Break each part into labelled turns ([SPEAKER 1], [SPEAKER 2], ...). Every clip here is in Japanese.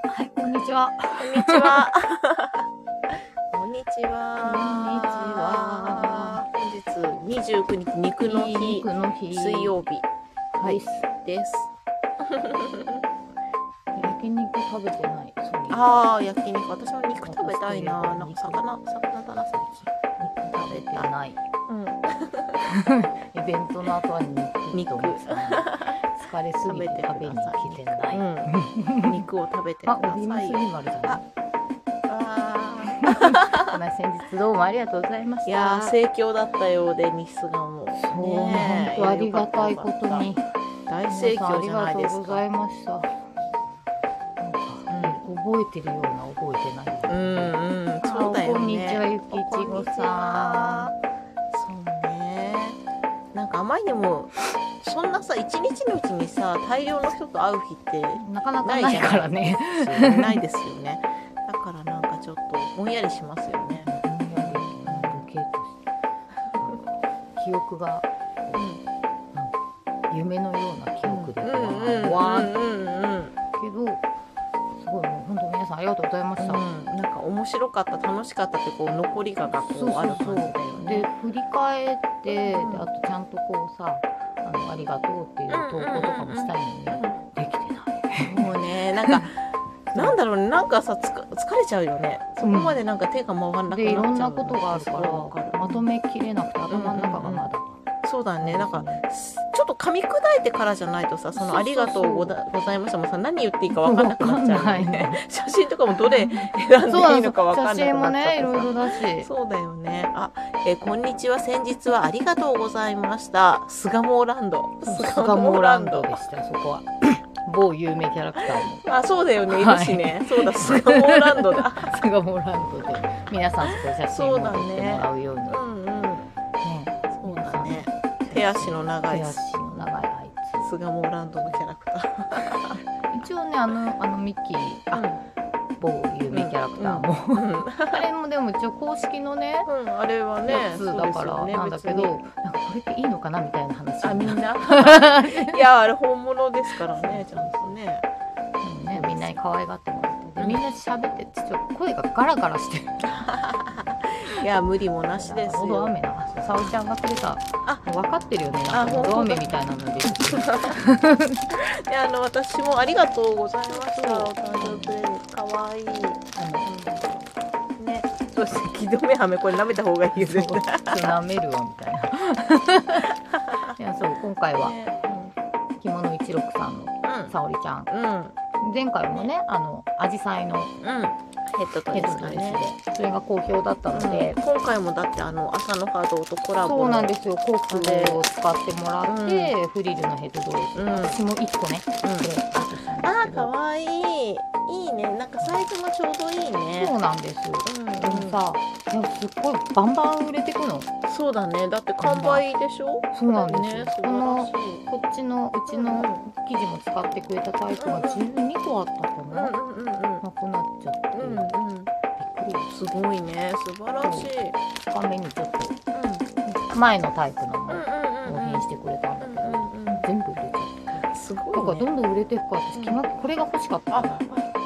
[SPEAKER 1] はい、こんにちは。
[SPEAKER 2] こんにちは。こんにち
[SPEAKER 1] は
[SPEAKER 2] は。本日二十九日肉の日
[SPEAKER 1] 肉の日。
[SPEAKER 2] 水曜日
[SPEAKER 1] はい。
[SPEAKER 2] です。
[SPEAKER 1] 焼肉食べてない。そう
[SPEAKER 2] ああ焼肉私も肉食べたいな。なんか魚魚だな最
[SPEAKER 1] 肉食べてない。
[SPEAKER 2] 近。
[SPEAKER 1] イベントの後は肉と思ってたのに疲れすぎて食べに来てない。
[SPEAKER 2] うん。肉を食べてく
[SPEAKER 1] あ、
[SPEAKER 2] だ
[SPEAKER 1] おびま
[SPEAKER 2] さ
[SPEAKER 1] す
[SPEAKER 2] い
[SPEAKER 1] ぎ
[SPEAKER 2] よ。
[SPEAKER 1] まるじゃない。
[SPEAKER 2] あ
[SPEAKER 1] この先日どうもありがとうございまし
[SPEAKER 2] ー
[SPEAKER 1] た。
[SPEAKER 2] いやー盛況だったようで日数がもう。
[SPEAKER 1] そう、
[SPEAKER 2] ね
[SPEAKER 1] 本当ありがたいことに。
[SPEAKER 2] 大
[SPEAKER 1] 皆
[SPEAKER 2] 盛
[SPEAKER 1] さん
[SPEAKER 2] 況じゃな
[SPEAKER 1] あ
[SPEAKER 2] い
[SPEAKER 1] り
[SPEAKER 2] で
[SPEAKER 1] がとうご
[SPEAKER 2] す
[SPEAKER 1] ざ
[SPEAKER 2] か。
[SPEAKER 1] いました。なんか覚えてるような覚えてないよう
[SPEAKER 2] う
[SPEAKER 1] な。
[SPEAKER 2] んうんそうだ
[SPEAKER 1] あ
[SPEAKER 2] よ
[SPEAKER 1] こんにちは
[SPEAKER 2] ね。
[SPEAKER 1] ゆきいちごさ
[SPEAKER 2] そうねなんかあまりにもそんなさ一日のうちにさ大量の人と会う日って
[SPEAKER 1] ん。なかなかないからね。
[SPEAKER 2] ないですよねだからなんかちょっとぼんやりしますよね
[SPEAKER 1] ぼんやりなんかボケーとして記憶が
[SPEAKER 2] う
[SPEAKER 1] 夢のような記憶で
[SPEAKER 2] ん
[SPEAKER 1] こう
[SPEAKER 2] う
[SPEAKER 1] ん
[SPEAKER 2] うん
[SPEAKER 1] わ
[SPEAKER 2] う
[SPEAKER 1] ーっ
[SPEAKER 2] んうん
[SPEAKER 1] けど、すごいもう本当皆さんありがとうございました。
[SPEAKER 2] なんか面白かった楽しかったってこう残りががこ
[SPEAKER 1] そう
[SPEAKER 2] う
[SPEAKER 1] そ
[SPEAKER 2] あ
[SPEAKER 1] う
[SPEAKER 2] る
[SPEAKER 1] そう
[SPEAKER 2] 感じだよ
[SPEAKER 1] で
[SPEAKER 2] ね
[SPEAKER 1] 振り返って、で
[SPEAKER 2] うん
[SPEAKER 1] あとちゃんとこうさあのありがとうっていう投稿とかもしたいのに、できてない。
[SPEAKER 2] もうねなんかなんだろうねなんかさつか疲れちゃうよねそこまでなんか手が回らなくなっちゃ
[SPEAKER 1] で
[SPEAKER 2] うよね
[SPEAKER 1] いろんなことがあるか
[SPEAKER 2] すごいわからる
[SPEAKER 1] まとめきれなくて頭の中がまだ。
[SPEAKER 2] そうだねなんかすちょっと噛み砕いてからじゃないとさ「そ
[SPEAKER 1] そうそうそう
[SPEAKER 2] のありがとうござございました」もさ何言っていいか分かんなくなっちゃうよ
[SPEAKER 1] わかんな
[SPEAKER 2] ね写真とかもどれ選
[SPEAKER 1] そう
[SPEAKER 2] ん でい
[SPEAKER 1] ないんです
[SPEAKER 2] のか
[SPEAKER 1] よ
[SPEAKER 2] 分か
[SPEAKER 1] 写真も
[SPEAKER 2] んなくなっ
[SPEAKER 1] ね
[SPEAKER 2] ち
[SPEAKER 1] い
[SPEAKER 2] ゃっ
[SPEAKER 1] ろい
[SPEAKER 2] て
[SPEAKER 1] ろだし
[SPEAKER 2] さそうだよねあ、えーこんにちは先日はありがとうございましたスガモーランド
[SPEAKER 1] スカモーランドでしたよそこは 某有名キャラクターも
[SPEAKER 2] あそうだよねいるしね、そうだスガモーランド だ
[SPEAKER 1] スカモーランドで皆さんそこで写真を撮ってもらうようにね
[SPEAKER 2] うんうんそうだね手足の長い
[SPEAKER 1] 手足の長いあい
[SPEAKER 2] スガモーランドのキャラクター
[SPEAKER 1] つ一応ねあのあのミッキー某有名キャラクターも、
[SPEAKER 2] うん、うん
[SPEAKER 1] あれもでも一応公式のね
[SPEAKER 2] うん、あれはね
[SPEAKER 1] やつだから
[SPEAKER 2] そうですよね
[SPEAKER 1] なんだけど、
[SPEAKER 2] 別に
[SPEAKER 1] なんかこれっていいのかなみたいな話
[SPEAKER 2] あみん
[SPEAKER 1] な
[SPEAKER 2] ないやあれ本物ですからねちゃんとね
[SPEAKER 1] ねみんなに可愛がってもらってでみんな喋ってちょっと声がガラガラしてる
[SPEAKER 2] いや無理もなしです
[SPEAKER 1] のど
[SPEAKER 2] よ
[SPEAKER 1] 飴な沙織ちゃんがくれた
[SPEAKER 2] あ
[SPEAKER 1] 分かってるよねなんか
[SPEAKER 2] あ
[SPEAKER 1] のど
[SPEAKER 2] 本当
[SPEAKER 1] 飴
[SPEAKER 2] だ
[SPEAKER 1] みたいなので
[SPEAKER 2] であの私もありがとうございました
[SPEAKER 1] そう
[SPEAKER 2] お誕生日プレゼントかわいい、
[SPEAKER 1] あの
[SPEAKER 2] ねそして木止めはめこれ舐めた方がいいよ
[SPEAKER 1] そう
[SPEAKER 2] 絶対
[SPEAKER 1] 舐めるわみたいないやそう今回は
[SPEAKER 2] ね
[SPEAKER 1] 着物一六さんの沙織ちゃん
[SPEAKER 2] うんうん
[SPEAKER 1] 前回もねあの紫陽花の
[SPEAKER 2] うんヘッドと
[SPEAKER 1] ヘ
[SPEAKER 2] で
[SPEAKER 1] ッ
[SPEAKER 2] す
[SPEAKER 1] ド
[SPEAKER 2] か
[SPEAKER 1] の
[SPEAKER 2] ね
[SPEAKER 1] やつでそれが好評だったので
[SPEAKER 2] う、ん今回もだってあの朝の波動とコラボ、
[SPEAKER 1] そうなんですすよコークを使ってもらって、フリルのヘッドドレス
[SPEAKER 2] うん
[SPEAKER 1] 私も1個ね
[SPEAKER 2] うん
[SPEAKER 1] これカットしたんですけど
[SPEAKER 2] あーかわいいいいねなんかサイズもちょうどいいね
[SPEAKER 1] そうなんですよ
[SPEAKER 2] うん
[SPEAKER 1] でもさいやすっごいバンバン売れてくのこ
[SPEAKER 2] そうだねだって完売でしょ
[SPEAKER 1] そうなんですよ
[SPEAKER 2] ね素晴らしい
[SPEAKER 1] っちのうちの生地も使ってくれたタイプが12個あったか
[SPEAKER 2] うんう
[SPEAKER 1] な、
[SPEAKER 2] んうんうん
[SPEAKER 1] なくなっちゃって、
[SPEAKER 2] う
[SPEAKER 1] び
[SPEAKER 2] ん
[SPEAKER 1] っ
[SPEAKER 2] うん
[SPEAKER 1] くり
[SPEAKER 2] すごいね素晴らしい
[SPEAKER 1] 2日目にちょっ
[SPEAKER 2] うん
[SPEAKER 1] と前のタイプの
[SPEAKER 2] うん
[SPEAKER 1] も
[SPEAKER 2] うん
[SPEAKER 1] 納
[SPEAKER 2] うん
[SPEAKER 1] 品してくれたんだけど、
[SPEAKER 2] うんうん
[SPEAKER 1] 全部売れちゃった
[SPEAKER 2] す
[SPEAKER 1] だから
[SPEAKER 2] ごいね
[SPEAKER 1] どんどん売れていくから私、決まこれが欲しかった
[SPEAKER 2] あ
[SPEAKER 1] から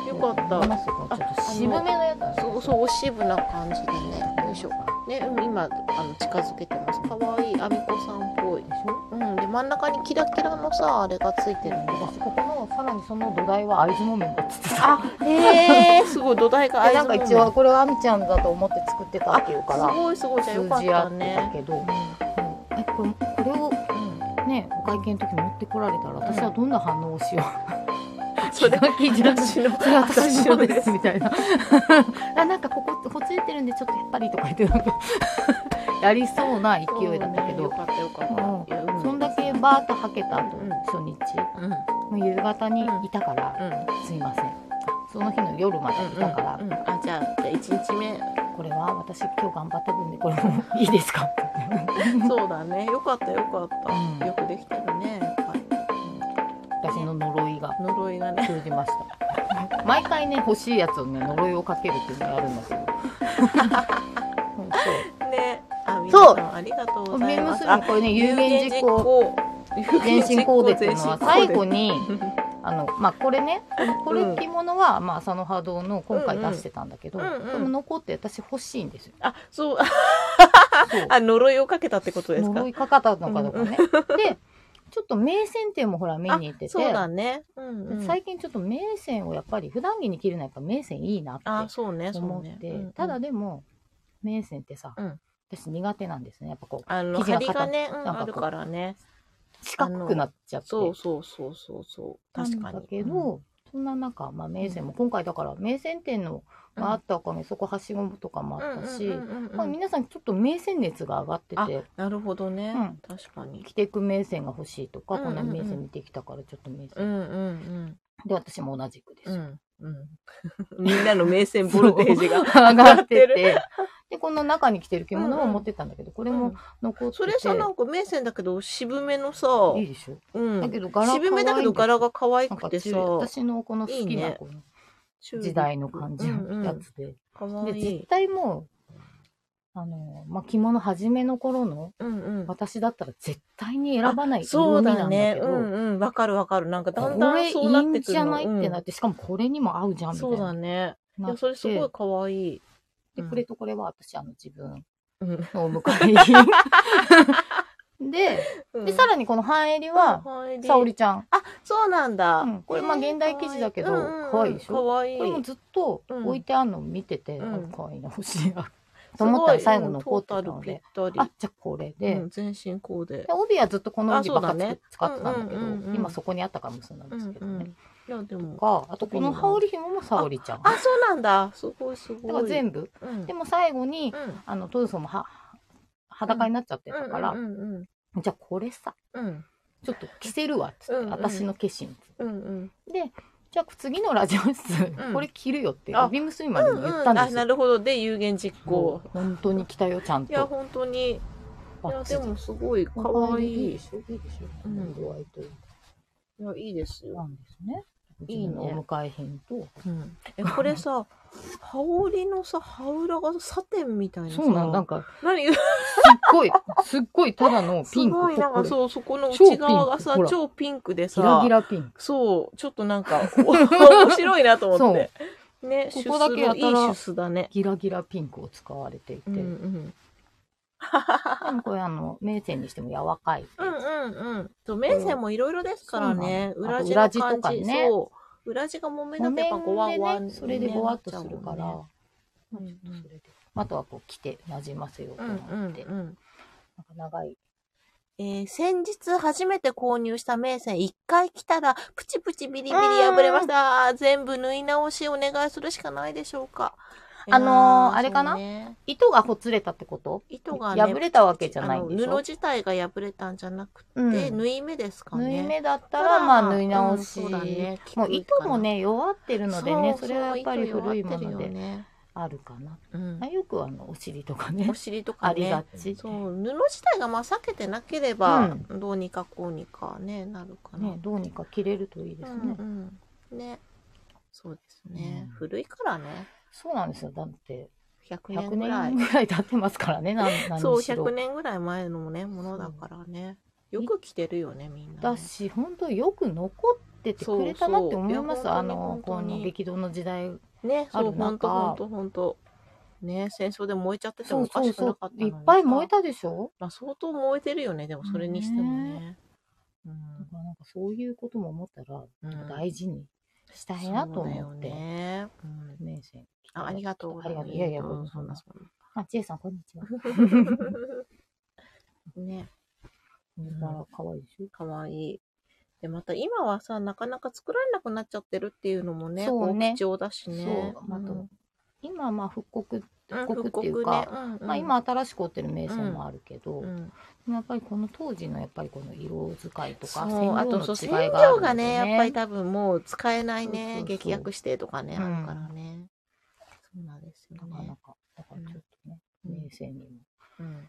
[SPEAKER 2] よか
[SPEAKER 1] 思いま
[SPEAKER 2] っ
[SPEAKER 1] すよちょっと渋めのやつだね
[SPEAKER 2] たそうそうお渋な感じでねよいしょねうん今あの近づけてますかわいいあみこさんっぽい
[SPEAKER 1] でしょ
[SPEAKER 2] うんで真ん中にキラキラのさあれがついてるのが
[SPEAKER 1] 私ここのさらにその土台は会津木綿だっつってた
[SPEAKER 2] あへえ すごい土台が
[SPEAKER 1] でな
[SPEAKER 2] 合
[SPEAKER 1] んか一応これはあみちゃんだと思って作ってたっていうか
[SPEAKER 2] す
[SPEAKER 1] ら
[SPEAKER 2] ごいすごいじゃあよか
[SPEAKER 1] 通
[SPEAKER 2] っ
[SPEAKER 1] じ合
[SPEAKER 2] た
[SPEAKER 1] ってた
[SPEAKER 2] ね
[SPEAKER 1] けど、えこれこれを
[SPEAKER 2] うん
[SPEAKER 1] ねお会計の時持ってこられたら私はどんな反応をしよう、
[SPEAKER 2] そ
[SPEAKER 1] 気
[SPEAKER 2] れ
[SPEAKER 1] が利いてない
[SPEAKER 2] 私の
[SPEAKER 1] それ私ので
[SPEAKER 2] 私のです
[SPEAKER 1] みたいな あなんかここほつれてるんでちょっとやっぱりとか言 ってなんかやりそうな勢いだったけ
[SPEAKER 2] そうね
[SPEAKER 1] ど
[SPEAKER 2] よかったよかったいや
[SPEAKER 1] そ,、
[SPEAKER 2] うん
[SPEAKER 1] だけバーッとはけた後、
[SPEAKER 2] うん
[SPEAKER 1] 初日
[SPEAKER 2] うんうん
[SPEAKER 1] もう夕方にいたから、
[SPEAKER 2] う
[SPEAKER 1] すいませんその日の夜までいたから、
[SPEAKER 2] んうんあじゃあじゃあ一日目
[SPEAKER 1] これは私今日頑張った分でこれもいいです か
[SPEAKER 2] そうだねよかったよかった、
[SPEAKER 1] うん
[SPEAKER 2] よくできてるねやっぱり
[SPEAKER 1] 私の呪いが
[SPEAKER 2] 呪いがね
[SPEAKER 1] 通じました毎回ね欲しいやつをね呪いをかけるっていうのをやるんだけ ど本
[SPEAKER 2] ねあみ
[SPEAKER 1] そう
[SPEAKER 2] さんありがとう
[SPEAKER 1] 当
[SPEAKER 2] ござい
[SPEAKER 1] 目
[SPEAKER 2] ます
[SPEAKER 1] 結びこれね有言実行
[SPEAKER 2] 有
[SPEAKER 1] 全
[SPEAKER 2] 言
[SPEAKER 1] 身
[SPEAKER 2] 実
[SPEAKER 1] コー
[SPEAKER 2] 行
[SPEAKER 1] デっていうのは最後
[SPEAKER 2] に
[SPEAKER 1] にあのまあこれねこのこれっていうものは、まあ、朝の波動の今回
[SPEAKER 2] うんうん
[SPEAKER 1] 出してたんだけど、
[SPEAKER 2] うんうん
[SPEAKER 1] この残って私欲しいんですよ。
[SPEAKER 2] あ、そう、
[SPEAKER 1] そう
[SPEAKER 2] あ、呪いをかけたってことですか
[SPEAKER 1] 呪いかかったのかどうかね。でちょっと名線っていうのもほら見に行ってて
[SPEAKER 2] あそうだね。うん、うん。
[SPEAKER 1] 最近ちょっと名線をやっぱり普段着に着るのはやっぱ名線いいな
[SPEAKER 2] あ
[SPEAKER 1] っ、
[SPEAKER 2] そうね、
[SPEAKER 1] て
[SPEAKER 2] そ
[SPEAKER 1] 思
[SPEAKER 2] うね
[SPEAKER 1] っ。て、
[SPEAKER 2] うんうん
[SPEAKER 1] ただ、でも名線ってさ、
[SPEAKER 2] うん
[SPEAKER 1] 私苦手なんですねやっぱこう
[SPEAKER 2] あの、
[SPEAKER 1] 生地が
[SPEAKER 2] 針がね、う
[SPEAKER 1] な
[SPEAKER 2] ん
[SPEAKER 1] んかこう
[SPEAKER 2] あるからね。
[SPEAKER 1] 四角くなっちゃって
[SPEAKER 2] そうそうそうそうそう。確
[SPEAKER 1] な
[SPEAKER 2] か
[SPEAKER 1] ん
[SPEAKER 2] に。
[SPEAKER 1] だけど、そんな中、まあ、名線も、今回だから名線店の
[SPEAKER 2] うん、
[SPEAKER 1] があったおかげでそこはしごとかもあったし、
[SPEAKER 2] うんうんうんうん
[SPEAKER 1] まあ、皆さんちょっと名線熱が上がって
[SPEAKER 2] あ
[SPEAKER 1] て
[SPEAKER 2] なるほどね、
[SPEAKER 1] うん
[SPEAKER 2] 確かに。
[SPEAKER 1] 着てく名線が欲しいとか、
[SPEAKER 2] うんうんうん
[SPEAKER 1] こんな名線見てきたからちょっと名
[SPEAKER 2] う
[SPEAKER 1] 線、
[SPEAKER 2] んうん
[SPEAKER 1] で私も同じくです
[SPEAKER 2] うん。う
[SPEAKER 1] よ、
[SPEAKER 2] んうん、 みんなの名線ボルテージが
[SPEAKER 1] 上がって
[SPEAKER 2] 上がって
[SPEAKER 1] てでこの中に着てる着物を持ってったんだけどこれも残ってて、
[SPEAKER 2] それさなんか名線だけど渋めのさ、
[SPEAKER 1] いいでしょ
[SPEAKER 2] うん、
[SPEAKER 1] だけど柄可愛いんです
[SPEAKER 2] 渋めだけど柄が可愛
[SPEAKER 1] なん
[SPEAKER 2] く
[SPEAKER 1] か
[SPEAKER 2] て
[SPEAKER 1] 中
[SPEAKER 2] さ
[SPEAKER 1] 私のこの好きなこの時代の感じのやつで、
[SPEAKER 2] かわ
[SPEAKER 1] で
[SPEAKER 2] い
[SPEAKER 1] 絶
[SPEAKER 2] い、
[SPEAKER 1] 対もうあの、まあ、着物初めの頃の
[SPEAKER 2] うんうん、
[SPEAKER 1] 私だったら絶対に選ばない
[SPEAKER 2] そ
[SPEAKER 1] 色
[SPEAKER 2] う
[SPEAKER 1] 味
[SPEAKER 2] だ
[SPEAKER 1] なんだ
[SPEAKER 2] ね
[SPEAKER 1] け
[SPEAKER 2] う
[SPEAKER 1] ど。
[SPEAKER 2] んうんわかるわかるなんかだん
[SPEAKER 1] こ
[SPEAKER 2] だ
[SPEAKER 1] れ
[SPEAKER 2] ん
[SPEAKER 1] い
[SPEAKER 2] そうないって
[SPEAKER 1] ん
[SPEAKER 2] く
[SPEAKER 1] じ
[SPEAKER 2] る
[SPEAKER 1] ゃ
[SPEAKER 2] の
[SPEAKER 1] ないってなって、しかもこれにも合うじゃ
[SPEAKER 2] うんん
[SPEAKER 1] みた
[SPEAKER 2] そう
[SPEAKER 1] い
[SPEAKER 2] だ
[SPEAKER 1] な。
[SPEAKER 2] ねい
[SPEAKER 1] なっ
[SPEAKER 2] や
[SPEAKER 1] て
[SPEAKER 2] それすごい可愛い
[SPEAKER 1] で、これとこれは私、あの、自分
[SPEAKER 2] うん
[SPEAKER 1] のお迎えに。 で、で、さらにこの半襟は、
[SPEAKER 2] うん
[SPEAKER 1] 沙織ちゃん。
[SPEAKER 2] あそうなんだ、
[SPEAKER 1] うんこれまあ現代生地だけど可愛いでしょ
[SPEAKER 2] 可愛い
[SPEAKER 1] これもずっと置いてあるのを見てて、
[SPEAKER 2] うん
[SPEAKER 1] あ、可愛いな、欲しい な。と思ったら最後残ってたので、
[SPEAKER 2] すごいうんトータルぴったり
[SPEAKER 1] あ、じゃあこれで、
[SPEAKER 2] うん全身コーデ
[SPEAKER 1] で。帯はずっとこの帯ばっか
[SPEAKER 2] あそうだね
[SPEAKER 1] 使ってたんだけど、
[SPEAKER 2] うんうんうんうん
[SPEAKER 1] 今そこにあったから結んだんですけどね。
[SPEAKER 2] いやでも
[SPEAKER 1] があとこの羽織紐も沙織ちゃん。だ
[SPEAKER 2] あそうなんだすごいすごい
[SPEAKER 1] から全部。
[SPEAKER 2] 部、うん、
[SPEAKER 1] で
[SPEAKER 2] も、
[SPEAKER 1] も最後に、
[SPEAKER 2] うん、
[SPEAKER 1] あの、トヨさんもは、裸になっちゃってたから、
[SPEAKER 2] うんうん
[SPEAKER 1] じゃあこれさ、
[SPEAKER 2] うん
[SPEAKER 1] ちょっと着せるわ、つって、
[SPEAKER 2] うんうん
[SPEAKER 1] 私の化身っつって。
[SPEAKER 2] うんうん
[SPEAKER 1] で、じゃあ次のラジオ室、
[SPEAKER 2] ん
[SPEAKER 1] これ着るよって、
[SPEAKER 2] あ
[SPEAKER 1] 帯結びまでに言ったん
[SPEAKER 2] あ
[SPEAKER 1] ですよ。
[SPEAKER 2] なるほどで有言実
[SPEAKER 1] もう
[SPEAKER 2] 行
[SPEAKER 1] 本当に着たよ、ちゃん
[SPEAKER 2] いや
[SPEAKER 1] と。
[SPEAKER 2] 本当にい
[SPEAKER 1] バ
[SPEAKER 2] や
[SPEAKER 1] ッチ
[SPEAKER 2] で
[SPEAKER 1] リ
[SPEAKER 2] もすごい可愛い
[SPEAKER 1] いでしょ、いいでしょ。この色合いというか
[SPEAKER 2] いやいいですよ、
[SPEAKER 1] なんですね。
[SPEAKER 2] いいね
[SPEAKER 1] 自分のお迎え品と。
[SPEAKER 2] うん、えこれさ羽織のさ羽裏がサテンみたいなさ
[SPEAKER 1] そうなん、なんか、
[SPEAKER 2] 何
[SPEAKER 1] すっごい、 すっごい、ただの
[SPEAKER 2] す
[SPEAKER 1] ピンク。
[SPEAKER 2] ごいなん
[SPEAKER 1] こ
[SPEAKER 2] か
[SPEAKER 1] れ
[SPEAKER 2] そうそこの内側がさ
[SPEAKER 1] 超ピンクほら
[SPEAKER 2] 超ピンクで
[SPEAKER 1] ギラ
[SPEAKER 2] さ
[SPEAKER 1] ギラピンク。
[SPEAKER 2] そうちょっとな んかお面白いなと思ってね
[SPEAKER 1] ここだけ
[SPEAKER 2] シュ
[SPEAKER 1] やたら
[SPEAKER 2] スのいいシュスだね
[SPEAKER 1] ギラギラピンクを使われていて、
[SPEAKER 2] うんうん
[SPEAKER 1] でもこれあの名店にしても柔らかい、
[SPEAKER 2] うんうんうんそう面線もいろいろですからね
[SPEAKER 1] そうなの
[SPEAKER 2] 裏地の
[SPEAKER 1] あと裏地とか
[SPEAKER 2] 感じ
[SPEAKER 1] ね
[SPEAKER 2] そう裏地が木目だとやっぱ
[SPEAKER 1] 木
[SPEAKER 2] ごわ
[SPEAKER 1] 綿
[SPEAKER 2] んわ
[SPEAKER 1] で
[SPEAKER 2] ん
[SPEAKER 1] ねそれでごわっとするから、
[SPEAKER 2] ね
[SPEAKER 1] まあちょっとそれであとはこう着てなじませようと
[SPEAKER 2] うん
[SPEAKER 1] 思って、
[SPEAKER 2] うん
[SPEAKER 1] なんか
[SPEAKER 2] うん
[SPEAKER 1] 長い
[SPEAKER 2] えー先日初めて購入した名線1回来たらプチプチビリビリ破れました。全部縫い直しお願いするしかないでしょうか。
[SPEAKER 1] あのー
[SPEAKER 2] いや
[SPEAKER 1] あれかな
[SPEAKER 2] そうね
[SPEAKER 1] 糸がほつれたってこと
[SPEAKER 2] 糸がね、
[SPEAKER 1] 破れたわけじゃないんでし
[SPEAKER 2] あの布
[SPEAKER 1] ょ、
[SPEAKER 2] 自体が破れたんじゃなくて、
[SPEAKER 1] うん
[SPEAKER 2] 縫い目ですかね。
[SPEAKER 1] 縫い目だったらまあ縫い直し、
[SPEAKER 2] うんそうだね
[SPEAKER 1] もう糸もね弱ってる
[SPEAKER 2] そう
[SPEAKER 1] のでね
[SPEAKER 2] う
[SPEAKER 1] それはやっぱり
[SPEAKER 2] 糸
[SPEAKER 1] 古いも
[SPEAKER 2] 弱
[SPEAKER 1] の
[SPEAKER 2] ってる
[SPEAKER 1] で
[SPEAKER 2] よね
[SPEAKER 1] あるかな、
[SPEAKER 2] うん
[SPEAKER 1] あよくあのお尻とかね
[SPEAKER 2] お尻とか
[SPEAKER 1] あり
[SPEAKER 2] ね
[SPEAKER 1] が。ち、
[SPEAKER 2] そう布自体がまあ避けてなければ、どうにかこうにかねなるかな
[SPEAKER 1] ね、どうにか着れるといいですね、
[SPEAKER 2] うんうん、ね。そうですね。
[SPEAKER 1] うん
[SPEAKER 2] 古いからね。
[SPEAKER 1] そうなんですよだって
[SPEAKER 2] 100
[SPEAKER 1] 100
[SPEAKER 2] 年ぐらい
[SPEAKER 1] 年。ぐらい経ってますからね、なん何し
[SPEAKER 2] そ
[SPEAKER 1] ろ
[SPEAKER 2] う、100年ぐらい前のね、ものだからね。よく着てるよね、みんな
[SPEAKER 1] だ
[SPEAKER 2] ね。
[SPEAKER 1] し、本当よく残っててくれたなって思います。
[SPEAKER 2] そうそう
[SPEAKER 1] あ
[SPEAKER 2] いや
[SPEAKER 1] の
[SPEAKER 2] 本、当
[SPEAKER 1] こ
[SPEAKER 2] に
[SPEAKER 1] の激動の時代。
[SPEAKER 2] ね、
[SPEAKER 1] あ
[SPEAKER 2] そ
[SPEAKER 1] る
[SPEAKER 2] う、ほんと
[SPEAKER 1] 中
[SPEAKER 2] ほんとほんと。ね、戦争で燃えちゃってて
[SPEAKER 1] そう
[SPEAKER 2] もおか
[SPEAKER 1] そう
[SPEAKER 2] しく
[SPEAKER 1] そ
[SPEAKER 2] な
[SPEAKER 1] う
[SPEAKER 2] かった。の
[SPEAKER 1] いっ
[SPEAKER 2] にさ
[SPEAKER 1] ぱい燃えたでしょ
[SPEAKER 2] まあ相当燃えてるよね、でもそれにしてもね。う
[SPEAKER 1] だ
[SPEAKER 2] ん
[SPEAKER 1] からなんかそういうことも思ったら、
[SPEAKER 2] うん
[SPEAKER 1] 大事にしたいなと
[SPEAKER 2] そ
[SPEAKER 1] 思
[SPEAKER 2] う
[SPEAKER 1] っ
[SPEAKER 2] だ
[SPEAKER 1] て。
[SPEAKER 2] よね。うん
[SPEAKER 1] 名線
[SPEAKER 2] あありがとうございます。
[SPEAKER 1] いやいや、
[SPEAKER 2] う
[SPEAKER 1] うん
[SPEAKER 2] ん
[SPEAKER 1] そ
[SPEAKER 2] そん
[SPEAKER 1] ん
[SPEAKER 2] な
[SPEAKER 1] な。
[SPEAKER 2] そんな。
[SPEAKER 1] あ、ちえさん、こんにちは。
[SPEAKER 2] ね。
[SPEAKER 1] だから、可愛いでしょ
[SPEAKER 2] かわいい。で、また今はさ、なかなか作られなくなっちゃってるっていうのもね、
[SPEAKER 1] そうね
[SPEAKER 2] 貴重だしね。
[SPEAKER 1] そうあ
[SPEAKER 2] ん
[SPEAKER 1] と今、まあ、復刻、
[SPEAKER 2] うん
[SPEAKER 1] 復刻っていう
[SPEAKER 2] 復
[SPEAKER 1] か、
[SPEAKER 2] 刻ねうんうん
[SPEAKER 1] まあ、今新しく売ってる名線もあるけど
[SPEAKER 2] う、ん
[SPEAKER 1] やっぱりこの当時のやっぱりこの色使いと
[SPEAKER 2] そ
[SPEAKER 1] か、
[SPEAKER 2] う、あとそう、
[SPEAKER 1] 染
[SPEAKER 2] 線
[SPEAKER 1] 料の違い
[SPEAKER 2] 量が
[SPEAKER 1] あるので
[SPEAKER 2] ね、やっぱり多分もう使えないね、
[SPEAKER 1] そうそうそう
[SPEAKER 2] 劇薬指定とかね、
[SPEAKER 1] うん
[SPEAKER 2] あるからね。そうなんですよ
[SPEAKER 1] なかな
[SPEAKER 2] ね。
[SPEAKER 1] か、だからちょっとね、名声にも
[SPEAKER 2] うん。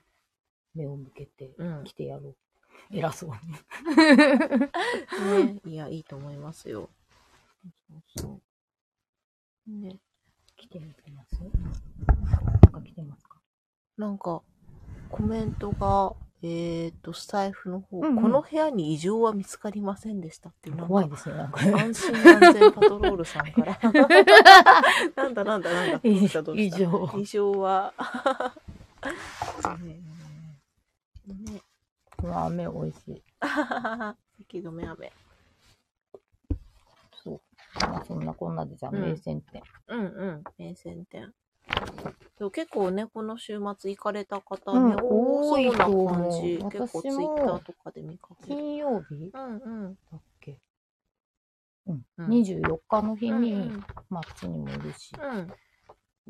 [SPEAKER 1] 目を向けて
[SPEAKER 2] うん
[SPEAKER 1] 来てやろう。偉そう に。
[SPEAKER 2] ね、いや、いいと思いますよ。そうそうそうね、
[SPEAKER 1] 来てみてますなんか来てますか
[SPEAKER 2] なんか、コメントが、えっ、と、スタイフの方、
[SPEAKER 1] うんうん
[SPEAKER 2] この部屋に異常は見つかりませんでしたっていう。なんか
[SPEAKER 1] 怖いですね、なんか。
[SPEAKER 2] 安心安全パトロールさ んから。なんだなんだなんだ。どう
[SPEAKER 1] 以
[SPEAKER 2] したど
[SPEAKER 1] 上。
[SPEAKER 2] うし
[SPEAKER 1] 以
[SPEAKER 2] た
[SPEAKER 1] 上
[SPEAKER 2] 異常は。ね。
[SPEAKER 1] この飴美味しい。
[SPEAKER 2] 咳止め雨。
[SPEAKER 1] そう。まあ、そんなこんなでじゃあ、
[SPEAKER 2] うん
[SPEAKER 1] 名店店。
[SPEAKER 2] うんうん。名線店。でも結構ね、この週末行かれた方ね、
[SPEAKER 1] うん
[SPEAKER 2] 多
[SPEAKER 1] 多い
[SPEAKER 2] そうな
[SPEAKER 1] と思
[SPEAKER 2] 感
[SPEAKER 1] う
[SPEAKER 2] じ。結構
[SPEAKER 1] 私
[SPEAKER 2] ツイ
[SPEAKER 1] も
[SPEAKER 2] ッターとかで見かける。
[SPEAKER 1] 金曜日
[SPEAKER 2] うんうん。
[SPEAKER 1] だっけうん。
[SPEAKER 2] うん
[SPEAKER 1] 24日の日
[SPEAKER 2] うんう
[SPEAKER 1] に、
[SPEAKER 2] ん
[SPEAKER 1] まあ、あっちにもいるし、
[SPEAKER 2] うん。
[SPEAKER 1] 行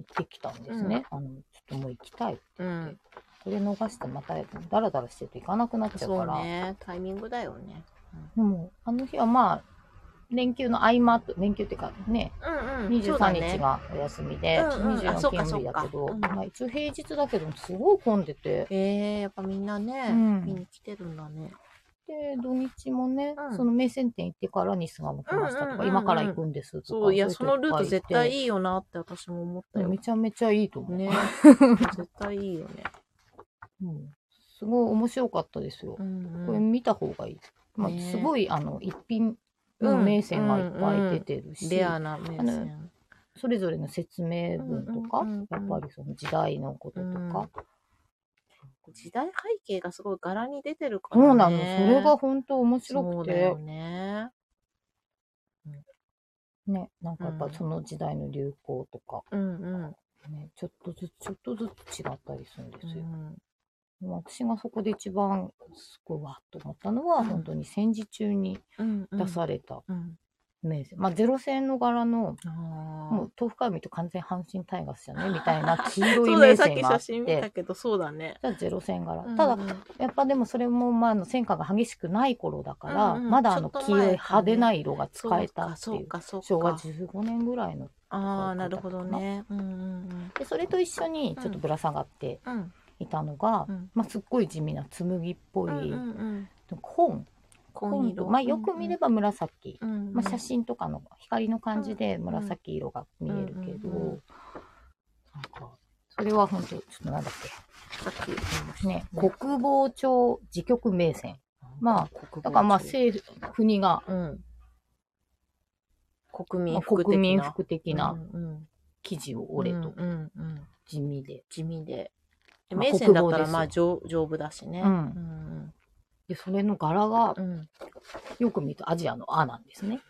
[SPEAKER 1] ってきたんですね。あの、ちょっともう行きたいって
[SPEAKER 2] う
[SPEAKER 1] 言って。
[SPEAKER 2] ん。
[SPEAKER 1] これ逃してまた、ダラダラしてると行かなくなっちゃう
[SPEAKER 2] そ
[SPEAKER 1] か
[SPEAKER 2] う
[SPEAKER 1] ら。
[SPEAKER 2] ね。タイミングだよね。
[SPEAKER 1] でも、あの日はまあ、連休の合間と、連休っていうかね、
[SPEAKER 2] うんうん。そうだ
[SPEAKER 1] 23日
[SPEAKER 2] ね。
[SPEAKER 1] がお休みで、
[SPEAKER 2] うんうん
[SPEAKER 1] 24
[SPEAKER 2] あそうか
[SPEAKER 1] の金曜日だけど、
[SPEAKER 2] そうかうん
[SPEAKER 1] まあ一応平日だけど、すごい混んでて、
[SPEAKER 2] えー、やっぱみんなね、
[SPEAKER 1] うん
[SPEAKER 2] 見に来てるんだね。
[SPEAKER 1] で、土日もね、
[SPEAKER 2] うん
[SPEAKER 1] その名船店行ってからに巣鴨来ましたとか、
[SPEAKER 2] うんうんうんうん
[SPEAKER 1] 今から行くんですとか。
[SPEAKER 2] そう、いや、その
[SPEAKER 1] うい
[SPEAKER 2] ル
[SPEAKER 1] う
[SPEAKER 2] ー
[SPEAKER 1] 人
[SPEAKER 2] ト
[SPEAKER 1] いっぱいい
[SPEAKER 2] 絶
[SPEAKER 1] て
[SPEAKER 2] 対いいよなって私も思ったよ。
[SPEAKER 1] めちゃめちゃいいと思う。
[SPEAKER 2] ね。絶対いいよね。
[SPEAKER 1] うんすごい面白かったですよ
[SPEAKER 2] う。ん
[SPEAKER 1] こ
[SPEAKER 2] う
[SPEAKER 1] れ
[SPEAKER 2] ん。
[SPEAKER 1] 見た方がいい。まあ、
[SPEAKER 2] ね
[SPEAKER 1] すごい、あの、一品の名船がいっぱい出てるし、
[SPEAKER 2] レアな名
[SPEAKER 1] あ
[SPEAKER 2] 線。
[SPEAKER 1] それぞれの説明文とか、
[SPEAKER 2] うんうんうんうん
[SPEAKER 1] やっぱりその時代のこととか。
[SPEAKER 2] 時代背景がすごい柄に出てるからね。
[SPEAKER 1] そうなの、それが本当面白
[SPEAKER 2] そう
[SPEAKER 1] く
[SPEAKER 2] だ
[SPEAKER 1] て
[SPEAKER 2] よ、ね。
[SPEAKER 1] ね、なんかやっ
[SPEAKER 2] う
[SPEAKER 1] ぱ
[SPEAKER 2] ん
[SPEAKER 1] その時代の流行とか、
[SPEAKER 2] うんうん
[SPEAKER 1] ね、ちょっとずつ、ちょっとずつ違ったりするんで
[SPEAKER 2] う
[SPEAKER 1] すよ。
[SPEAKER 2] ん。
[SPEAKER 1] 私がそこで一番すごいわっと思ったのは、
[SPEAKER 2] うん
[SPEAKER 1] 本当に戦時中に
[SPEAKER 2] うんうん。
[SPEAKER 1] 出された
[SPEAKER 2] うん。
[SPEAKER 1] 名船。まあ、ゼロ戦の柄の、
[SPEAKER 2] あ
[SPEAKER 1] も
[SPEAKER 2] あ
[SPEAKER 1] う。豆腐から見ると完全阪神タイガースじゃねみたい な黄色
[SPEAKER 2] そ
[SPEAKER 1] いう
[SPEAKER 2] だよ、
[SPEAKER 1] 名
[SPEAKER 2] さっき
[SPEAKER 1] 船があって、
[SPEAKER 2] 写真見たけど、そうだね。
[SPEAKER 1] じゃあゼロ戦柄。
[SPEAKER 2] うんうん
[SPEAKER 1] ただ、やっぱでもそれも、まあ、あの戦火が激しくない頃だから、
[SPEAKER 2] うんうん
[SPEAKER 1] まだあの
[SPEAKER 2] ちょっと
[SPEAKER 1] 黄色い
[SPEAKER 2] 前だね
[SPEAKER 1] 派手な色が使えたって
[SPEAKER 2] そ
[SPEAKER 1] いうう
[SPEAKER 2] か、そうか、そ
[SPEAKER 1] 昭
[SPEAKER 2] う
[SPEAKER 1] 和
[SPEAKER 2] か。
[SPEAKER 1] 15年ぐらいの
[SPEAKER 2] ああ、なるほどね。うんうん
[SPEAKER 1] でそれと一緒にちょっとぶら下がって
[SPEAKER 2] うん。うん
[SPEAKER 1] いたのが、
[SPEAKER 2] うん
[SPEAKER 1] まあ、すっごい地味な紬っぽ
[SPEAKER 2] う
[SPEAKER 1] い、
[SPEAKER 2] んうん。
[SPEAKER 1] 紺紺色、まあ、よく見れば紫、
[SPEAKER 2] うん
[SPEAKER 1] まあ、写真とかの光の感じで紫色が見えるけど、
[SPEAKER 2] うんうんうん
[SPEAKER 1] なんかそれは本当ちょっとなんだっ
[SPEAKER 2] さっき言いまし
[SPEAKER 1] け、ね、
[SPEAKER 2] うん
[SPEAKER 1] 国防庁自局名線
[SPEAKER 2] た
[SPEAKER 1] まあ、
[SPEAKER 2] 国防
[SPEAKER 1] だからまあ
[SPEAKER 2] 庁
[SPEAKER 1] 政府国が、
[SPEAKER 2] うん。国
[SPEAKER 1] ま
[SPEAKER 2] 民
[SPEAKER 1] あ
[SPEAKER 2] 服的な。
[SPEAKER 1] 国民服的な
[SPEAKER 2] うんうん
[SPEAKER 1] 記事を俺
[SPEAKER 2] う
[SPEAKER 1] と
[SPEAKER 2] んうんうん
[SPEAKER 1] 地味で
[SPEAKER 2] 地味で。で
[SPEAKER 1] まあ
[SPEAKER 2] 名線だっ
[SPEAKER 1] 国防で
[SPEAKER 2] たら
[SPEAKER 1] すよ
[SPEAKER 2] まあ丈丈夫だしね。
[SPEAKER 1] うん
[SPEAKER 2] うん
[SPEAKER 1] でそれの柄が
[SPEAKER 2] うんうん
[SPEAKER 1] よく見るとアジアの「アなんですね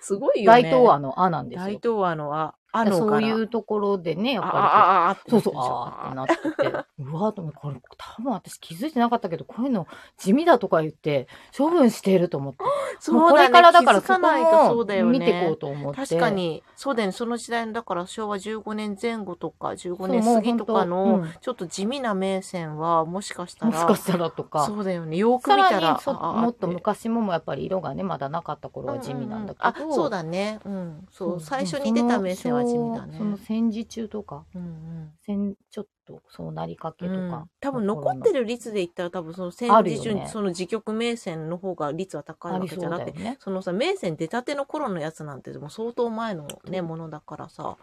[SPEAKER 2] すごいよね。
[SPEAKER 1] 大東亜の「アなんですよ
[SPEAKER 2] 大東亜のあ、あ
[SPEAKER 1] だから
[SPEAKER 2] の
[SPEAKER 1] そう
[SPEAKER 2] から。
[SPEAKER 1] いうところでねや
[SPEAKER 2] あ、
[SPEAKER 1] っ
[SPEAKER 2] あ、
[SPEAKER 1] ぱ
[SPEAKER 2] あ、あ、あ
[SPEAKER 1] りそうそうあ
[SPEAKER 2] あ
[SPEAKER 1] ーってなってて うわーと思ってこれ多分私気づいてなかったけどこういうの地味だとか言って処分していると思ってもう
[SPEAKER 2] そう
[SPEAKER 1] こ
[SPEAKER 2] だ
[SPEAKER 1] れ
[SPEAKER 2] ね
[SPEAKER 1] からだから
[SPEAKER 2] 気づ
[SPEAKER 1] そ
[SPEAKER 2] かないとそうだ
[SPEAKER 1] こ
[SPEAKER 2] よ
[SPEAKER 1] も
[SPEAKER 2] ね。
[SPEAKER 1] 見ていこうと思って
[SPEAKER 2] 確かに、そうだよね。その時代の、だから昭和15年前後とか、15
[SPEAKER 1] そう
[SPEAKER 2] 年
[SPEAKER 1] もう
[SPEAKER 2] 過
[SPEAKER 1] ほ
[SPEAKER 2] ぎ
[SPEAKER 1] ん
[SPEAKER 2] とかの、
[SPEAKER 1] うん
[SPEAKER 2] ちょっと地味な名線は、もしかしたら、
[SPEAKER 1] もしかしたらとか
[SPEAKER 2] そうだよね。よく
[SPEAKER 1] さ
[SPEAKER 2] 見た
[SPEAKER 1] ら
[SPEAKER 2] ら
[SPEAKER 1] に、そ
[SPEAKER 2] ああ
[SPEAKER 1] もっと
[SPEAKER 2] って
[SPEAKER 1] 昔ももやっぱり色がねまだなかった頃は地味なんだけど、
[SPEAKER 2] うんうんうんあそうだねうんそう
[SPEAKER 1] うん
[SPEAKER 2] 最初に出た目線は地味だ
[SPEAKER 1] そ
[SPEAKER 2] ね
[SPEAKER 1] のその戦時中とか
[SPEAKER 2] うんうん
[SPEAKER 1] 戦ちょっとそうなりかけとか、
[SPEAKER 2] うん多分残って
[SPEAKER 1] る
[SPEAKER 2] る率で言ったら多分その戦
[SPEAKER 1] ある
[SPEAKER 2] 時中
[SPEAKER 1] よ
[SPEAKER 2] に
[SPEAKER 1] ね
[SPEAKER 2] その自局名線の方が率は高い
[SPEAKER 1] あ
[SPEAKER 2] わ
[SPEAKER 1] り
[SPEAKER 2] け
[SPEAKER 1] そ
[SPEAKER 2] じゃ
[SPEAKER 1] う
[SPEAKER 2] な
[SPEAKER 1] だ
[SPEAKER 2] く
[SPEAKER 1] よ
[SPEAKER 2] て
[SPEAKER 1] ね
[SPEAKER 2] そのさ名線出たての頃のやつなんてでも相当前のねものだからさ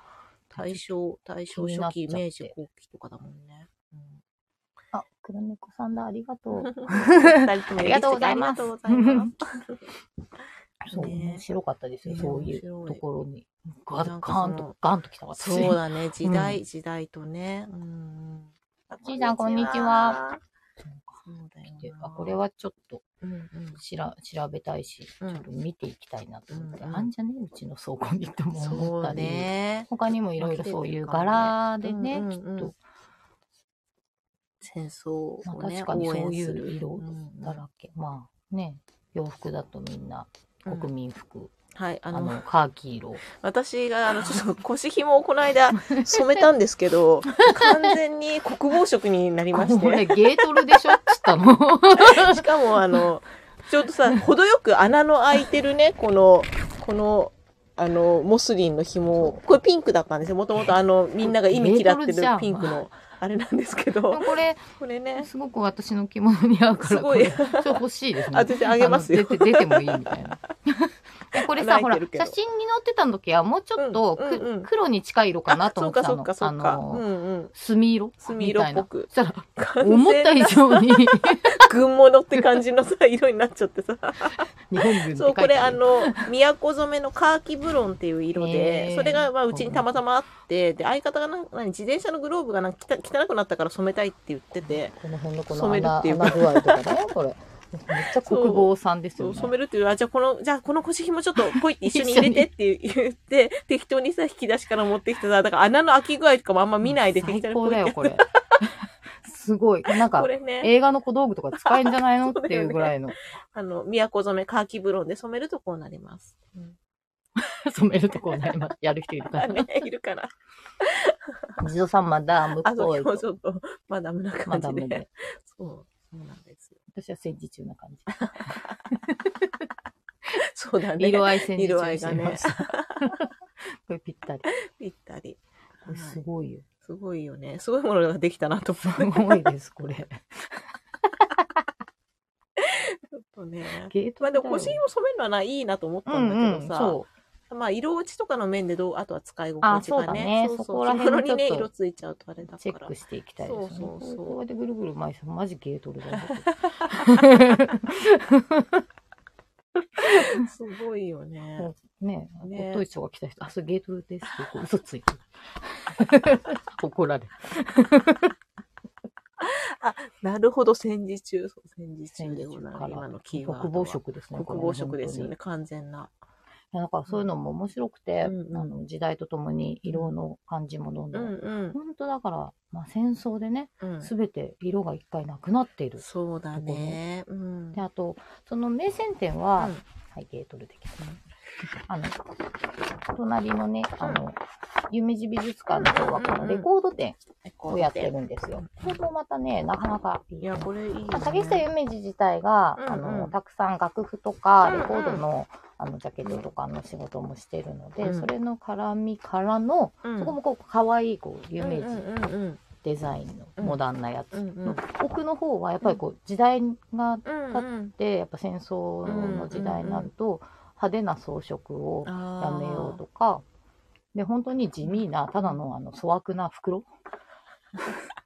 [SPEAKER 2] 大正大
[SPEAKER 1] 気
[SPEAKER 2] 正
[SPEAKER 1] になっ
[SPEAKER 2] 初
[SPEAKER 1] ちゃ
[SPEAKER 2] 期
[SPEAKER 1] って
[SPEAKER 2] 明治後期とかだもんね、うん
[SPEAKER 1] あ黒猫さんだありが とう
[SPEAKER 2] 二人とも
[SPEAKER 1] ありがとうございます
[SPEAKER 2] ありがとうございます
[SPEAKER 1] そう、
[SPEAKER 2] ね
[SPEAKER 1] 面白かったですよ、
[SPEAKER 2] ね
[SPEAKER 1] そういう
[SPEAKER 2] 面白い
[SPEAKER 1] ところにガ
[SPEAKER 2] な
[SPEAKER 1] ン
[SPEAKER 2] んか
[SPEAKER 1] ガ
[SPEAKER 2] そ
[SPEAKER 1] ン
[SPEAKER 2] の
[SPEAKER 1] とガンときたわ私
[SPEAKER 2] そうだね時代、
[SPEAKER 1] う
[SPEAKER 2] 時代とねうん
[SPEAKER 1] じいさんこんにちは
[SPEAKER 2] そうだよ
[SPEAKER 1] で
[SPEAKER 2] な
[SPEAKER 1] あこれはちょっと
[SPEAKER 2] うんうん
[SPEAKER 1] しら調べたいし、
[SPEAKER 2] うん
[SPEAKER 1] ちょっと見ていきたいなと思って、
[SPEAKER 2] うんうん
[SPEAKER 1] あんじゃねうちの倉庫にっても思っ
[SPEAKER 2] そ
[SPEAKER 1] た
[SPEAKER 2] う
[SPEAKER 1] り、
[SPEAKER 2] ね。
[SPEAKER 1] 他にもいろいろそういう柄でね、
[SPEAKER 2] うんうん
[SPEAKER 1] き
[SPEAKER 2] うん
[SPEAKER 1] っと
[SPEAKER 2] 戦争を
[SPEAKER 1] まあ、
[SPEAKER 2] ね、
[SPEAKER 1] 確かに
[SPEAKER 2] 応
[SPEAKER 1] そ
[SPEAKER 2] 援
[SPEAKER 1] うい
[SPEAKER 2] す
[SPEAKER 1] う
[SPEAKER 2] る
[SPEAKER 1] 色だらけ、まあね洋服だとみんな
[SPEAKER 2] うんうん
[SPEAKER 1] 国民服、
[SPEAKER 2] はい、あ
[SPEAKER 1] あ
[SPEAKER 2] の、
[SPEAKER 1] のカーキ色
[SPEAKER 2] 私が、あの、ちょっと腰紐をこ の間染めたんですけど、完全に国防色になりまし
[SPEAKER 1] これ
[SPEAKER 2] て、
[SPEAKER 1] ゲートルでしょっつった の
[SPEAKER 2] しかもあの、ちょうどさ、程よく穴の開いてるね、この、この、あの、モスリンの紐を、これピンクだったんですよ。もともとあの、みんなが意味嫌っ
[SPEAKER 1] レトロ
[SPEAKER 2] て
[SPEAKER 1] じ
[SPEAKER 2] る
[SPEAKER 1] ゃん
[SPEAKER 2] ピンクの、あれなんですけ
[SPEAKER 1] で
[SPEAKER 2] ど
[SPEAKER 1] も、これ
[SPEAKER 2] これね、
[SPEAKER 1] すごく私の着物に合うから
[SPEAKER 2] すごい
[SPEAKER 1] これちょっと欲しいですね
[SPEAKER 2] あ、全然あげますよ
[SPEAKER 1] あの。出て出てもいいみたいなやこれさ、ほら、
[SPEAKER 2] 穴
[SPEAKER 1] 写
[SPEAKER 2] 開いてるけど
[SPEAKER 1] 真に載ってた時はもうちょっとく、
[SPEAKER 2] うんうんうん
[SPEAKER 1] 黒に近い色かなと
[SPEAKER 2] そ
[SPEAKER 1] 思
[SPEAKER 2] う
[SPEAKER 1] ってた
[SPEAKER 2] かそ
[SPEAKER 1] の
[SPEAKER 2] う。かそう
[SPEAKER 1] あ
[SPEAKER 2] か。う
[SPEAKER 1] の、
[SPEAKER 2] んうん。
[SPEAKER 1] 墨色
[SPEAKER 2] 墨色っぽく
[SPEAKER 1] みたい なそし
[SPEAKER 2] 完
[SPEAKER 1] たら、
[SPEAKER 2] 全な
[SPEAKER 1] 思った以上に
[SPEAKER 2] 軍物って感じのさ、色になっちゃってさ。
[SPEAKER 1] 日本軍って
[SPEAKER 2] そ、
[SPEAKER 1] 書いうて
[SPEAKER 2] これあ
[SPEAKER 1] ある。
[SPEAKER 2] の、 都染めのカーキブロンっていう色
[SPEAKER 1] へ
[SPEAKER 2] で、
[SPEAKER 1] ー
[SPEAKER 2] それがまあうちにたまたまあって、で、相方がなん何自転車のグローブがなんか汚汚くなったから染めたいって言ってて、
[SPEAKER 1] この辺のこの
[SPEAKER 2] 染める
[SPEAKER 1] 穴
[SPEAKER 2] っていう
[SPEAKER 1] 穴具合とかね、これ。めっちゃ国防さんです
[SPEAKER 2] そ
[SPEAKER 1] よ
[SPEAKER 2] う
[SPEAKER 1] ね。
[SPEAKER 2] 染めるっていう、あ、じゃあこの、じゃあこの腰紐ちょっとポイって一緒に入れて って言って、適当にさ、引き出しから持ってきてさ、だから穴の開き具合とかもあんま見ないで適当
[SPEAKER 1] 最
[SPEAKER 2] に
[SPEAKER 1] 高だ
[SPEAKER 2] ポイっ
[SPEAKER 1] よ、
[SPEAKER 2] て
[SPEAKER 1] これ。すごい。なんか
[SPEAKER 2] こ、れね、
[SPEAKER 1] 映画の小道具とか使えんじゃないのっていうぐらい の。
[SPEAKER 2] あの、都染め、カーキブロンで染めるとこうなります。
[SPEAKER 1] 染めるとこをね、今やる人いるか
[SPEAKER 2] あ、
[SPEAKER 1] ら。
[SPEAKER 2] ね、いるかな。
[SPEAKER 1] 地蔵さんまだ向
[SPEAKER 2] あ、
[SPEAKER 1] こ
[SPEAKER 2] そうう、
[SPEAKER 1] へ
[SPEAKER 2] 今
[SPEAKER 1] と
[SPEAKER 2] 日ちょっと、マダムな
[SPEAKER 1] ま
[SPEAKER 2] 感
[SPEAKER 1] だ
[SPEAKER 2] じ
[SPEAKER 1] 無
[SPEAKER 2] で。
[SPEAKER 1] で。
[SPEAKER 2] そう、そうなんですよ。
[SPEAKER 1] 私は戦時中な感じ。
[SPEAKER 2] そう だね。
[SPEAKER 1] 色合い戦時
[SPEAKER 2] 色
[SPEAKER 1] 中
[SPEAKER 2] 合い
[SPEAKER 1] にし
[SPEAKER 2] が
[SPEAKER 1] てま
[SPEAKER 2] ね
[SPEAKER 1] した。、これぴったり。
[SPEAKER 2] ぴったり。
[SPEAKER 1] これすごいよ。
[SPEAKER 2] すごいよね。すごいものができたなと
[SPEAKER 1] す
[SPEAKER 2] 思う。
[SPEAKER 1] ごいです、こ れ。
[SPEAKER 2] ちょっとね。
[SPEAKER 1] ゲート
[SPEAKER 2] まあでも
[SPEAKER 1] だよ
[SPEAKER 2] 腰を染めるのはないいなと思ったんだ
[SPEAKER 1] うんう
[SPEAKER 2] け
[SPEAKER 1] ん、
[SPEAKER 2] どさ、
[SPEAKER 1] そう。
[SPEAKER 2] まあ色落ちとかの面でどう、あとは使い
[SPEAKER 1] あ
[SPEAKER 2] 心地
[SPEAKER 1] そうだ
[SPEAKER 2] が
[SPEAKER 1] ね
[SPEAKER 2] ね、
[SPEAKER 1] そこら辺
[SPEAKER 2] 着
[SPEAKER 1] も
[SPEAKER 2] 物に
[SPEAKER 1] ちょ
[SPEAKER 2] ね、
[SPEAKER 1] っと
[SPEAKER 2] 色ついちゃうとあれだ
[SPEAKER 1] チェ
[SPEAKER 2] か
[SPEAKER 1] ッ
[SPEAKER 2] ら
[SPEAKER 1] ク。していきたいですよね。
[SPEAKER 2] そうそうそう
[SPEAKER 1] こうやってぐるぐる回してマジゲートルだよ。
[SPEAKER 2] すごいよね。
[SPEAKER 1] ねえ、
[SPEAKER 2] ね
[SPEAKER 1] おっとい人が来た人、あ、それゲートルですってこう嘘つい てる。怒られる。
[SPEAKER 2] なるほど、戦時中、そう戦時中
[SPEAKER 1] 戦
[SPEAKER 2] で
[SPEAKER 1] 時中
[SPEAKER 2] ござい
[SPEAKER 1] か
[SPEAKER 2] ます。今
[SPEAKER 1] ら
[SPEAKER 2] のキーワードは。
[SPEAKER 1] 国防。色ですね。
[SPEAKER 2] 国防色ですよね、
[SPEAKER 1] こ
[SPEAKER 2] 完全
[SPEAKER 1] れ
[SPEAKER 2] な。
[SPEAKER 1] は本当に。なんかそういうのも面白くて、
[SPEAKER 2] うんうん
[SPEAKER 1] あの時代とともに色の感じもどん
[SPEAKER 2] う
[SPEAKER 1] どん。
[SPEAKER 2] んうん
[SPEAKER 1] 本当だから、まあ、戦争でね、
[SPEAKER 2] うん。
[SPEAKER 1] すべて色が一回なくなっている。
[SPEAKER 2] そうだね。うん。
[SPEAKER 1] で、あと、その名船店は、
[SPEAKER 2] うん
[SPEAKER 1] はい、ゲートルできたね。あの、隣のね、あの、夢二美術館の方はこのレコード店をやってるんですよ。これもまたね、なかなかいい
[SPEAKER 2] いや、これいい、ね。
[SPEAKER 1] まあ、竹下夢二自体が、
[SPEAKER 2] うんうん
[SPEAKER 1] あのたくさん楽譜とか
[SPEAKER 2] うんう
[SPEAKER 1] レ
[SPEAKER 2] ん
[SPEAKER 1] コードの,、あのジャケットとかの仕事もしてるので、
[SPEAKER 2] うん
[SPEAKER 1] それの絡みからの、
[SPEAKER 2] うん
[SPEAKER 1] そこもこう可愛いこう有名
[SPEAKER 2] うん
[SPEAKER 1] 人
[SPEAKER 2] うんうん
[SPEAKER 1] デザインの
[SPEAKER 2] うん
[SPEAKER 1] モダンなやつ、
[SPEAKER 2] うんうん
[SPEAKER 1] 奥の方はやっぱりこう時代があっ
[SPEAKER 2] うんうん
[SPEAKER 1] てやっぱ戦争の時代になると派手な装飾をや
[SPEAKER 2] や
[SPEAKER 1] めようとかで本当に地味なただのあの粗悪な 袋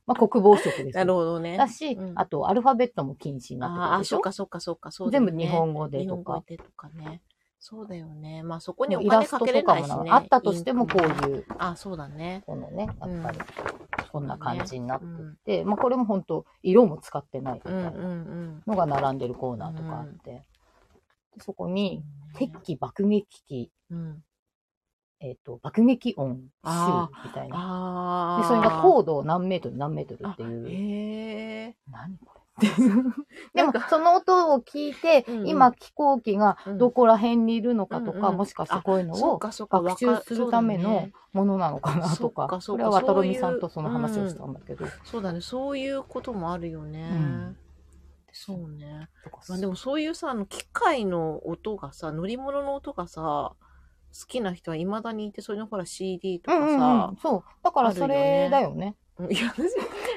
[SPEAKER 1] まあ国防色です
[SPEAKER 2] な
[SPEAKER 1] よ
[SPEAKER 2] るほどね。
[SPEAKER 1] だし、
[SPEAKER 2] うん
[SPEAKER 1] あとアルファベットも禁止になってく
[SPEAKER 2] あ
[SPEAKER 1] る
[SPEAKER 2] あ、
[SPEAKER 1] でし
[SPEAKER 2] そ
[SPEAKER 1] ょ
[SPEAKER 2] うかそうかそうか、そうだよ
[SPEAKER 1] 全
[SPEAKER 2] ね
[SPEAKER 1] 部日本語で
[SPEAKER 2] 日
[SPEAKER 1] と
[SPEAKER 2] 本語
[SPEAKER 1] か。
[SPEAKER 2] でとかね。そうだよね。まあそこにお
[SPEAKER 1] イラ
[SPEAKER 2] 金
[SPEAKER 1] ス
[SPEAKER 2] か
[SPEAKER 1] ト
[SPEAKER 2] け
[SPEAKER 1] と
[SPEAKER 2] れ
[SPEAKER 1] か
[SPEAKER 2] ない
[SPEAKER 1] も
[SPEAKER 2] し
[SPEAKER 1] な
[SPEAKER 2] ね。
[SPEAKER 1] あったとしてもこ
[SPEAKER 2] イン
[SPEAKER 1] ういう、
[SPEAKER 2] クも。あ、そうだね。
[SPEAKER 1] このね、やっぱり、こんな感じになっ
[SPEAKER 2] う
[SPEAKER 1] て
[SPEAKER 2] ん
[SPEAKER 1] て、まあこれも本当色も使ってないみた
[SPEAKER 2] う
[SPEAKER 1] い
[SPEAKER 2] んう
[SPEAKER 1] なんのが並んでるコーナーとかあって、でそこに、
[SPEAKER 2] うん
[SPEAKER 1] 敵機爆撃機、
[SPEAKER 2] うん。
[SPEAKER 1] えっ、と、爆撃音集
[SPEAKER 2] あ
[SPEAKER 1] みたいな。
[SPEAKER 2] ああ。
[SPEAKER 1] で、それが高度何メートル何メートルっていう、
[SPEAKER 2] へえ。
[SPEAKER 1] 何これっていう。で
[SPEAKER 2] な
[SPEAKER 1] も
[SPEAKER 2] んか、
[SPEAKER 1] その音を聞いて、
[SPEAKER 2] うんうん
[SPEAKER 1] 今飛行機がどこら辺にいるのかと
[SPEAKER 2] うん
[SPEAKER 1] か、
[SPEAKER 2] うん
[SPEAKER 1] もしかしてこういうの
[SPEAKER 2] そ
[SPEAKER 1] を
[SPEAKER 2] うかそうか。
[SPEAKER 1] 学習するため
[SPEAKER 2] そうだ
[SPEAKER 1] の
[SPEAKER 2] ね
[SPEAKER 1] ものなのかなと
[SPEAKER 2] そっ
[SPEAKER 1] か
[SPEAKER 2] か、そ
[SPEAKER 1] こ
[SPEAKER 2] っか
[SPEAKER 1] れは渡
[SPEAKER 2] そういう
[SPEAKER 1] 辺さんとその話をしたんだけど、
[SPEAKER 2] そうだね。そういうこともあるよね
[SPEAKER 1] ん。
[SPEAKER 2] そうね。
[SPEAKER 1] とか
[SPEAKER 2] まあでもそういうさ、あの機械の音がさ、乗り物の音がさ、好きな人はいまだにいて、それのほら CD と
[SPEAKER 1] うん
[SPEAKER 2] か
[SPEAKER 1] うんう
[SPEAKER 2] さ
[SPEAKER 1] ん、、そう。だからそれだよね。
[SPEAKER 2] うんいや、私、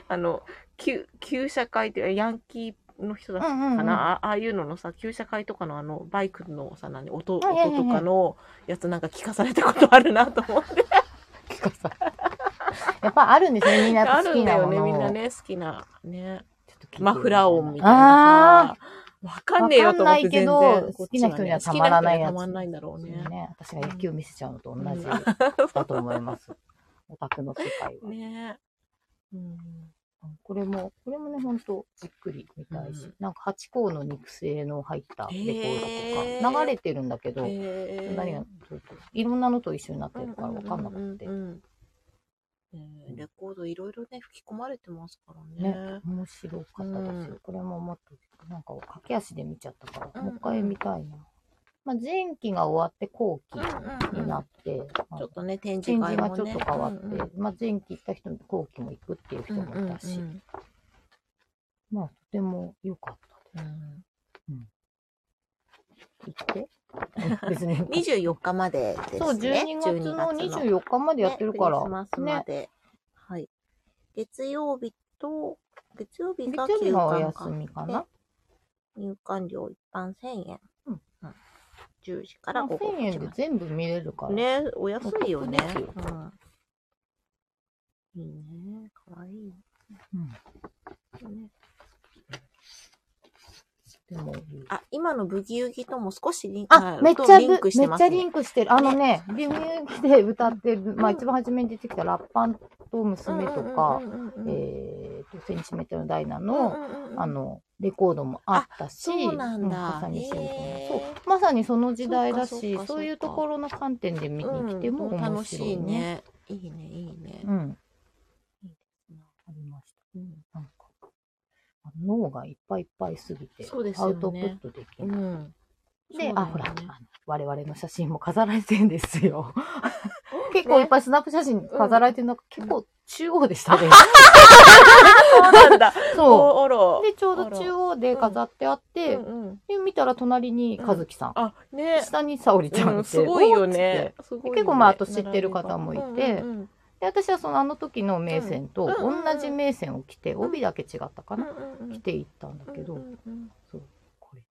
[SPEAKER 2] あの、旧旧社会って、ヤンキーの人だ
[SPEAKER 1] う
[SPEAKER 2] ったか
[SPEAKER 1] ん
[SPEAKER 2] な、
[SPEAKER 1] うんうん。
[SPEAKER 2] あああいうののさ、旧社会とかのあの、バイクのさ、何、音、音
[SPEAKER 1] はいはいはい
[SPEAKER 2] とかのやつなんか聞かされたことあるなと思って。
[SPEAKER 1] 聞かさ。 やっぱあるんですね。みんなやっ
[SPEAKER 2] あ
[SPEAKER 1] ぱ好
[SPEAKER 2] る
[SPEAKER 1] き
[SPEAKER 2] んだ
[SPEAKER 1] な
[SPEAKER 2] よ
[SPEAKER 1] も
[SPEAKER 2] ね、
[SPEAKER 1] の
[SPEAKER 2] みんな
[SPEAKER 1] を。
[SPEAKER 2] ね、好きな、ね、
[SPEAKER 1] ちょっと聞いてみたいな
[SPEAKER 2] マフラー音みたいな
[SPEAKER 1] あ
[SPEAKER 2] さ、わかんねえよと思って全然
[SPEAKER 1] わかんないけど
[SPEAKER 2] こ
[SPEAKER 1] 好
[SPEAKER 2] っちはね
[SPEAKER 1] きな人にはたまらないやつ
[SPEAKER 2] 好き人にはたまんないんだろ
[SPEAKER 1] ー
[SPEAKER 2] う
[SPEAKER 1] そう
[SPEAKER 2] ね。
[SPEAKER 1] ね。私が野球見せちゃうのと同じ
[SPEAKER 2] うん
[SPEAKER 1] だと思い ます。オタクの世界は。
[SPEAKER 2] ねうん。
[SPEAKER 1] これも、これもね、ほんと、じっくり見たいし、
[SPEAKER 2] うん
[SPEAKER 1] なんか八甲の肉声の入ったレコー
[SPEAKER 2] へ
[SPEAKER 1] ドとか、
[SPEAKER 2] ー
[SPEAKER 1] 流れてるんだけど、
[SPEAKER 2] え
[SPEAKER 1] 何が、そうそういろんなのと一緒になってるから分かんなくて、
[SPEAKER 2] うんうんうんうんねレコードいろいろね、吹き込まれてますから
[SPEAKER 1] ね、面白かったですよ。
[SPEAKER 2] うん
[SPEAKER 1] これももっと、なんか駆け足で見ちゃったから、
[SPEAKER 2] うん
[SPEAKER 1] もう一回見たいな。まあ、前期が終わって後期
[SPEAKER 2] うんうん
[SPEAKER 1] になって、まあ
[SPEAKER 2] ちょっとね、展
[SPEAKER 1] 展
[SPEAKER 2] 示会
[SPEAKER 1] 示が
[SPEAKER 2] も
[SPEAKER 1] ちょ
[SPEAKER 2] ね。
[SPEAKER 1] っと変わって、
[SPEAKER 2] うんうん
[SPEAKER 1] まあ、前期行った人も後期も行くっていう人もいたし、
[SPEAKER 2] うん
[SPEAKER 1] まあ、とても良かったです。
[SPEAKER 2] うんうん
[SPEAKER 1] 行 って。別に。
[SPEAKER 2] 24日までですね。
[SPEAKER 1] そう、12月の
[SPEAKER 2] 日
[SPEAKER 1] 24日までやってるから。
[SPEAKER 2] クリスマスまで。はい。月曜日と、月曜日が
[SPEAKER 1] 月曜日がお
[SPEAKER 2] 休
[SPEAKER 1] 休みかな。
[SPEAKER 2] 入館料一般1000円。 10時から午
[SPEAKER 1] 1000
[SPEAKER 2] 後8時
[SPEAKER 1] 円で
[SPEAKER 2] ま
[SPEAKER 1] 全部見れるから。
[SPEAKER 2] で。ね、お安いよね
[SPEAKER 1] お得。です
[SPEAKER 2] うん、いいね、かわいい。
[SPEAKER 1] うん
[SPEAKER 2] ね
[SPEAKER 1] でも、
[SPEAKER 2] あ、今のブギウギとも少しリン
[SPEAKER 1] あ、
[SPEAKER 2] い
[SPEAKER 1] めっちゃ
[SPEAKER 2] と
[SPEAKER 1] ぶ、めっちゃリ
[SPEAKER 2] ね
[SPEAKER 1] ンクしてる。あのね、ビューギで歌ってる、まあ一番初めに出てきたラッパンと娘とか、
[SPEAKER 2] うんうんうんうん
[SPEAKER 1] えーと、センチメートルのダイナ
[SPEAKER 2] うん
[SPEAKER 1] の、
[SPEAKER 2] うんうんうん
[SPEAKER 1] あの、レコードもあったし、
[SPEAKER 2] そうなん
[SPEAKER 1] うま
[SPEAKER 2] だ。
[SPEAKER 1] さにそうですね
[SPEAKER 2] へー
[SPEAKER 1] そうまさにその時代だ
[SPEAKER 2] そうか
[SPEAKER 1] し
[SPEAKER 2] そうかそう、か
[SPEAKER 1] そういうところの観点で見に来ても
[SPEAKER 2] うん
[SPEAKER 1] 面白
[SPEAKER 2] 楽しい
[SPEAKER 1] いね。
[SPEAKER 2] ね。いいね、いいね。
[SPEAKER 1] うん。
[SPEAKER 2] いいですね
[SPEAKER 1] ありました。なんか、脳がいっぱいいっぱいすぎて、
[SPEAKER 2] そうです
[SPEAKER 1] ア
[SPEAKER 2] よね
[SPEAKER 1] ウトプットでき
[SPEAKER 2] う
[SPEAKER 1] ない。
[SPEAKER 2] ん。そうだ
[SPEAKER 1] で、
[SPEAKER 2] よね
[SPEAKER 1] あ、ほら、あの我々の写真も飾られてんですよ。結構いっぱいスナップ写真飾られてるの、結構中央でしたね。
[SPEAKER 3] そうなんだ。
[SPEAKER 1] そ
[SPEAKER 3] おあら
[SPEAKER 1] う。で、ちょうど中央で飾ってあって、
[SPEAKER 3] うんうん
[SPEAKER 1] で見たら隣に和樹さん、
[SPEAKER 3] あ、ね。
[SPEAKER 1] 下に沙織ちゃんって、
[SPEAKER 3] うんすごいよね。すごいよね
[SPEAKER 1] 結構まああと知ってる方もいて
[SPEAKER 3] うんうん
[SPEAKER 1] で私はそのあの時の名線
[SPEAKER 3] う
[SPEAKER 1] と
[SPEAKER 3] んうんうん
[SPEAKER 1] 同じ名線を着て、帯だけ違ったか
[SPEAKER 3] うん
[SPEAKER 1] な、
[SPEAKER 3] うん
[SPEAKER 1] 着ていったんだけど、
[SPEAKER 3] うんうん
[SPEAKER 1] そうこれ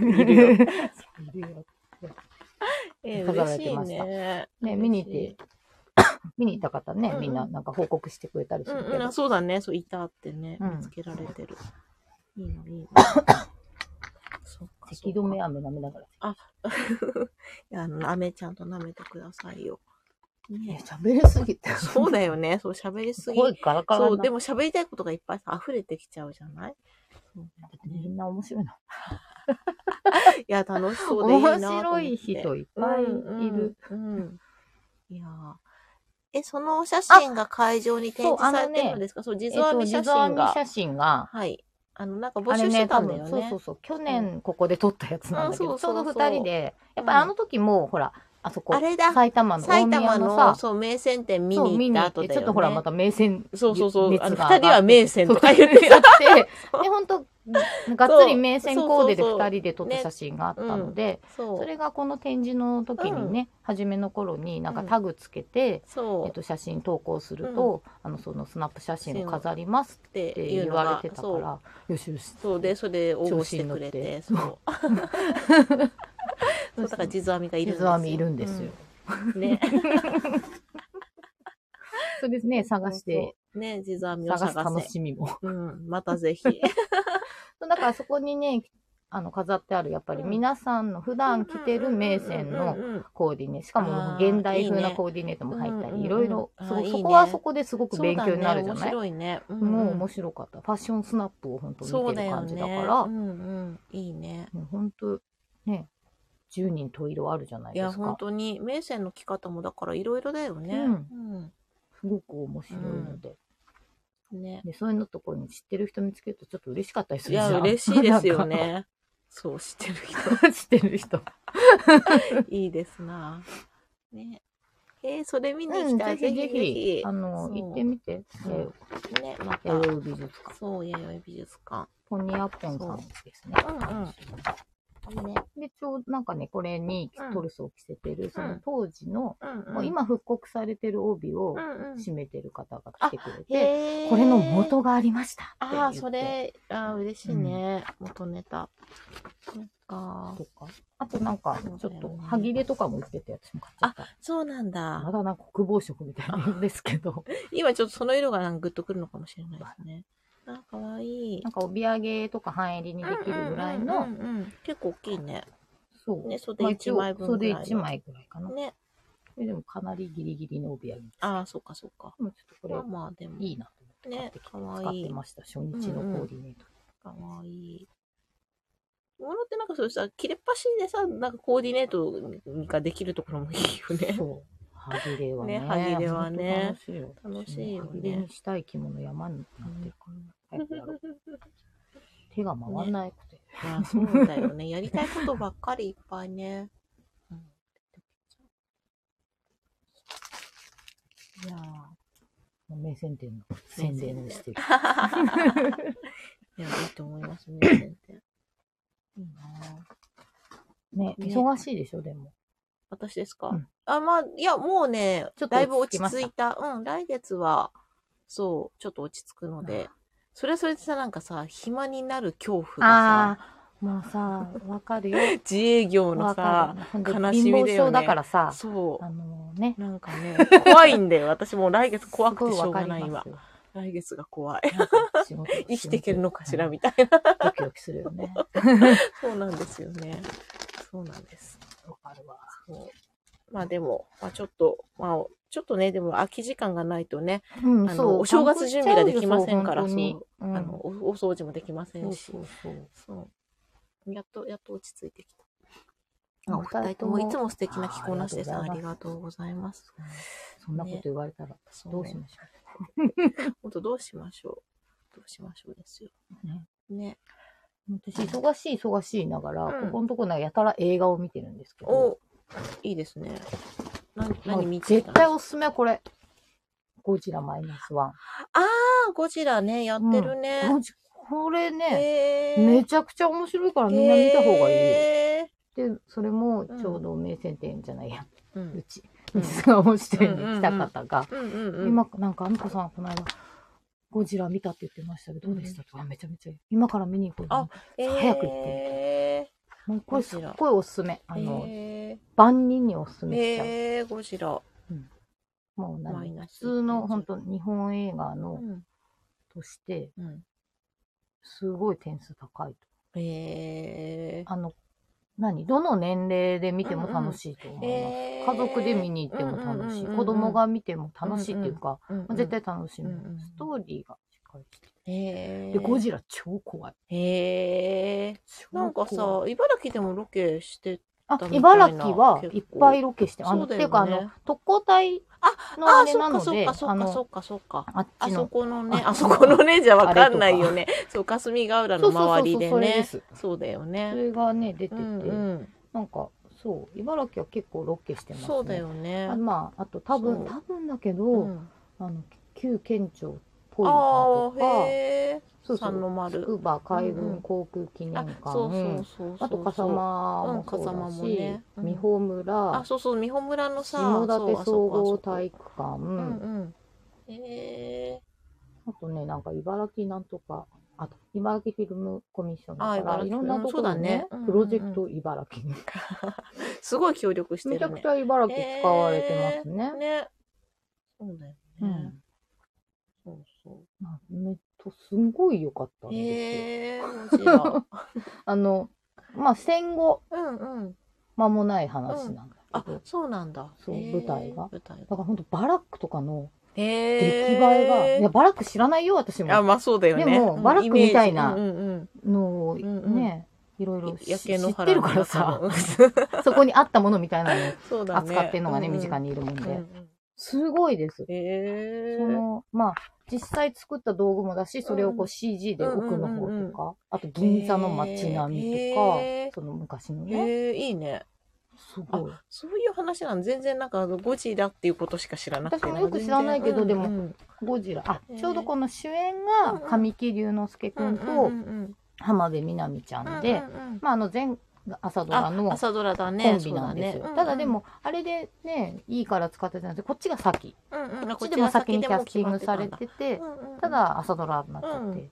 [SPEAKER 3] いるよ
[SPEAKER 1] そう いるよ
[SPEAKER 3] えー
[SPEAKER 1] 飾ら
[SPEAKER 3] 嬉し
[SPEAKER 1] れ
[SPEAKER 3] てい
[SPEAKER 1] ました
[SPEAKER 3] ね。
[SPEAKER 1] ね見に行って見に行った方ね、
[SPEAKER 3] うんうん
[SPEAKER 1] みんななんか報告してくれたりす
[SPEAKER 3] うん
[SPEAKER 1] るけど、
[SPEAKER 3] うんあ、そうだね。そう、いたってね、
[SPEAKER 1] うん
[SPEAKER 3] 見つけられてる。いいの、 いいの。そうか
[SPEAKER 1] 咳止 め飴舐めながら
[SPEAKER 2] いやあの、飴ちゃんと舐めてくださいよ。
[SPEAKER 1] いや
[SPEAKER 2] ね
[SPEAKER 1] 喋りすぎて
[SPEAKER 2] そうだよね。そう、喋りすぎ。
[SPEAKER 1] 声ガラガラ
[SPEAKER 2] そ
[SPEAKER 1] に
[SPEAKER 2] う、
[SPEAKER 1] な
[SPEAKER 2] で
[SPEAKER 1] も
[SPEAKER 2] も喋りたいことがいっぱいさ、溢れてきちゃうじゃないそう
[SPEAKER 1] みんな面白いない
[SPEAKER 2] や、楽しそうでいいな
[SPEAKER 1] 面
[SPEAKER 2] と思って。
[SPEAKER 1] 白い人いっぱいいる、
[SPEAKER 2] うんうんいやーえ、そのお写真が会場に展示
[SPEAKER 1] そうあの
[SPEAKER 2] されてる
[SPEAKER 1] ね
[SPEAKER 2] んですかそう,、
[SPEAKER 1] えっ
[SPEAKER 2] 地蔵編
[SPEAKER 1] と
[SPEAKER 2] み
[SPEAKER 1] 地
[SPEAKER 2] 写
[SPEAKER 1] 蔵編
[SPEAKER 2] 真
[SPEAKER 1] み
[SPEAKER 2] が。
[SPEAKER 1] 写真が
[SPEAKER 2] はい。あの、なんか募
[SPEAKER 1] あれ
[SPEAKER 2] 集して
[SPEAKER 1] ね、
[SPEAKER 2] た
[SPEAKER 1] 多
[SPEAKER 2] んだよ
[SPEAKER 1] 分、
[SPEAKER 2] ね。
[SPEAKER 1] そうそうそう、去年ここで撮ったやつなんだけ
[SPEAKER 2] う
[SPEAKER 1] ど、
[SPEAKER 2] ん
[SPEAKER 1] ちょうど
[SPEAKER 2] そうそうそう
[SPEAKER 1] 二人で、やっぱりあの時も、ほら、あそこ
[SPEAKER 2] あ、れだ。
[SPEAKER 1] 埼玉の大
[SPEAKER 2] 埼
[SPEAKER 1] 宮
[SPEAKER 2] 玉
[SPEAKER 1] の
[SPEAKER 2] の、
[SPEAKER 1] さ、
[SPEAKER 2] そう、名船店見
[SPEAKER 1] そう
[SPEAKER 2] に行った後
[SPEAKER 1] 見
[SPEAKER 2] だ
[SPEAKER 1] てちょ
[SPEAKER 2] よ、ね。
[SPEAKER 1] っとほら、また名線、
[SPEAKER 3] そうそうそう。あ
[SPEAKER 1] 熱
[SPEAKER 3] の
[SPEAKER 1] が
[SPEAKER 3] 二人は名
[SPEAKER 1] 上
[SPEAKER 3] 線
[SPEAKER 1] が
[SPEAKER 3] と
[SPEAKER 1] っ
[SPEAKER 3] か
[SPEAKER 1] て
[SPEAKER 3] 言って
[SPEAKER 1] そう
[SPEAKER 3] た。
[SPEAKER 1] 言ってで、本当がっつり名線コーデで
[SPEAKER 2] そうそうそ
[SPEAKER 1] 二
[SPEAKER 2] う
[SPEAKER 1] 人で撮った写真があったので、
[SPEAKER 2] そう。
[SPEAKER 1] それがこの展示の時にね、初めの頃になんかタグつけて、
[SPEAKER 2] そう
[SPEAKER 1] えっと、写真投稿すると、あの、そのスナップ写真を飾ります
[SPEAKER 2] っ
[SPEAKER 1] ってて
[SPEAKER 2] いう
[SPEAKER 1] 言
[SPEAKER 2] の
[SPEAKER 1] わ
[SPEAKER 2] が
[SPEAKER 1] れてたか
[SPEAKER 2] そう
[SPEAKER 1] ら、よしよし。
[SPEAKER 2] そうでそれで応募してくれて
[SPEAKER 1] 調子
[SPEAKER 2] そ
[SPEAKER 1] に
[SPEAKER 2] うそうだから地蔵編みがいるんです
[SPEAKER 1] 水
[SPEAKER 2] よ
[SPEAKER 1] 編みいるんですよ。、
[SPEAKER 2] うんね
[SPEAKER 1] そうですね、探して、
[SPEAKER 2] ね地蔵編みを
[SPEAKER 1] 探
[SPEAKER 2] 探
[SPEAKER 1] す楽
[SPEAKER 2] せ
[SPEAKER 1] しみも。
[SPEAKER 2] うんまたぜひ
[SPEAKER 1] そうだからそこにね、あの、飾ってある、やっぱり
[SPEAKER 2] うん
[SPEAKER 1] 皆さんの普段着てる名線
[SPEAKER 2] うんう
[SPEAKER 1] の
[SPEAKER 2] んうんうん
[SPEAKER 1] コーディネート、しかもも
[SPEAKER 2] あ
[SPEAKER 1] う
[SPEAKER 2] ー
[SPEAKER 1] 現代風
[SPEAKER 2] いい
[SPEAKER 1] な
[SPEAKER 2] ね
[SPEAKER 1] コーディネートも入った
[SPEAKER 2] うんうんうん
[SPEAKER 1] り、いろいろ、す
[SPEAKER 2] あ
[SPEAKER 1] ご
[SPEAKER 2] ーいい
[SPEAKER 1] く
[SPEAKER 2] ね
[SPEAKER 1] そこはそこですごく
[SPEAKER 2] そう
[SPEAKER 1] 勉
[SPEAKER 2] だ
[SPEAKER 1] 強
[SPEAKER 2] ね
[SPEAKER 1] になるじゃない
[SPEAKER 2] 面白いね、うん
[SPEAKER 1] もう面
[SPEAKER 2] 白
[SPEAKER 1] 白かった。ファッションスナップを本当
[SPEAKER 2] そう
[SPEAKER 1] 見て
[SPEAKER 2] だ
[SPEAKER 1] る
[SPEAKER 2] よ
[SPEAKER 1] 感
[SPEAKER 2] ね
[SPEAKER 1] じだから、
[SPEAKER 2] う
[SPEAKER 1] も
[SPEAKER 2] んうんいいね
[SPEAKER 1] う本当、ね、10人十色あるじゃない
[SPEAKER 2] い
[SPEAKER 1] で
[SPEAKER 2] や
[SPEAKER 1] す
[SPEAKER 2] 本
[SPEAKER 1] か。
[SPEAKER 2] 当に名線の着方もだからいろいろだよね
[SPEAKER 1] うんすごく面白いので。
[SPEAKER 2] うんね
[SPEAKER 1] で、そういうのところに知ってる人見つけるとちょっと嬉しかったりす
[SPEAKER 2] い
[SPEAKER 1] るじゃん。
[SPEAKER 2] や嬉しいですよ
[SPEAKER 1] なんか。
[SPEAKER 2] ねそう知ってる人
[SPEAKER 1] 知ってる人。
[SPEAKER 2] いいですな。ね。えー、それ見に
[SPEAKER 1] う
[SPEAKER 2] 行き
[SPEAKER 1] ん、
[SPEAKER 2] たい。
[SPEAKER 1] ぜひぜひ、あの、
[SPEAKER 2] そう
[SPEAKER 1] 行ってみて。
[SPEAKER 2] うん
[SPEAKER 1] え
[SPEAKER 2] ね、ま
[SPEAKER 1] 弥
[SPEAKER 2] た。
[SPEAKER 1] 生美術館。
[SPEAKER 2] そう、弥生美術館。
[SPEAKER 1] ポニアポンさんですね。
[SPEAKER 2] うんうん。ね。
[SPEAKER 1] で、ちょうどなんかね、これに
[SPEAKER 2] うん
[SPEAKER 1] トルスを着せてる、その当時の、
[SPEAKER 2] うん、うん。
[SPEAKER 1] もう、今復刻されてる帯を
[SPEAKER 2] うんうん、
[SPEAKER 1] 締めてる方が来てくれて、
[SPEAKER 2] へー
[SPEAKER 1] これの元がありましたって言って。
[SPEAKER 2] ああ、それ、あー嬉しいね。元ネタ。そっか。
[SPEAKER 1] とか。あとなんか、ちょっと、歯切れとかも売ってたやつも買っちゃった。
[SPEAKER 2] そうなん
[SPEAKER 1] ま
[SPEAKER 2] だ。
[SPEAKER 1] だなんか国防色みたいな色ですけど。
[SPEAKER 2] 今ちょっとその色がなんかグッとくるのかもしれないですね。あー、かわいい
[SPEAKER 1] な。んか帯揚げとか半襟にできるぐらい
[SPEAKER 2] うん
[SPEAKER 1] の、
[SPEAKER 2] うんうんうん結構大きいね。
[SPEAKER 1] そう。
[SPEAKER 2] ね袖一枚分
[SPEAKER 1] まあ
[SPEAKER 2] ぐらい
[SPEAKER 1] 一応袖1
[SPEAKER 2] の
[SPEAKER 1] 枚ぐらいかな。
[SPEAKER 2] ね。
[SPEAKER 1] ででもかなりギリギリの帯揚げ。で
[SPEAKER 2] ああ、そうかそうか。
[SPEAKER 1] もちょっと
[SPEAKER 2] まあ
[SPEAKER 1] こ
[SPEAKER 2] まあ、でも。
[SPEAKER 1] れいいなと思って買っ
[SPEAKER 2] ね
[SPEAKER 1] てきて、
[SPEAKER 2] かわ
[SPEAKER 1] 使っ
[SPEAKER 2] いい
[SPEAKER 1] てました。初日のコーディネート。
[SPEAKER 2] かわいい。着物ってなんかそうさ、切れっ端でさ、なんかコーディネートができるところもいいよ ね。
[SPEAKER 1] そう。歯切れはね。
[SPEAKER 2] ね歯切れはね
[SPEAKER 1] 本当楽しいよ。
[SPEAKER 2] 楽しいよね
[SPEAKER 1] 歯切れにしたい着物山になってるから、早く やろう。手が回んなくて。
[SPEAKER 2] いや、そうだよね。やりたいことばっかりいっぱいね。うんいや
[SPEAKER 1] もう名線店の宣伝をして る。
[SPEAKER 2] ーいや、いいと思いま すね、全然。いいなぁ
[SPEAKER 1] ね、
[SPEAKER 2] ね
[SPEAKER 1] 忙しいでしょ、でも。
[SPEAKER 2] 私ですか、
[SPEAKER 1] うん
[SPEAKER 2] あ、まあ、いや、もうね、
[SPEAKER 1] ちょっと
[SPEAKER 2] だいぶ
[SPEAKER 1] 落ち着
[SPEAKER 2] 落ち
[SPEAKER 1] きました
[SPEAKER 2] 着いた。うん、来月は、そう、ちょっと落ち着くので、それはそれでさ、なんかさ、暇になる恐怖がさ、
[SPEAKER 1] あもうさ、わかるよ。
[SPEAKER 2] 自営業の
[SPEAKER 1] わか
[SPEAKER 2] さ、
[SPEAKER 1] る。ほんで
[SPEAKER 2] 悲
[SPEAKER 1] 貧
[SPEAKER 2] しみだよね
[SPEAKER 1] 乏症だからさ、
[SPEAKER 2] そ
[SPEAKER 1] あのね
[SPEAKER 2] う。、なんかね、怖いん だよ。私もう来月怖くてしょうがないわ
[SPEAKER 1] す。ごわ
[SPEAKER 2] 来月が怖 い。
[SPEAKER 1] かりますよ。なんか仕事
[SPEAKER 2] 生きていけるのかしら
[SPEAKER 1] うん
[SPEAKER 2] みたいな。
[SPEAKER 1] ドキドキするよね。
[SPEAKER 2] そうなんですよね。そうなんです。
[SPEAKER 1] わかるわ。
[SPEAKER 2] そうまあでも、まあちょっと、まあ、ちょっとね、でも空き時間がないとね、
[SPEAKER 1] うん
[SPEAKER 2] あのお正月準備ができませんから
[SPEAKER 1] そう本当に。うん
[SPEAKER 2] あの、おお掃除もできませ
[SPEAKER 1] そ
[SPEAKER 2] ん
[SPEAKER 1] う
[SPEAKER 2] し。
[SPEAKER 1] そうそう。
[SPEAKER 2] そう。やっと、やっと落ち着いてきた。
[SPEAKER 1] まあ
[SPEAKER 2] お二人ともいつも素敵な着こなしです。
[SPEAKER 1] あ
[SPEAKER 2] あ
[SPEAKER 1] あり
[SPEAKER 2] りがとうございます。
[SPEAKER 1] そんなこと言われたら、
[SPEAKER 2] そ
[SPEAKER 1] どうしましょ
[SPEAKER 2] ほんとどうしましょう。どうしましょうですよ。
[SPEAKER 1] う。ね
[SPEAKER 2] ね。
[SPEAKER 1] 私、忙しい忙しいながら、
[SPEAKER 2] うん
[SPEAKER 1] ここのとこなんかやたら映画を見てるんですけど、
[SPEAKER 2] おいいですね。な何
[SPEAKER 1] も
[SPEAKER 2] 見
[SPEAKER 1] う
[SPEAKER 2] て
[SPEAKER 1] 絶
[SPEAKER 2] た
[SPEAKER 1] 対おすすめはこれ。ゴジラマイナスワン。
[SPEAKER 2] あゴジラね、やってるね。
[SPEAKER 1] マジこれね、
[SPEAKER 2] へー
[SPEAKER 1] めちゃくちゃ面白いからみんな見た方がいいよ。
[SPEAKER 2] へ
[SPEAKER 1] で、それもちょうど名店店じゃないや、
[SPEAKER 2] ーう
[SPEAKER 1] うんち、
[SPEAKER 2] うん
[SPEAKER 1] 水川本支店に来た方が、
[SPEAKER 2] うんうんうん。
[SPEAKER 1] 今、なんか、あみこさん、この間、ゴジラ見たって言ってましたけど、どうでしたとか、あめちゃめちゃ、今から見に行こうと思って早く行って
[SPEAKER 2] え
[SPEAKER 1] もうこれ
[SPEAKER 2] ゴ
[SPEAKER 1] す
[SPEAKER 2] ジ
[SPEAKER 1] っ
[SPEAKER 2] ラ
[SPEAKER 1] ごいおすすめ。あ
[SPEAKER 2] ー、
[SPEAKER 1] の、
[SPEAKER 2] え
[SPEAKER 1] 万人におすす
[SPEAKER 2] ー、
[SPEAKER 1] めしちゃう。
[SPEAKER 2] えー、ゴジラ。
[SPEAKER 1] もう
[SPEAKER 2] マイ
[SPEAKER 1] 何
[SPEAKER 2] ナ
[SPEAKER 1] 普
[SPEAKER 2] ス
[SPEAKER 1] 通の、本当日本映画
[SPEAKER 2] う
[SPEAKER 1] の
[SPEAKER 2] ん。
[SPEAKER 1] として、
[SPEAKER 2] うん。
[SPEAKER 1] すごい点数高いと。
[SPEAKER 2] え
[SPEAKER 1] あの、何どの年齢で見ても楽しいと思い
[SPEAKER 2] ー、
[SPEAKER 1] ます。
[SPEAKER 2] えー、
[SPEAKER 1] 家族で見に行っても楽しい。子供、が見ても楽しいっていうか、
[SPEAKER 2] うんうん
[SPEAKER 1] まあ絶対楽しめる
[SPEAKER 2] うんうん。
[SPEAKER 1] ストーリーがしっかりして
[SPEAKER 2] えー、
[SPEAKER 1] る。で、ゴジラ超怖い。
[SPEAKER 2] へえ
[SPEAKER 1] 超
[SPEAKER 2] ー。な
[SPEAKER 1] 怖
[SPEAKER 2] ん
[SPEAKER 1] い
[SPEAKER 2] かさ、茨城でもロケして、
[SPEAKER 1] あ
[SPEAKER 2] た、みたいな
[SPEAKER 1] 茨城はいっぱいロケして、あ
[SPEAKER 2] そ
[SPEAKER 1] の、
[SPEAKER 2] うだ
[SPEAKER 1] て
[SPEAKER 2] よね
[SPEAKER 1] いうかあの、特攻隊のあ
[SPEAKER 2] あー、
[SPEAKER 1] れな
[SPEAKER 2] そっか
[SPEAKER 1] の
[SPEAKER 2] そっ
[SPEAKER 1] で、
[SPEAKER 2] かそっかそ
[SPEAKER 1] の、
[SPEAKER 2] っかそっか。
[SPEAKER 1] あっ
[SPEAKER 2] あ
[SPEAKER 1] ち
[SPEAKER 2] そ
[SPEAKER 1] の、
[SPEAKER 2] このね、
[SPEAKER 1] あ
[SPEAKER 2] あそこのね、じゃわかんない
[SPEAKER 1] あれ
[SPEAKER 2] よ
[SPEAKER 1] と
[SPEAKER 2] ね。そう、霞ヶ浦
[SPEAKER 1] そ
[SPEAKER 2] の
[SPEAKER 1] うそう
[SPEAKER 2] 周
[SPEAKER 1] そうそう、
[SPEAKER 2] りで
[SPEAKER 1] それで
[SPEAKER 2] ね。
[SPEAKER 1] す。
[SPEAKER 2] そうだよ
[SPEAKER 1] そ
[SPEAKER 2] ね。
[SPEAKER 1] れがね、出て
[SPEAKER 2] う
[SPEAKER 1] て、
[SPEAKER 2] んうん。
[SPEAKER 1] なんか、そう、茨城は結構ロケしてますね。
[SPEAKER 2] そうだよね
[SPEAKER 1] あ。まあ、あと多分、
[SPEAKER 2] そ
[SPEAKER 1] 多分だけど、
[SPEAKER 2] うん
[SPEAKER 1] あの、旧県庁っぽい
[SPEAKER 2] あ
[SPEAKER 1] のと
[SPEAKER 2] あ、
[SPEAKER 1] か、
[SPEAKER 2] へえ。
[SPEAKER 1] そうそ
[SPEAKER 2] 三
[SPEAKER 1] う、
[SPEAKER 2] の丸。
[SPEAKER 1] 筑波海
[SPEAKER 2] うんう
[SPEAKER 1] 軍
[SPEAKER 2] ん
[SPEAKER 1] 航空記念
[SPEAKER 2] あ
[SPEAKER 1] 館、、
[SPEAKER 2] そうそうそうそう。
[SPEAKER 1] あと笠間もそう
[SPEAKER 2] うん
[SPEAKER 1] だ
[SPEAKER 2] 笠間も
[SPEAKER 1] し、
[SPEAKER 2] ねうん
[SPEAKER 1] 美保村、
[SPEAKER 2] あ、そうそう、美穂村のさ、
[SPEAKER 1] 下
[SPEAKER 2] そう
[SPEAKER 1] 館総合。体
[SPEAKER 2] あ
[SPEAKER 1] 育館、
[SPEAKER 2] そこあそこうんうん。え
[SPEAKER 1] あとね、なんか茨城なんとか、あと、茨城フィルムコミッション
[SPEAKER 2] あ
[SPEAKER 1] だから、
[SPEAKER 2] 茨
[SPEAKER 1] い
[SPEAKER 2] 城
[SPEAKER 1] ろんなとこ
[SPEAKER 2] そ
[SPEAKER 1] ろ
[SPEAKER 2] うだ
[SPEAKER 1] に
[SPEAKER 2] ね
[SPEAKER 1] ね
[SPEAKER 2] うんうんう、ん
[SPEAKER 1] プロジェクト茨城に。
[SPEAKER 2] ー、すごい協力して
[SPEAKER 1] めちゃ
[SPEAKER 2] る
[SPEAKER 1] く
[SPEAKER 2] ね
[SPEAKER 1] ち。ゃ茨城使われてますね。
[SPEAKER 2] ね。そうだよ
[SPEAKER 1] う
[SPEAKER 2] ね。
[SPEAKER 1] ん
[SPEAKER 2] そうそう。
[SPEAKER 1] まあめっとすごい良かったんですよ。
[SPEAKER 2] ええ、面白い。
[SPEAKER 1] あの、まあ戦後
[SPEAKER 2] うんうん。
[SPEAKER 1] 間もない話なんだ
[SPEAKER 2] あ
[SPEAKER 1] けど、だ、
[SPEAKER 2] そうなんだ。
[SPEAKER 1] そう
[SPEAKER 2] へー
[SPEAKER 1] 舞台が
[SPEAKER 2] 舞台
[SPEAKER 1] か
[SPEAKER 2] が。
[SPEAKER 1] ら本当バラックとかの
[SPEAKER 2] 出
[SPEAKER 1] 出来栄えが、いや、バラック知らないよ、私
[SPEAKER 2] あ、
[SPEAKER 1] も。
[SPEAKER 2] まあそうだよね。
[SPEAKER 1] でも
[SPEAKER 2] うん
[SPEAKER 1] バラックみたいな
[SPEAKER 2] イメージうんうん
[SPEAKER 1] のを
[SPEAKER 2] んうん
[SPEAKER 1] ね、いろい
[SPEAKER 2] うん
[SPEAKER 1] ろ。知
[SPEAKER 2] 焼け
[SPEAKER 1] 知
[SPEAKER 2] 野
[SPEAKER 1] っ
[SPEAKER 2] 原
[SPEAKER 1] てる
[SPEAKER 2] の
[SPEAKER 1] からさ、
[SPEAKER 2] 中 の。
[SPEAKER 1] そこにあったものみたいな の
[SPEAKER 2] そう
[SPEAKER 1] を
[SPEAKER 2] だね。
[SPEAKER 1] 扱ってるのがね、身近
[SPEAKER 2] に。
[SPEAKER 1] にいるもん
[SPEAKER 2] うんう
[SPEAKER 1] で。
[SPEAKER 2] ん
[SPEAKER 1] すごいです。
[SPEAKER 2] へ
[SPEAKER 1] そ
[SPEAKER 2] ー
[SPEAKER 1] の、まあ、実際作った道具もだし、それをこ
[SPEAKER 2] う
[SPEAKER 1] うん CG で奥の
[SPEAKER 2] うんうんう
[SPEAKER 1] 方
[SPEAKER 2] んう
[SPEAKER 1] と
[SPEAKER 2] ん
[SPEAKER 1] か、あと銀座の街並みとか
[SPEAKER 2] へー、
[SPEAKER 1] その昔のね、
[SPEAKER 2] へえ、いいね。
[SPEAKER 1] すごい。
[SPEAKER 2] そういう話なの全然なんかあのゴジラっていうことしか知らなくて。
[SPEAKER 1] 私もよく知らないけどでも
[SPEAKER 2] も。
[SPEAKER 1] ゴジラ。あ
[SPEAKER 2] へ、ー
[SPEAKER 1] ちょうどこの主演
[SPEAKER 2] う
[SPEAKER 1] が
[SPEAKER 2] んうん
[SPEAKER 1] 神木隆之介くん
[SPEAKER 2] うんう
[SPEAKER 1] と
[SPEAKER 2] んうん
[SPEAKER 1] 浜辺美波ちゃ
[SPEAKER 2] うんん、
[SPEAKER 1] で
[SPEAKER 2] う、んうん
[SPEAKER 1] まあ、あの前朝ドラ
[SPEAKER 2] あ
[SPEAKER 1] の
[SPEAKER 2] 朝ドラだね。
[SPEAKER 1] コンビなんですよ。ただでも、あれでね、いいから使ってたんで、こっちが先。
[SPEAKER 2] そうだね、うんうん
[SPEAKER 1] こっちでも先にキャスティングされ、てて
[SPEAKER 2] う、んうんうん
[SPEAKER 1] た、だ朝ドラになっちゃ
[SPEAKER 2] う
[SPEAKER 1] って
[SPEAKER 2] ん。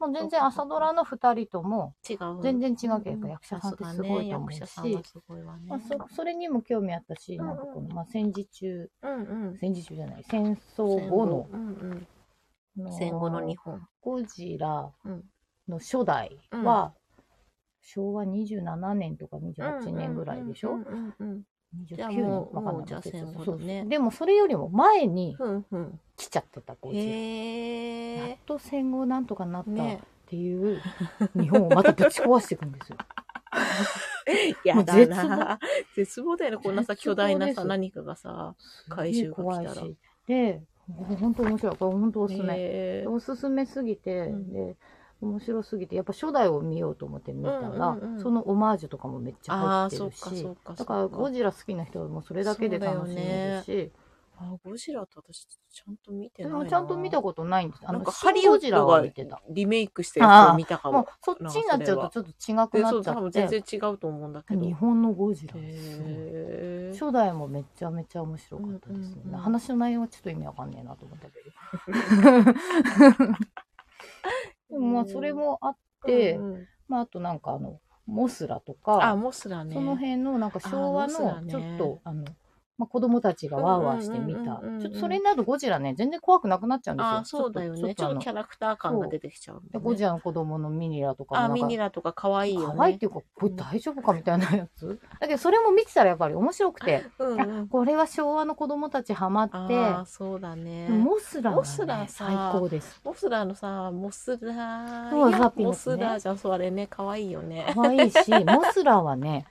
[SPEAKER 1] もう全然朝ドラの二人とも、
[SPEAKER 2] 違う。
[SPEAKER 1] 全然違うけど、役者さんってすごいと思う
[SPEAKER 2] さ
[SPEAKER 1] し、
[SPEAKER 2] すがね役者さんはすごいわね。
[SPEAKER 1] まあ、そそれにも興味あったし、
[SPEAKER 2] うん
[SPEAKER 1] なんかこの、まあ、戦時中、
[SPEAKER 2] うんうん。
[SPEAKER 1] 戦時中じゃない、戦争後の、
[SPEAKER 2] うんうん
[SPEAKER 1] あのー
[SPEAKER 2] 戦後の日本。
[SPEAKER 1] ゴジラ
[SPEAKER 2] うん
[SPEAKER 1] の初代は、昭和27年とか28年ぐらいでしょ、
[SPEAKER 2] うんうんうん
[SPEAKER 1] 29
[SPEAKER 2] じゃあ
[SPEAKER 1] 年
[SPEAKER 2] もう
[SPEAKER 1] わかん
[SPEAKER 2] も
[SPEAKER 1] な
[SPEAKER 2] うじゃ
[SPEAKER 1] い
[SPEAKER 2] あ
[SPEAKER 1] けど
[SPEAKER 2] 戦後
[SPEAKER 1] そ
[SPEAKER 2] だ
[SPEAKER 1] う
[SPEAKER 2] ね
[SPEAKER 1] そうでもそれよりも前に
[SPEAKER 2] うんうん。
[SPEAKER 1] 来ちゃってたゴジラ。や
[SPEAKER 2] へ
[SPEAKER 1] っ
[SPEAKER 2] え。
[SPEAKER 1] と戦後なんとかなったっ
[SPEAKER 2] ね
[SPEAKER 1] ていう日本をまたぶち壊していくんですよ。
[SPEAKER 2] やだ
[SPEAKER 1] も
[SPEAKER 2] な。絶望だよね。こんなさ、
[SPEAKER 1] 絶望で
[SPEAKER 2] 巨
[SPEAKER 1] す
[SPEAKER 2] 大なさ、何かがさ。 怪獣が来た
[SPEAKER 1] す
[SPEAKER 2] ら
[SPEAKER 1] げえ怖いし。で、本当面白い。これ本当おすすめ。
[SPEAKER 2] へえ
[SPEAKER 1] おすすめすぎて、
[SPEAKER 2] うん
[SPEAKER 1] で面白すぎてやっぱ初代を見ようと思って見たら、
[SPEAKER 2] うんうんうん
[SPEAKER 1] そのオマージュとかもめっちゃ入
[SPEAKER 2] ああ、
[SPEAKER 1] って
[SPEAKER 2] そう
[SPEAKER 1] る
[SPEAKER 2] か、そう
[SPEAKER 1] し
[SPEAKER 2] か。
[SPEAKER 1] だから
[SPEAKER 2] そう
[SPEAKER 1] ゴジラ好きな人はもうそれだけで楽しめるし、
[SPEAKER 2] あゴジラって私、ちゃんと見て
[SPEAKER 1] で
[SPEAKER 2] ないな。
[SPEAKER 1] もちゃんと見たことないんですあ
[SPEAKER 2] なん
[SPEAKER 1] の
[SPEAKER 2] か
[SPEAKER 1] ハ
[SPEAKER 2] ハ
[SPEAKER 1] リ
[SPEAKER 2] リ
[SPEAKER 1] ウ
[SPEAKER 2] ウ
[SPEAKER 1] ッ
[SPEAKER 2] ッ
[SPEAKER 1] ド
[SPEAKER 2] ド
[SPEAKER 1] が
[SPEAKER 2] が
[SPEAKER 1] 見てた
[SPEAKER 2] リメイクしてる人を見たか
[SPEAKER 1] もう
[SPEAKER 2] も。
[SPEAKER 1] そっちになっちゃうとちょっと違く
[SPEAKER 2] で
[SPEAKER 1] な
[SPEAKER 2] そ
[SPEAKER 1] っ
[SPEAKER 2] う、
[SPEAKER 1] ちゃ
[SPEAKER 2] 多分
[SPEAKER 1] っ
[SPEAKER 2] 全
[SPEAKER 1] て
[SPEAKER 2] 然違うと思うんだけど。
[SPEAKER 1] 日
[SPEAKER 2] へ
[SPEAKER 1] 本のゴジラですごい
[SPEAKER 2] え。
[SPEAKER 1] 初代もめちゃめちゃ面白かったですね、
[SPEAKER 2] うんうんうん
[SPEAKER 1] 話の内容はちょっと意味わかんねえなと思ったけどでもまあそれもあって、
[SPEAKER 2] うんうん
[SPEAKER 1] まあ、あとなんかあの、モスラと
[SPEAKER 2] あ、
[SPEAKER 1] か、
[SPEAKER 2] モスラね。
[SPEAKER 1] その辺のなんか昭和
[SPEAKER 2] あー
[SPEAKER 1] の
[SPEAKER 2] モス
[SPEAKER 1] ち
[SPEAKER 2] ラ
[SPEAKER 1] ょ
[SPEAKER 2] ね
[SPEAKER 1] っと、あの、まあ、子供たちがワーワーしてみた。
[SPEAKER 2] うんうんうんうんうん
[SPEAKER 1] ちょっとそれになるとゴジラね、全然怖くなくなっちゃうんですよ。
[SPEAKER 2] あーそうだよね
[SPEAKER 1] ちょっ
[SPEAKER 4] ちょっ
[SPEAKER 1] とあ
[SPEAKER 4] と
[SPEAKER 1] の
[SPEAKER 4] キャラクター感が出てきちゃうんだ
[SPEAKER 1] で
[SPEAKER 4] よね
[SPEAKER 1] ゴジラの子供のミニラとか
[SPEAKER 2] あ、
[SPEAKER 1] も
[SPEAKER 2] ミ
[SPEAKER 1] なん
[SPEAKER 2] ニ
[SPEAKER 1] か、
[SPEAKER 2] ラとか可愛いよね。
[SPEAKER 1] 可愛いっていうか、これ大丈夫かみたいなやつ。だけどそれも見てたらやっぱり面白く て、
[SPEAKER 2] うんう
[SPEAKER 1] あ
[SPEAKER 2] ん。
[SPEAKER 1] これは昭和の子供たちハマって、
[SPEAKER 2] あー、そうだね。
[SPEAKER 1] でもモスラが
[SPEAKER 2] モスラ
[SPEAKER 1] ね、
[SPEAKER 2] さ
[SPEAKER 1] 最高です。
[SPEAKER 2] モスラのさ、モスラー
[SPEAKER 1] そう
[SPEAKER 2] いや
[SPEAKER 1] ザピの
[SPEAKER 2] モ
[SPEAKER 1] やつね
[SPEAKER 2] スラーじゃん、そうあれね、可愛い よね。
[SPEAKER 1] 可 愛いし、モスラはね、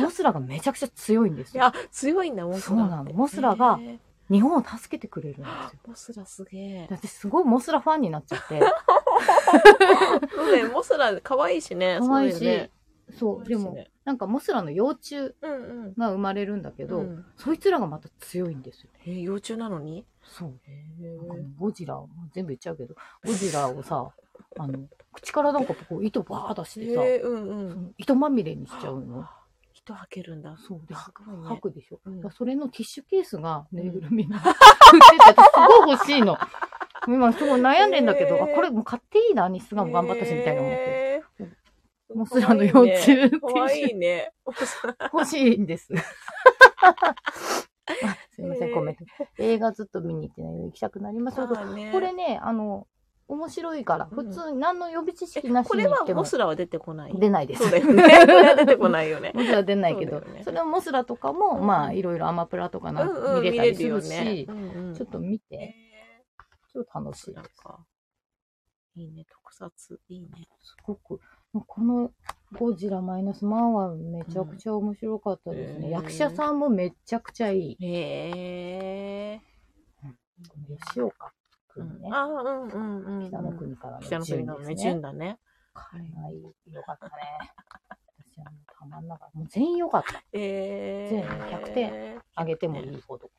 [SPEAKER 1] モスラがめちゃくちゃ強いんです
[SPEAKER 2] い
[SPEAKER 1] よ。
[SPEAKER 2] や、強いんだ、モスラって。
[SPEAKER 1] そうなのモスラが
[SPEAKER 2] ねえ
[SPEAKER 1] 日本を助けてくれるんですよ。
[SPEAKER 2] モスラすげえ。
[SPEAKER 1] 私すごいモスラファンになっちゃ って。
[SPEAKER 2] そう ね、モスラ可愛いしね。
[SPEAKER 1] 可愛いし、
[SPEAKER 2] そうだよね
[SPEAKER 1] そう、でも、なんかモスラの幼虫
[SPEAKER 2] うんうん。
[SPEAKER 1] が生まれるんだけど、
[SPEAKER 2] うん
[SPEAKER 1] そいつらがまた強いんですよ。
[SPEAKER 2] えー、幼虫なのに
[SPEAKER 1] そう。なんかねゴジラ、もう全部言っちゃうけど、ゴジラを さ、あの、口からなんかこう糸バー出してさ、
[SPEAKER 2] えー、うんう
[SPEAKER 1] そ
[SPEAKER 2] ん。
[SPEAKER 1] の糸まみれにしちゃうの。
[SPEAKER 2] 人吐けるんだ。
[SPEAKER 1] そうで、
[SPEAKER 2] 吐くもんね
[SPEAKER 1] 吐くでしょ。
[SPEAKER 2] うん
[SPEAKER 1] だからそれのティッシュケースがぬいぐるみなの。売ってて、すごい欲しいの。今すごい悩んでんだけど、
[SPEAKER 2] へー
[SPEAKER 1] あこれもう買っていいな、日数がも頑張ったし、みたいな思って。
[SPEAKER 2] えー
[SPEAKER 1] モスラの幼虫っていう
[SPEAKER 2] 可愛いね。可愛いね
[SPEAKER 1] 欲しいん です。あすいませ
[SPEAKER 2] へ
[SPEAKER 1] ん、
[SPEAKER 2] ー
[SPEAKER 1] コメント。映画ずっと見に行ってないの行きたくなりますけど、
[SPEAKER 2] そうだね
[SPEAKER 1] これね、あの、面白いから、
[SPEAKER 2] う
[SPEAKER 1] 普
[SPEAKER 2] ん
[SPEAKER 1] 通に何の予備知識なし
[SPEAKER 2] こ
[SPEAKER 1] に
[SPEAKER 2] れ
[SPEAKER 1] 行
[SPEAKER 2] は
[SPEAKER 1] って
[SPEAKER 2] モ
[SPEAKER 1] も
[SPEAKER 2] スラは出てこない。
[SPEAKER 1] 出ないです。
[SPEAKER 2] そうだよね。これは出てこないよね。
[SPEAKER 1] モスラ出ないけ
[SPEAKER 2] そ
[SPEAKER 1] ど、
[SPEAKER 2] うだ
[SPEAKER 1] そ,、
[SPEAKER 2] よね
[SPEAKER 1] れはモスラとかも、
[SPEAKER 2] うん
[SPEAKER 1] まあ、いろいろアマプラとか
[SPEAKER 2] う
[SPEAKER 1] なん
[SPEAKER 2] んう
[SPEAKER 1] か
[SPEAKER 2] ん、
[SPEAKER 1] 見れ
[SPEAKER 2] 見
[SPEAKER 1] たり
[SPEAKER 2] れ
[SPEAKER 1] す
[SPEAKER 2] るよ
[SPEAKER 1] るし、
[SPEAKER 2] ね。うんうん
[SPEAKER 1] ちょっと見て、
[SPEAKER 2] え
[SPEAKER 1] ちょっと楽しい
[SPEAKER 2] ー。なんか、いいね、特撮、いいね。
[SPEAKER 1] すごく、このゴジラマイナスマンはめちゃくちゃ面白かったですね。
[SPEAKER 2] うん
[SPEAKER 1] 役者さんもめちゃくちゃいい。
[SPEAKER 2] へえ
[SPEAKER 1] 吉岡
[SPEAKER 2] ー。
[SPEAKER 1] 君ね。
[SPEAKER 2] あ、うんうんうんうん。
[SPEAKER 1] 北の国からの
[SPEAKER 2] 北の国なのね、
[SPEAKER 1] ですね
[SPEAKER 2] 純。だね。
[SPEAKER 1] はい、よかったね。私はもうたまんなかった。もう全員よかった。
[SPEAKER 2] え
[SPEAKER 1] 全部100点。あげてもいいほど。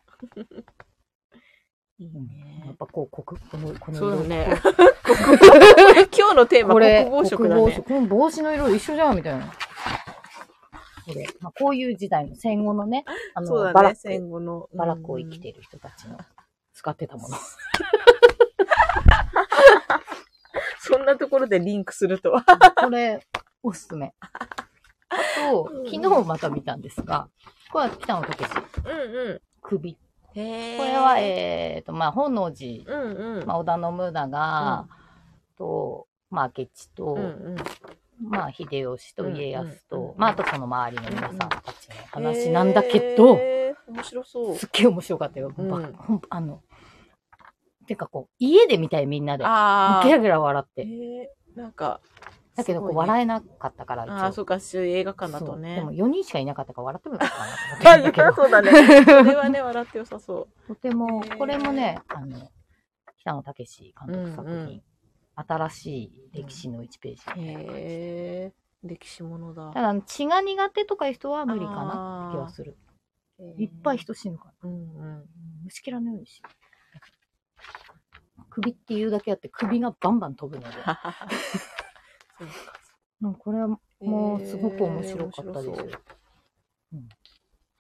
[SPEAKER 2] いい
[SPEAKER 1] やっ
[SPEAKER 2] ね。
[SPEAKER 1] ぱこう、国、この、この
[SPEAKER 2] そうだ
[SPEAKER 1] 色。
[SPEAKER 2] ね。 今日のテーマ、
[SPEAKER 1] これ、
[SPEAKER 2] 国防色だ
[SPEAKER 1] 国防
[SPEAKER 2] ね
[SPEAKER 1] 色。この帽子の色一緒じゃん、みたいな。これ、まあ、こういう時代の戦後の ね、あの、
[SPEAKER 2] そう
[SPEAKER 1] バ
[SPEAKER 2] だ
[SPEAKER 1] ラ
[SPEAKER 2] ね、
[SPEAKER 1] ック、
[SPEAKER 2] 戦後の。
[SPEAKER 1] バラックを生きている人たちの使ってたもの。
[SPEAKER 2] そんなところでリンクするとは。
[SPEAKER 1] これ、おすすめ。あと
[SPEAKER 2] う、ん
[SPEAKER 1] 昨日また見たんですが、これは北野武
[SPEAKER 2] うんう
[SPEAKER 1] 首。
[SPEAKER 2] ん。へえ。
[SPEAKER 1] これは、えっ、と、まあ、本能寺、
[SPEAKER 2] うんうん。
[SPEAKER 1] まあ、織田信長と、まあ、明智と、
[SPEAKER 2] うんうん。
[SPEAKER 1] まあ、秀吉と家康と、
[SPEAKER 2] うんうんうん
[SPEAKER 1] まあ、あとその周りの皆さんたちの話
[SPEAKER 2] へー
[SPEAKER 1] なんだけど、
[SPEAKER 2] 面白そう。
[SPEAKER 1] すっげえ面白かったよ。
[SPEAKER 2] うん
[SPEAKER 1] ばほんあの、てかこう、家で見たいみんなで。
[SPEAKER 2] あ
[SPEAKER 1] ゲラゲラ笑っ
[SPEAKER 2] え
[SPEAKER 1] て。
[SPEAKER 2] ー、なんか、
[SPEAKER 1] だけど、こ
[SPEAKER 2] す
[SPEAKER 1] う、
[SPEAKER 2] ごいね
[SPEAKER 1] 笑えなかったから、
[SPEAKER 2] ああ、そうか、そういう映画館だとね。
[SPEAKER 1] そうでも4人しかいなかったから笑ってもよかったかな
[SPEAKER 2] あ
[SPEAKER 1] と思ってるんだけ
[SPEAKER 2] そうだね。それはね、笑って良さそ
[SPEAKER 1] ど。とても
[SPEAKER 2] へ、ー
[SPEAKER 1] これもね、あの、北野武監督作品、
[SPEAKER 2] うんうん
[SPEAKER 1] 新しい歴史の1ページ
[SPEAKER 2] う。
[SPEAKER 1] みたいな感じで。
[SPEAKER 2] へえ、歴史ものだ
[SPEAKER 1] た。だ、血が苦手とかいう人は無理かな
[SPEAKER 2] な
[SPEAKER 1] 気がする。
[SPEAKER 2] る
[SPEAKER 1] いっぱい。人死ぬから。
[SPEAKER 2] う んうん。
[SPEAKER 1] 虫けらのように死ぬ。首っていうだけあって首がバンバン飛ぶので。
[SPEAKER 2] そうか
[SPEAKER 1] うんこれはもうすごく面白かったです
[SPEAKER 2] へー面白
[SPEAKER 1] よ。うん、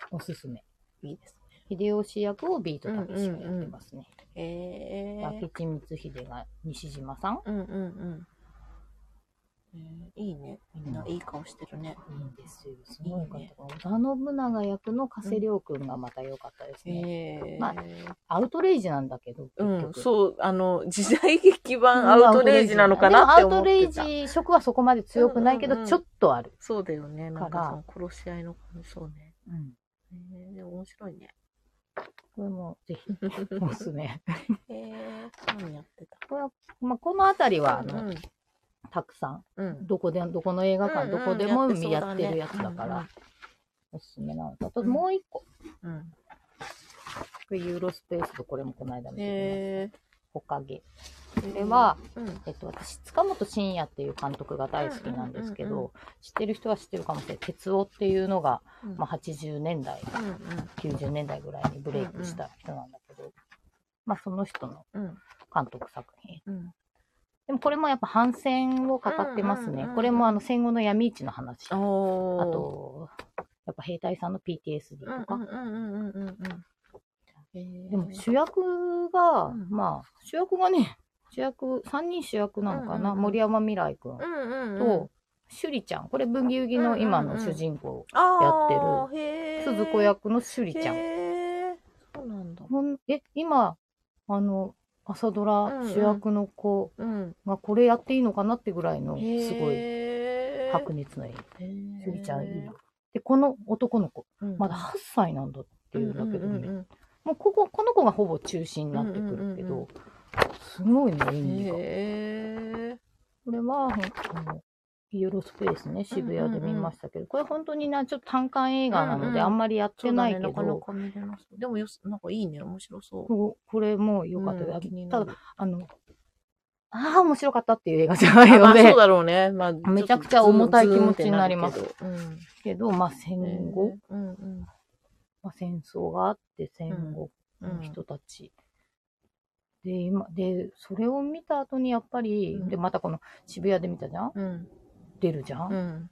[SPEAKER 1] おすすめ。
[SPEAKER 2] そういいですね。
[SPEAKER 1] 秀吉役をビートたけしがやってますね。
[SPEAKER 2] へえ。
[SPEAKER 1] 明智光秀が西島さん。
[SPEAKER 2] うんうんうん。うんいいね。みんな、いい顔してるね。
[SPEAKER 1] いいんですよ。すごいよかった。織田信長役の加瀬亮君がまた良かったですね。
[SPEAKER 2] へえ。
[SPEAKER 1] まアウトレイジなんだけど、
[SPEAKER 2] う
[SPEAKER 1] 結
[SPEAKER 2] ん、
[SPEAKER 1] 局。
[SPEAKER 2] そう、あの、時代劇版アウトレイジなのかなって
[SPEAKER 1] でも
[SPEAKER 2] 思
[SPEAKER 1] ア
[SPEAKER 2] っ
[SPEAKER 1] ウトレ
[SPEAKER 2] て
[SPEAKER 1] イ
[SPEAKER 2] た。
[SPEAKER 1] ジ色はそこまで強くないけど、
[SPEAKER 2] うんうんうん
[SPEAKER 1] ちょっとある。
[SPEAKER 2] そうだよね。なん
[SPEAKER 1] から
[SPEAKER 2] かその殺し合いの感じ、そうね。
[SPEAKER 1] うん
[SPEAKER 2] えー、でも面白いね。
[SPEAKER 1] これもぜ ひ、おすすめ。
[SPEAKER 2] えー、何やってた
[SPEAKER 1] まあ、このあたりは、あの、
[SPEAKER 2] うん。
[SPEAKER 1] たくさん
[SPEAKER 2] うん。
[SPEAKER 1] どこで、どこの映画館、
[SPEAKER 2] うんうん
[SPEAKER 1] どこでもや
[SPEAKER 2] やっ
[SPEAKER 1] って
[SPEAKER 2] そうだね
[SPEAKER 1] るやつだか
[SPEAKER 2] うんうん
[SPEAKER 1] ら、おすすめなのと、あと
[SPEAKER 2] うん
[SPEAKER 1] もう一個、
[SPEAKER 2] うん、
[SPEAKER 1] ユーロスペースとこれもこの間見て
[SPEAKER 2] え
[SPEAKER 1] ほかげ。
[SPEAKER 2] ー、
[SPEAKER 1] これは、
[SPEAKER 2] うん、
[SPEAKER 1] えっと、私、塚本慎也っていう監督が大好きなんですけ
[SPEAKER 2] うんうんうんう
[SPEAKER 1] ど、知ってる人は知ってるかもしれない。鉄夫っていうのが、
[SPEAKER 2] うん、
[SPEAKER 1] まあ、80年代、
[SPEAKER 2] うん、
[SPEAKER 1] 90年代ぐらいにブレイクした人なんだけど、まあ、その人の
[SPEAKER 2] うん、
[SPEAKER 1] 監督作品。
[SPEAKER 2] うん。
[SPEAKER 1] でもこれもやっぱ反戦を語ってます
[SPEAKER 2] うんうん
[SPEAKER 1] ね
[SPEAKER 2] うんうん。
[SPEAKER 1] これもあの戦後の闇市の話。あ
[SPEAKER 2] おー、
[SPEAKER 1] と、やっぱ兵隊さんの PTSD
[SPEAKER 2] うん、
[SPEAKER 1] とか
[SPEAKER 2] う。ん、うん、うん、うん、うん。えー、
[SPEAKER 1] でも主役が、
[SPEAKER 2] うん
[SPEAKER 1] まあ、主役がね、主役、3人主役なのかな、
[SPEAKER 2] うんうんうん
[SPEAKER 1] 森山未来くん
[SPEAKER 2] うん、うん、うん。
[SPEAKER 1] と、シュリちゃん。これ、ブギウギの今の主人公、
[SPEAKER 2] あーへー
[SPEAKER 1] 鈴子役のシュリちゃん。
[SPEAKER 2] へーそうなんだ。
[SPEAKER 1] ほんえ、今、あの、朝ド
[SPEAKER 2] うんう
[SPEAKER 1] ラ
[SPEAKER 2] ん
[SPEAKER 1] 主役の子
[SPEAKER 2] うん。
[SPEAKER 1] がこれやっていいのかなってぐらいの、すごい
[SPEAKER 2] い
[SPEAKER 1] 白熱の絵。シュリちゃんいいな
[SPEAKER 2] な。。
[SPEAKER 1] で、この男の子、まだ
[SPEAKER 2] っ
[SPEAKER 1] 8歳なんだっていうんだけどね。
[SPEAKER 2] ね。
[SPEAKER 1] もうここ、この子がほぼ中心になってくるけ
[SPEAKER 2] うんうんうんうん
[SPEAKER 1] ど、すごいね、演技が。
[SPEAKER 2] へ
[SPEAKER 1] これは、ほんあの、ユーロスペースね、渋谷で見ましたけど、これ本当にな、ちょっと単館映画なの
[SPEAKER 2] うんう
[SPEAKER 1] で、
[SPEAKER 2] ん
[SPEAKER 1] あんまりやっ
[SPEAKER 4] そ
[SPEAKER 1] て
[SPEAKER 4] うだ
[SPEAKER 1] ない
[SPEAKER 4] ね、
[SPEAKER 1] けど、
[SPEAKER 4] なかなか見れます。でもよす、なんかいいね、面白そう。
[SPEAKER 1] ここれも良かった
[SPEAKER 2] うん
[SPEAKER 1] です、
[SPEAKER 2] 気にな
[SPEAKER 1] た
[SPEAKER 2] る
[SPEAKER 1] だ、あの、ああ、面白かったっていう映画じゃない
[SPEAKER 2] ま
[SPEAKER 1] の
[SPEAKER 2] あそう
[SPEAKER 1] で、
[SPEAKER 2] だろうね。まあ、ょっと
[SPEAKER 1] めちゃくちゃ重たい気持ちになります
[SPEAKER 2] ズーンってなる
[SPEAKER 1] けど、まあ
[SPEAKER 2] けど。
[SPEAKER 1] 戦後、
[SPEAKER 2] うんうん
[SPEAKER 1] まあ、戦争があって戦後
[SPEAKER 2] う
[SPEAKER 1] の
[SPEAKER 2] ん。
[SPEAKER 1] 人たち。で、今、で、それを見た後にやっぱり、
[SPEAKER 2] うん
[SPEAKER 1] で、またこの渋谷で見たじゃん
[SPEAKER 2] うん。
[SPEAKER 1] 出るじゃん、
[SPEAKER 2] うん。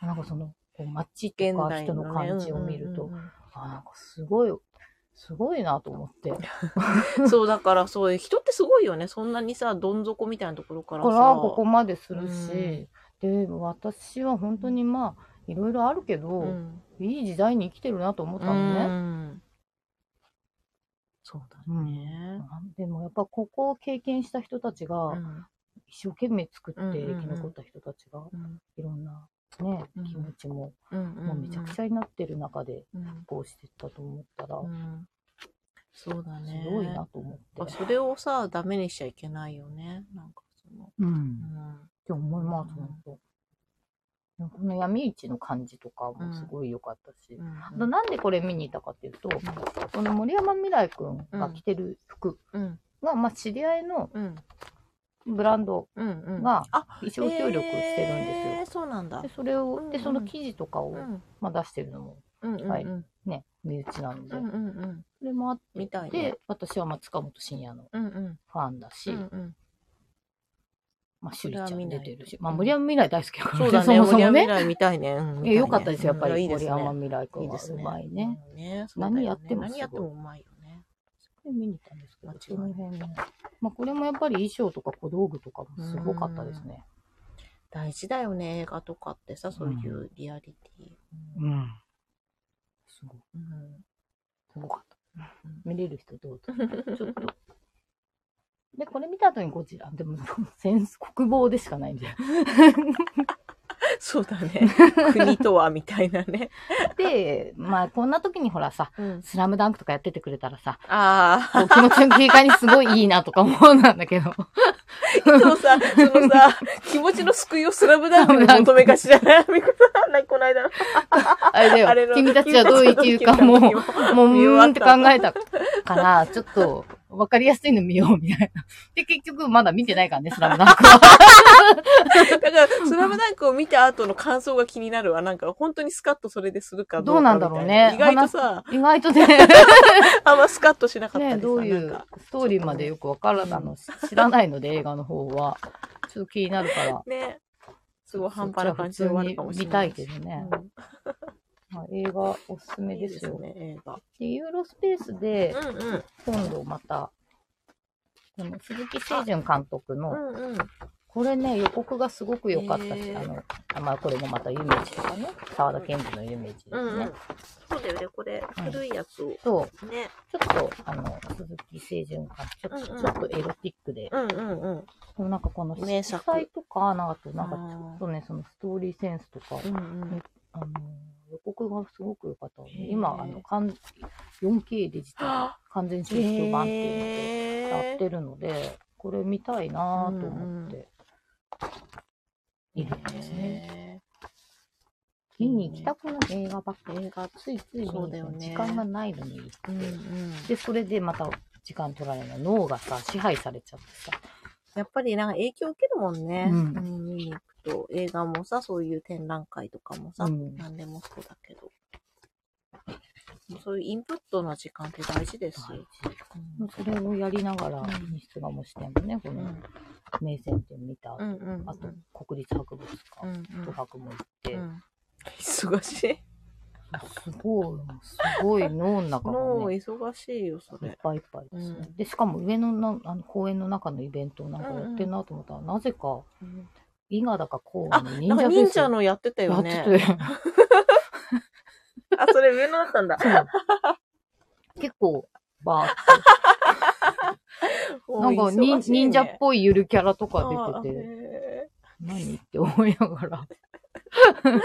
[SPEAKER 1] なんかその、こう街
[SPEAKER 2] 現代
[SPEAKER 1] とか人の
[SPEAKER 2] ね
[SPEAKER 1] 感じを見ると、
[SPEAKER 2] うんうん
[SPEAKER 1] あ、なんかすごい、すごいなと思って。
[SPEAKER 2] うんそう、だからそう、人ってすごいよね。そんなにさ、どん底みたいなところからさ。
[SPEAKER 1] からここまでするし、で、私は本当にまあ、いろいろあるけど、
[SPEAKER 2] うん
[SPEAKER 1] いい時代に生きてるなと思った
[SPEAKER 2] う
[SPEAKER 1] のね。
[SPEAKER 2] んそうだね。
[SPEAKER 1] でもやっぱここを経験した人たち
[SPEAKER 2] う
[SPEAKER 1] が、
[SPEAKER 2] ん
[SPEAKER 1] 一生懸命作って
[SPEAKER 2] うんうんう
[SPEAKER 1] 生
[SPEAKER 2] ん
[SPEAKER 1] き残った人たちが、
[SPEAKER 2] うん
[SPEAKER 1] いろんなね、
[SPEAKER 2] うん
[SPEAKER 1] 気持ちも、
[SPEAKER 2] うん
[SPEAKER 1] もうめちゃくちゃになってる中で、
[SPEAKER 2] うん
[SPEAKER 1] こうしてったと思ったら、
[SPEAKER 2] うんそうだね。
[SPEAKER 1] すごいなと思
[SPEAKER 2] やっ
[SPEAKER 1] っ
[SPEAKER 2] ぱ
[SPEAKER 1] て。
[SPEAKER 2] それをさ、ダメにしちゃいけないよね。なんかその、
[SPEAKER 1] うん
[SPEAKER 2] うん
[SPEAKER 1] って思います、
[SPEAKER 2] うん
[SPEAKER 1] 本当。この闇市の感じとかもすごい良かったし。
[SPEAKER 2] うん
[SPEAKER 1] あとなんでこれ見に行ったかっていうと、この森山未来くんが着てる服
[SPEAKER 2] うん、
[SPEAKER 1] が、まあ知り合いの
[SPEAKER 2] うん、
[SPEAKER 1] ブランド
[SPEAKER 2] うん、うん。
[SPEAKER 1] が
[SPEAKER 2] あ、
[SPEAKER 1] 衣装協力してるん
[SPEAKER 2] え
[SPEAKER 1] で
[SPEAKER 2] ーそうなん
[SPEAKER 1] す
[SPEAKER 2] だ
[SPEAKER 1] よ。で、。それ
[SPEAKER 2] うんう
[SPEAKER 1] を、
[SPEAKER 2] ん
[SPEAKER 1] で、その記事とかを
[SPEAKER 2] う、ん、
[SPEAKER 1] まあ出してるのも
[SPEAKER 2] うん、うん、
[SPEAKER 1] はい
[SPEAKER 2] うん、
[SPEAKER 1] ね、身内なんで
[SPEAKER 2] うん、う、ん、うん、
[SPEAKER 1] それもあっ
[SPEAKER 2] みたいね
[SPEAKER 1] て、私はまあ塚本慎也の
[SPEAKER 2] うん、うん、
[SPEAKER 1] ファンだし
[SPEAKER 2] う、ん、うん。
[SPEAKER 1] まあ趣里ちゃん出てるし、
[SPEAKER 2] それ
[SPEAKER 1] ま
[SPEAKER 2] は見ない
[SPEAKER 1] あ森山未来大好きだから
[SPEAKER 2] そう
[SPEAKER 1] ね、
[SPEAKER 2] だ
[SPEAKER 1] そ
[SPEAKER 2] ね、
[SPEAKER 1] もそ
[SPEAKER 2] 森
[SPEAKER 1] も
[SPEAKER 2] 山
[SPEAKER 1] ね。
[SPEAKER 2] 未来見たいね。
[SPEAKER 1] え、よかったですよ、やっぱ
[SPEAKER 2] うんい
[SPEAKER 1] り
[SPEAKER 2] いで
[SPEAKER 1] 森
[SPEAKER 2] す
[SPEAKER 1] 山
[SPEAKER 2] ね。
[SPEAKER 1] 未来く
[SPEAKER 2] い
[SPEAKER 1] ん
[SPEAKER 2] いで
[SPEAKER 1] は
[SPEAKER 2] す
[SPEAKER 1] う
[SPEAKER 2] ね。
[SPEAKER 1] まいね。。
[SPEAKER 2] ね、
[SPEAKER 1] 何やっても
[SPEAKER 2] 何やって
[SPEAKER 1] すごいう
[SPEAKER 2] もまいよね。
[SPEAKER 1] これ見に行ったんですけど、
[SPEAKER 2] 間違い
[SPEAKER 1] この辺の。まあ、これもやっぱり衣装とか小道具とかもすごかったですね。
[SPEAKER 2] 大事だよね、映画とかってさ、そういうリアリティ。
[SPEAKER 1] うん。すごい。
[SPEAKER 2] うん。
[SPEAKER 1] すごかった
[SPEAKER 2] うん。
[SPEAKER 1] 見れる人どう ぞ。ちょっと。で、これ見た後にゴジラ。でも、戦国防でしかないんじゃん。
[SPEAKER 2] そう だね。国とは、みたいなね。
[SPEAKER 1] で、まあ、こんな時にほらさ、
[SPEAKER 2] うん。
[SPEAKER 1] スラムダンクとかやっててくれたらさ、
[SPEAKER 2] あ
[SPEAKER 1] こう気持ちの切り替えにすごいいいなとか思うんだけど。
[SPEAKER 2] あ、そうさ、そのさ、気持ちの救いをスラムダンクに求めがちだね。みこさん、なんかこの間の
[SPEAKER 1] あれだよ。
[SPEAKER 2] あれの
[SPEAKER 1] 君たちはどう生きるかもう、もう、う
[SPEAKER 2] 見終わ
[SPEAKER 1] ー
[SPEAKER 2] った
[SPEAKER 1] んって考えたから、ちょっと、わかりやすいの見よう、みたいな。で、結局、まだ見てないからね、スラムダンクは。
[SPEAKER 2] だから、スラムダンクを見た後の感想が気になるわ。なんか、本当にスカッとそれでするかどうかみたいな。
[SPEAKER 1] どうなんだろうね
[SPEAKER 2] 意外とさ、
[SPEAKER 1] 意外とね、
[SPEAKER 2] あんまスカッとしなかった
[SPEAKER 1] ね、
[SPEAKER 2] りさ、
[SPEAKER 1] どうい
[SPEAKER 2] なん
[SPEAKER 1] う
[SPEAKER 2] か。
[SPEAKER 1] ストーリーまでよくわからないの、知らないので、映画の方は。ちょっと気になるから。
[SPEAKER 2] ね。すごい半端な感じで終わるかもしれない。
[SPEAKER 1] 見たいけど
[SPEAKER 2] う
[SPEAKER 1] ね
[SPEAKER 2] ん。。
[SPEAKER 1] まあ映画おすすめ
[SPEAKER 2] いい
[SPEAKER 1] で
[SPEAKER 2] ですす
[SPEAKER 1] よ。
[SPEAKER 2] ね、映画。
[SPEAKER 1] でユーロスペースで、
[SPEAKER 2] うんうん。
[SPEAKER 1] 今度また、この鈴木清純監督の、
[SPEAKER 2] うんうん。
[SPEAKER 1] これね、予告がすごく良かったし、
[SPEAKER 2] へー
[SPEAKER 1] あの、あまあ、これもまた有名人とかね、沢田研二の有名人ですね。
[SPEAKER 2] うんうん。そうだよね、これ、古いやつを。
[SPEAKER 1] と、
[SPEAKER 2] ね。
[SPEAKER 1] ちょっと、あの、鈴木清純が、ちょ,、
[SPEAKER 2] うんうん
[SPEAKER 1] ちょっとエロティックで、
[SPEAKER 2] うんうんうん。
[SPEAKER 1] でもなんかこの
[SPEAKER 2] 名
[SPEAKER 1] 色
[SPEAKER 2] 作
[SPEAKER 1] 彩とか、なんかあと、なんか
[SPEAKER 2] あー
[SPEAKER 1] ちょっとね、そのストーリーセンスとか、
[SPEAKER 2] うんうん。
[SPEAKER 1] あの、予告がすごく良かったので、
[SPEAKER 2] へー
[SPEAKER 1] 今、あの、完 4K デジタル、完全新出版っていうので、やってるので、これ見たいなぁと思って、いるんですね。
[SPEAKER 2] ね。
[SPEAKER 1] 見に行きたくない映画ばっかり。
[SPEAKER 2] 映画、
[SPEAKER 1] ついつい見に行くの
[SPEAKER 2] そうだよね
[SPEAKER 1] 時間がないのに行って、
[SPEAKER 2] うんうん。
[SPEAKER 1] で、それでまた時間取られない。脳がさ、支配されちゃってさ。
[SPEAKER 2] やっぱりなんか影響を受けるもんね。
[SPEAKER 1] う
[SPEAKER 2] うんん、見に行くと。映画もさ、そういう展覧会とかもさ、
[SPEAKER 1] うん
[SPEAKER 2] 何でもそうだけど。そういうインプットの時間って大事ですよ。うん
[SPEAKER 1] それをやりながら
[SPEAKER 2] うん、
[SPEAKER 1] 演出がもしてもね、こ
[SPEAKER 2] う
[SPEAKER 1] の
[SPEAKER 2] ん
[SPEAKER 1] 名船店見た、
[SPEAKER 2] うんうん
[SPEAKER 1] あと国立博物
[SPEAKER 2] う
[SPEAKER 1] 館、
[SPEAKER 2] ん
[SPEAKER 1] 都博も行っ
[SPEAKER 2] う
[SPEAKER 1] て、
[SPEAKER 2] ん忙しい。
[SPEAKER 1] すごい、すごい脳の中
[SPEAKER 2] も
[SPEAKER 1] が
[SPEAKER 2] う
[SPEAKER 1] ね、
[SPEAKER 2] 忙しいよ、そ
[SPEAKER 1] いっ
[SPEAKER 2] れ。
[SPEAKER 1] ぱいいっぱいですね。
[SPEAKER 2] うん
[SPEAKER 1] で、しかも上のなあの公園の中のイベントなんかやってんなと思ったら、なぜか、伊賀だかこ
[SPEAKER 2] あ、
[SPEAKER 1] う
[SPEAKER 2] なんか忍者のやってたよね。
[SPEAKER 1] やってて。
[SPEAKER 4] あ、それ上野だった んだ。
[SPEAKER 1] そう結構、バーって。なんかに、忍者っぽいゆるキャラとか出てて、
[SPEAKER 2] て。
[SPEAKER 1] 何って思いながら。
[SPEAKER 2] そっか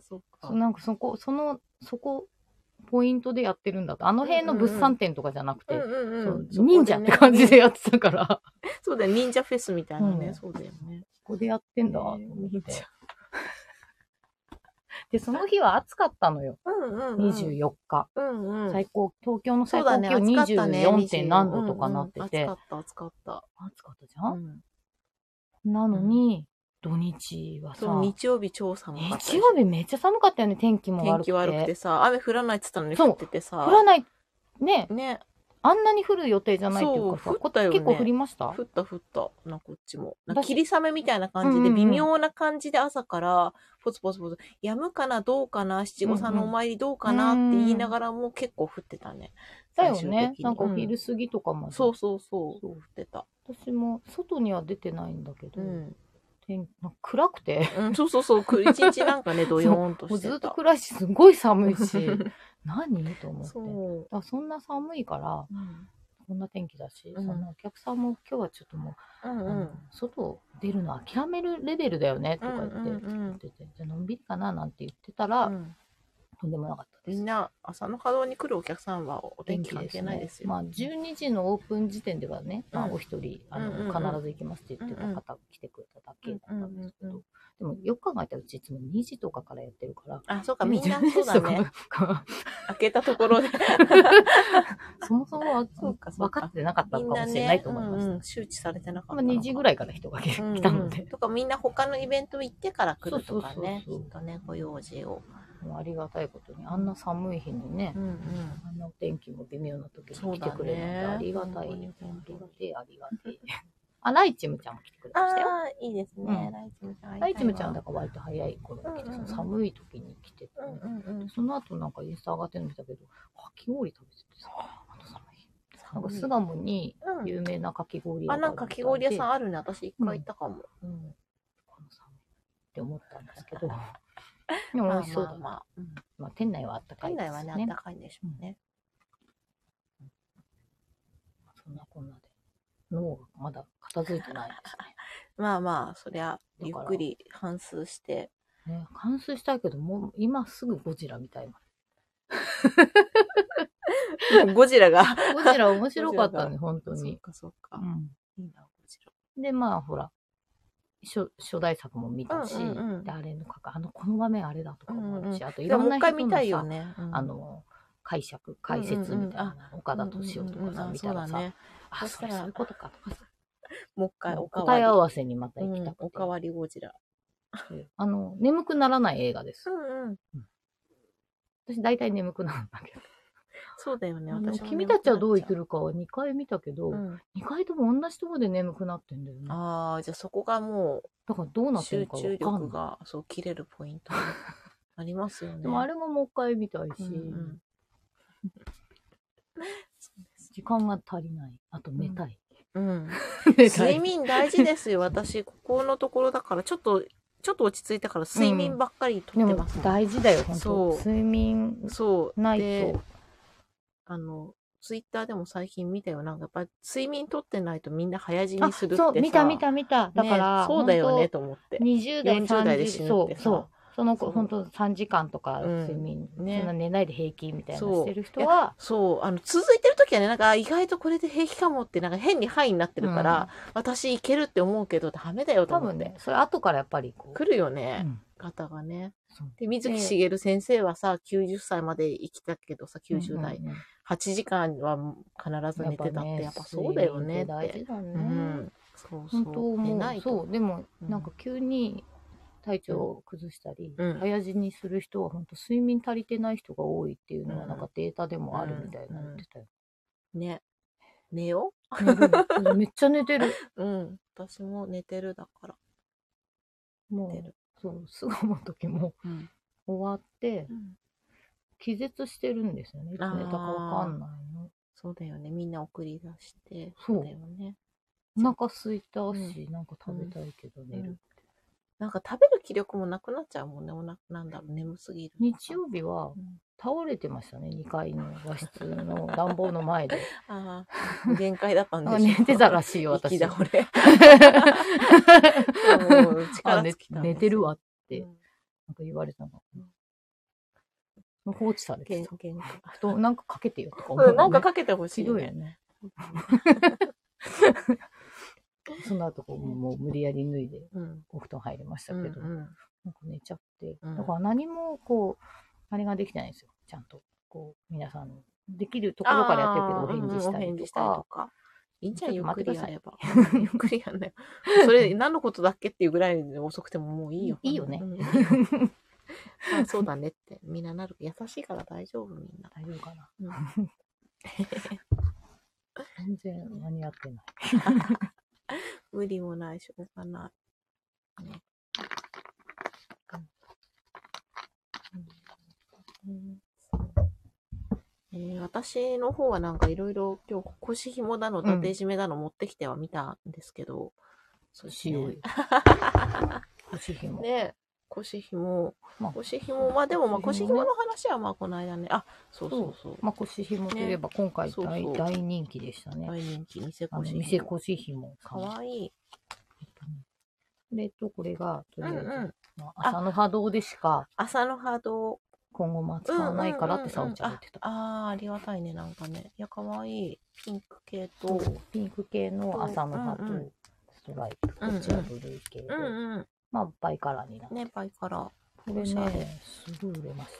[SPEAKER 2] そっ
[SPEAKER 1] そ
[SPEAKER 2] か。
[SPEAKER 1] なんかそこ、その、そこ、ポイントでやってるんだと。あの辺の物産展とかじゃなくて、
[SPEAKER 2] うんうんうん。
[SPEAKER 1] そう忍者って感じでやってたから、こ
[SPEAKER 2] そうだよ、忍者フェスみたいなね。
[SPEAKER 1] うん
[SPEAKER 2] そうだよね。
[SPEAKER 1] こでやってんだと思っ
[SPEAKER 2] 忍
[SPEAKER 1] て。
[SPEAKER 2] 者。
[SPEAKER 1] で、その日は暑かったのよ。
[SPEAKER 2] うんうんうん。
[SPEAKER 1] 24日。
[SPEAKER 2] うんうん。
[SPEAKER 1] 最高、東京の
[SPEAKER 2] そ
[SPEAKER 1] 最
[SPEAKER 2] うだ
[SPEAKER 1] 高
[SPEAKER 2] ね
[SPEAKER 1] 気温
[SPEAKER 2] 暑かったね
[SPEAKER 1] 24. 点何度とかなってて、
[SPEAKER 2] うんうん暑かった、暑かった。
[SPEAKER 1] 暑かったじゃん、
[SPEAKER 2] うん
[SPEAKER 1] なのに、土日はさ
[SPEAKER 2] そう、、日曜日超寒かった。
[SPEAKER 1] 日曜日めっちゃ寒かったよね、天気も
[SPEAKER 2] 天
[SPEAKER 1] 悪く
[SPEAKER 2] 気
[SPEAKER 1] て。
[SPEAKER 2] 悪くてさ、雨降らないって言ったのに
[SPEAKER 1] そう
[SPEAKER 2] 降ってて
[SPEAKER 1] 降ら
[SPEAKER 2] さ。
[SPEAKER 1] ない、ね、
[SPEAKER 2] ね、
[SPEAKER 1] あんなに降る予定じゃないっていうかさ、
[SPEAKER 2] そう降ったよね
[SPEAKER 1] こ結構降りました
[SPEAKER 2] 降った降った。な、こっちも。なん
[SPEAKER 1] だ
[SPEAKER 2] か
[SPEAKER 1] し
[SPEAKER 2] 霧雨みたいな感
[SPEAKER 1] うん
[SPEAKER 2] じ
[SPEAKER 1] うん
[SPEAKER 2] で、
[SPEAKER 1] うん
[SPEAKER 2] 微妙な感じで朝から、ポツポツポツ、やむかな、どうかな、七五三のお参りどうかなって言いながらも結構降ってたね。
[SPEAKER 1] だよ
[SPEAKER 2] 最終
[SPEAKER 1] ね
[SPEAKER 2] 的。に
[SPEAKER 1] なんかお昼過ぎとかも、
[SPEAKER 2] そうそうそう、降ってた。
[SPEAKER 1] 私も外には出てないんだけ
[SPEAKER 2] う
[SPEAKER 1] ど、
[SPEAKER 2] ん。
[SPEAKER 1] 天なんか暗くて、
[SPEAKER 2] うん、そうそうそう、く一日なんかね、どよーんと
[SPEAKER 1] もう
[SPEAKER 2] してた。
[SPEAKER 1] ずっと暗いし、すごい寒い し、何と思って。
[SPEAKER 2] そう。
[SPEAKER 1] あそんな寒いから、こんな天気だし、
[SPEAKER 2] うん
[SPEAKER 1] そのお客さんも今日はちょっとも
[SPEAKER 2] うん
[SPEAKER 1] う、
[SPEAKER 2] う
[SPEAKER 1] あ
[SPEAKER 2] ん
[SPEAKER 1] の。外出るの諦めるレベルだよねとか言って、
[SPEAKER 2] うんうんうん
[SPEAKER 1] 言っててじゃあのんびりかななんて言ってたら、
[SPEAKER 2] うん
[SPEAKER 1] とんでもなかったで
[SPEAKER 2] み
[SPEAKER 1] す。
[SPEAKER 2] んな、朝の稼働に来るお客さんはお天気関係ないですよ。
[SPEAKER 1] まあ、12時のオープン時点ではね、まあ、
[SPEAKER 2] うん
[SPEAKER 1] お一人あの、
[SPEAKER 2] うんうんうん
[SPEAKER 1] 必ず行きますって言ってた方が来てくれただけだったんですけど、
[SPEAKER 2] うんうん
[SPEAKER 1] でもよく考えたらうちいつも2時とかからやってるから。
[SPEAKER 2] あ、そうか、みんな そうだね。。 開けたところで。
[SPEAKER 1] そもそもは
[SPEAKER 2] そうかそう
[SPEAKER 1] 分
[SPEAKER 2] か
[SPEAKER 1] かってなかった
[SPEAKER 2] み
[SPEAKER 1] の
[SPEAKER 2] ん
[SPEAKER 1] か
[SPEAKER 2] な
[SPEAKER 1] もしれ
[SPEAKER 2] ね
[SPEAKER 1] ないと思いました。
[SPEAKER 2] うんうん周知されてなかった
[SPEAKER 1] まあ、2時ぐ
[SPEAKER 2] ら
[SPEAKER 1] らい
[SPEAKER 2] い
[SPEAKER 1] から人が来来たので、
[SPEAKER 2] とかみんな他のイベント行ってから来るとかね
[SPEAKER 1] そうそうそうそう
[SPEAKER 2] きっとねご用事を、
[SPEAKER 1] もうありがたいことにあんな寒い日にね、
[SPEAKER 2] うんうん、
[SPEAKER 1] あんなお天気も微妙な時
[SPEAKER 2] そ
[SPEAKER 1] に来
[SPEAKER 2] う
[SPEAKER 1] て
[SPEAKER 2] だ
[SPEAKER 1] くれるので
[SPEAKER 2] ね
[SPEAKER 1] ありがたい、
[SPEAKER 2] 本当に
[SPEAKER 1] ありがてえありがてえあライチムちゃんも来てくれ
[SPEAKER 2] あ
[SPEAKER 1] ましたよ
[SPEAKER 2] あいいですね、
[SPEAKER 1] うん
[SPEAKER 2] ライチムちゃん会いたいわ
[SPEAKER 1] ライチムちゃんだから割と早い頃に来て、
[SPEAKER 2] うんうんうん
[SPEAKER 1] その寒い時に来てて、
[SPEAKER 2] うんうんうん
[SPEAKER 1] その後なんかインスタ上がってるの見たけどかき氷食べててさあの寒い日なんか巣鴨に
[SPEAKER 2] うん
[SPEAKER 1] 有名なかき氷
[SPEAKER 2] あなんかかき氷屋さん
[SPEAKER 1] あ
[SPEAKER 2] あるね私一回行ったかも、
[SPEAKER 1] る、うん、この寒いって思ったんですけどでも美味しそうだな、
[SPEAKER 2] まあまあまあうん
[SPEAKER 1] まあ、店内はあったかい
[SPEAKER 2] 店
[SPEAKER 1] です
[SPEAKER 2] 内
[SPEAKER 1] よ
[SPEAKER 2] はねあったかいんでしょうね、
[SPEAKER 1] そんなこんなで。脳がまだ片付いてないです
[SPEAKER 2] まあまあそりゃゆっくり反数して
[SPEAKER 1] ね。ね完遂したいけど、もう今すぐゴジラみたいな。
[SPEAKER 2] ゴジラが
[SPEAKER 1] ゴジラ面白かったね、本当
[SPEAKER 2] そっ
[SPEAKER 1] に。
[SPEAKER 2] かそっ
[SPEAKER 1] う
[SPEAKER 2] か、
[SPEAKER 1] ん。
[SPEAKER 2] いいなゴジラ
[SPEAKER 1] で、まあ、ほら、初初代作も見たし、
[SPEAKER 2] うんうんうん
[SPEAKER 1] で、あれのかか、あの、この場面あれだとかもあるし、
[SPEAKER 2] うん
[SPEAKER 1] あとい
[SPEAKER 2] で
[SPEAKER 1] ろ
[SPEAKER 2] も
[SPEAKER 1] ん
[SPEAKER 2] もう
[SPEAKER 1] な
[SPEAKER 2] 一
[SPEAKER 1] 人の
[SPEAKER 2] 回見
[SPEAKER 1] さ
[SPEAKER 2] たいよね、うん
[SPEAKER 1] あの、解釈、解説みたいな、岡田敏夫とかさ、見たらさ、
[SPEAKER 2] うんうんうん
[SPEAKER 1] あ、
[SPEAKER 2] あそうだね
[SPEAKER 1] そ
[SPEAKER 2] そした
[SPEAKER 1] れ
[SPEAKER 2] ら
[SPEAKER 1] そういうことかとかさ、
[SPEAKER 2] もう一回おかわ
[SPEAKER 1] 答
[SPEAKER 2] り
[SPEAKER 1] え合わせにまた行きたくて、
[SPEAKER 2] うんおかわりゴジラ
[SPEAKER 1] あの、眠くならない映画です。
[SPEAKER 2] んうん
[SPEAKER 1] 私大体眠くなるんだけど。
[SPEAKER 2] そうだよね
[SPEAKER 1] あの
[SPEAKER 2] 私も
[SPEAKER 1] 君たちはどう生き
[SPEAKER 2] る、
[SPEAKER 1] るかは2回見たけど、
[SPEAKER 2] うん
[SPEAKER 1] 二2回とも同じとこで眠くなってんだよね。
[SPEAKER 2] ああじゃあそこがも
[SPEAKER 1] だからどうな
[SPEAKER 2] う
[SPEAKER 1] って
[SPEAKER 2] 集
[SPEAKER 1] るかわか
[SPEAKER 2] 中力
[SPEAKER 1] んない。
[SPEAKER 2] がそう切れるポ イントになりますよね
[SPEAKER 1] でもあれももう一回見たいし、
[SPEAKER 2] うんうん
[SPEAKER 1] 時間が足りない。あと寝たい。
[SPEAKER 2] うん、
[SPEAKER 1] 寝た
[SPEAKER 2] 睡
[SPEAKER 1] い。
[SPEAKER 2] 眠大事ですよ私ここのところだからちょっとちょっと落ち着いたから睡眠ばっかりと
[SPEAKER 1] で
[SPEAKER 2] って
[SPEAKER 1] も
[SPEAKER 2] ます、
[SPEAKER 1] 大事だよ、本
[SPEAKER 2] そ
[SPEAKER 1] 当
[SPEAKER 2] う
[SPEAKER 1] 睡眠
[SPEAKER 2] そう
[SPEAKER 1] ない
[SPEAKER 2] で
[SPEAKER 1] と。
[SPEAKER 2] あのツイッターでも最近見たよなんかやっぱり睡眠とってないとみんな早死
[SPEAKER 1] あ、
[SPEAKER 2] にするってさ
[SPEAKER 1] そう、見た見た見た。だから、
[SPEAKER 2] ねそうだよね
[SPEAKER 1] 本
[SPEAKER 2] と思って
[SPEAKER 1] 当。20代、
[SPEAKER 2] 40代で
[SPEAKER 1] 30
[SPEAKER 2] 死ぬ
[SPEAKER 1] そ
[SPEAKER 2] って
[SPEAKER 1] う、
[SPEAKER 2] さ
[SPEAKER 1] そう。その子、
[SPEAKER 2] そう
[SPEAKER 1] 本当3時間とか
[SPEAKER 2] うん
[SPEAKER 1] 睡眠、
[SPEAKER 2] ね
[SPEAKER 1] そんな寝ないで平気みたいな
[SPEAKER 2] そう
[SPEAKER 1] してる人は、
[SPEAKER 2] そう、あの、続いてる時はね、なんか、あ意外とこれで平気かもって、なんか変に範囲になってるから、私いけるって思うけど、ダメだよと
[SPEAKER 1] 多
[SPEAKER 2] 思って。
[SPEAKER 1] 分ね、それ後からやっぱりこう、
[SPEAKER 2] 来るよ
[SPEAKER 1] う
[SPEAKER 2] ね、
[SPEAKER 1] ん
[SPEAKER 2] 方がね。
[SPEAKER 1] そう
[SPEAKER 2] で、水木しげる先生はさ、90歳まで生きたけどさ、90代。
[SPEAKER 1] うんうんうん
[SPEAKER 2] 8時間は必ず寝てたって、やっぱそうだよねっ
[SPEAKER 1] 睡眠って大
[SPEAKER 2] て
[SPEAKER 1] 事。だね。
[SPEAKER 2] うん。そうそう。
[SPEAKER 1] 本当
[SPEAKER 2] 寝
[SPEAKER 1] も
[SPEAKER 2] な
[SPEAKER 1] う
[SPEAKER 2] いと
[SPEAKER 1] そうでも
[SPEAKER 2] うん
[SPEAKER 1] なんか急に体調を崩したり、
[SPEAKER 2] うん
[SPEAKER 1] 早死にする人は本当睡眠足りてない人が多いっていうのは
[SPEAKER 2] うん
[SPEAKER 1] なんかデータでもあるみたいな
[SPEAKER 2] うん
[SPEAKER 1] 言ってたよ。
[SPEAKER 2] ね。寝よ
[SPEAKER 1] 寝るめっちゃ寝 てる。
[SPEAKER 2] う。うん。私も寝てるだから。
[SPEAKER 1] も
[SPEAKER 2] 寝て
[SPEAKER 1] う
[SPEAKER 2] る。
[SPEAKER 1] そう巣鴨の時も
[SPEAKER 2] うん。
[SPEAKER 1] 終わって気絶してるんですよね。いつ寝たかわかんないの。
[SPEAKER 2] そうだよね。みんな送り出して。
[SPEAKER 1] そう
[SPEAKER 2] だよね。
[SPEAKER 1] お腹空いたし、なんか食べたいけど寝る。
[SPEAKER 2] うんなんか食べる気力もなくなっちゃうもんね。おななんだろう、眠すぎる。
[SPEAKER 1] 日曜日は倒れてましたね、2階の和室 の暖房の前で。
[SPEAKER 2] ああ、限界だったんでしょ
[SPEAKER 1] あ
[SPEAKER 2] う。
[SPEAKER 1] 寝てたらしいよ、私。
[SPEAKER 2] 息だ、俺。もう
[SPEAKER 1] あ
[SPEAKER 2] 力
[SPEAKER 1] 寝
[SPEAKER 2] 尽きたんです
[SPEAKER 1] 寝てるわ、て
[SPEAKER 2] うん
[SPEAKER 1] なんか言われたの。放置されて
[SPEAKER 2] 限
[SPEAKER 1] た。
[SPEAKER 2] 限界
[SPEAKER 1] 布団なんかかけてよとか思う、
[SPEAKER 2] う
[SPEAKER 1] ね。
[SPEAKER 2] ん、なんかかけてほし
[SPEAKER 1] ひ
[SPEAKER 2] い、ね。
[SPEAKER 1] どいよ ね。その後こう、もう無理やり脱いで
[SPEAKER 2] うん。
[SPEAKER 1] お布団入りました
[SPEAKER 2] う
[SPEAKER 1] け
[SPEAKER 2] ん
[SPEAKER 1] ど、
[SPEAKER 2] うん
[SPEAKER 1] なんか寝ちゃって、
[SPEAKER 2] うん
[SPEAKER 1] だから何もこう、あれができてないんですよ。ちゃんと、こう、皆さんの、できるところからやってるけど、
[SPEAKER 2] あ
[SPEAKER 1] お
[SPEAKER 2] ー
[SPEAKER 1] 返事した
[SPEAKER 2] うんうん
[SPEAKER 1] りと
[SPEAKER 2] お返事したりと
[SPEAKER 1] か、
[SPEAKER 2] か。いいんじゃん、
[SPEAKER 1] ち
[SPEAKER 2] ゆ
[SPEAKER 1] ょ
[SPEAKER 2] っ
[SPEAKER 1] っと待っ
[SPEAKER 2] く
[SPEAKER 1] て
[SPEAKER 2] り
[SPEAKER 1] くだ
[SPEAKER 2] や
[SPEAKER 1] さい
[SPEAKER 2] れば。ゆっくりやんなよ。それ、 何のことだっけっていうぐらい遅くてももういいよ。
[SPEAKER 1] いいよね
[SPEAKER 2] うん。あそうだねって。みんななる。優しいから大丈夫、みん な。
[SPEAKER 1] 大丈夫かな。全然間に合ってない。
[SPEAKER 2] 無理もないし、ょうがない。えー私の方はなんかいろいろ今日腰紐だの、
[SPEAKER 1] うん
[SPEAKER 2] 縦締めだの持ってきては見たんですけど、そうですね
[SPEAKER 1] 白い。腰紐。
[SPEAKER 2] ね腰紐
[SPEAKER 1] まあ、
[SPEAKER 2] 腰紐、まあでもまあ腰
[SPEAKER 1] 腰
[SPEAKER 2] 紐
[SPEAKER 1] 紐ね
[SPEAKER 2] の話はまあこの間ね、あ、そうそうそう、
[SPEAKER 1] まあ、腰紐といえば今回
[SPEAKER 2] そう
[SPEAKER 1] 大,、
[SPEAKER 2] そう
[SPEAKER 1] 大人気でしたね。
[SPEAKER 2] 大人気、店
[SPEAKER 1] あの、
[SPEAKER 2] 腰
[SPEAKER 1] 店
[SPEAKER 2] 紐。
[SPEAKER 1] 腰紐さ
[SPEAKER 2] か
[SPEAKER 1] ん。
[SPEAKER 2] わいい。
[SPEAKER 1] これとこれが、とり
[SPEAKER 2] う
[SPEAKER 1] あ
[SPEAKER 2] ん
[SPEAKER 1] えず、
[SPEAKER 2] うん。
[SPEAKER 1] まあ朝の波動でしか
[SPEAKER 2] 朝の波動。
[SPEAKER 1] 今後まあ使わないからってさおちゃん言ってた。
[SPEAKER 2] ああー、ありがたいね、なんかね。いや、かわいい。ピンク系
[SPEAKER 1] そ
[SPEAKER 2] と。
[SPEAKER 1] うピンク系の朝の波動、
[SPEAKER 2] うんうん
[SPEAKER 1] ストライプ、こっちはブルー系で、
[SPEAKER 2] うんう
[SPEAKER 1] まあバイカラーになって、
[SPEAKER 2] ん。ね、パイから。
[SPEAKER 1] これ
[SPEAKER 2] おしゃれ
[SPEAKER 1] ね、すごい売れます。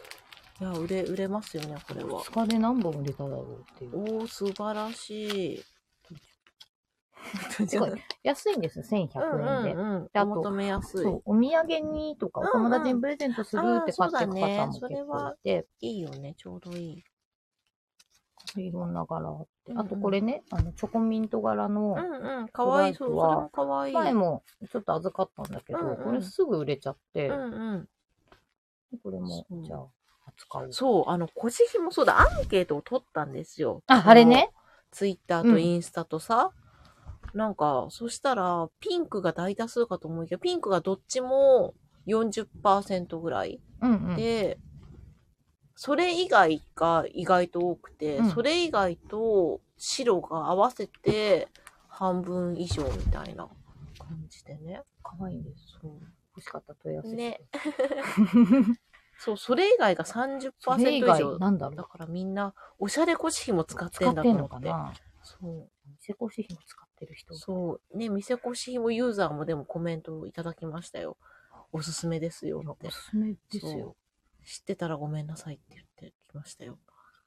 [SPEAKER 2] いや、売れ、売れますよね、これは。
[SPEAKER 1] 2日で何本売れただろうっていう。
[SPEAKER 2] おー、素晴らしい。
[SPEAKER 1] す ごい安いんですよ、1100円で。
[SPEAKER 2] うんうんうん。
[SPEAKER 1] であと
[SPEAKER 2] お求めやすい
[SPEAKER 1] そ。う、お土産にとか、お友達にプレゼントするって買っていく方も結構いて、
[SPEAKER 2] いいよね、ちょうどいい。
[SPEAKER 1] いろんな柄あって
[SPEAKER 2] う。んう
[SPEAKER 1] あ
[SPEAKER 2] ん
[SPEAKER 1] とこれね、あの、チョコミント柄の
[SPEAKER 2] う、んうん。かわいい。そ
[SPEAKER 1] ス
[SPEAKER 2] う、
[SPEAKER 1] トライプ
[SPEAKER 2] それ
[SPEAKER 1] は
[SPEAKER 2] もかわいい。
[SPEAKER 1] 前もちょっと預かったんだけど、
[SPEAKER 2] うんうん
[SPEAKER 1] これすぐ売れちゃって、
[SPEAKER 2] うん
[SPEAKER 1] これも
[SPEAKER 2] そう、
[SPEAKER 1] じゃあ、扱お
[SPEAKER 2] う。。
[SPEAKER 1] うん
[SPEAKER 2] そう、あの、腰紐、そうだ、アンケートを取ったんですよ。
[SPEAKER 1] あ、あれね。
[SPEAKER 2] ツイッターとインスタとさ、なんか、そしたら、ピンクが大多数かと思うけど、ピンクがどっちも40%ぐらい
[SPEAKER 1] うんうん。
[SPEAKER 2] で、それ以外が意外と多くて、
[SPEAKER 1] うん
[SPEAKER 2] それ以外と白が合わせて半分以上みたいな感じでね。
[SPEAKER 1] かわいいんです。
[SPEAKER 2] そう
[SPEAKER 1] 欲しかった問い合わせして。
[SPEAKER 2] ねそう、それ以外が30%
[SPEAKER 1] それ
[SPEAKER 2] 以
[SPEAKER 1] 以
[SPEAKER 2] 上
[SPEAKER 1] 外、。なんだろ
[SPEAKER 2] だ
[SPEAKER 1] う。
[SPEAKER 2] からみんな、おしゃれ腰紐使って
[SPEAKER 1] 使
[SPEAKER 2] ん
[SPEAKER 1] っ
[SPEAKER 2] だ
[SPEAKER 1] て
[SPEAKER 2] と
[SPEAKER 1] ん
[SPEAKER 2] 思
[SPEAKER 1] の
[SPEAKER 2] って。
[SPEAKER 1] かな
[SPEAKER 2] そう。
[SPEAKER 1] 店越し紐使ってる人。
[SPEAKER 2] そう。ね、店腰紐ユーザーもでもコメントをいただきましたよ。おすすめですよ
[SPEAKER 1] いや
[SPEAKER 2] って
[SPEAKER 1] お。すすめです
[SPEAKER 2] そう
[SPEAKER 1] よ。
[SPEAKER 2] 知ってたらごめんなさいって言ってきましたよ。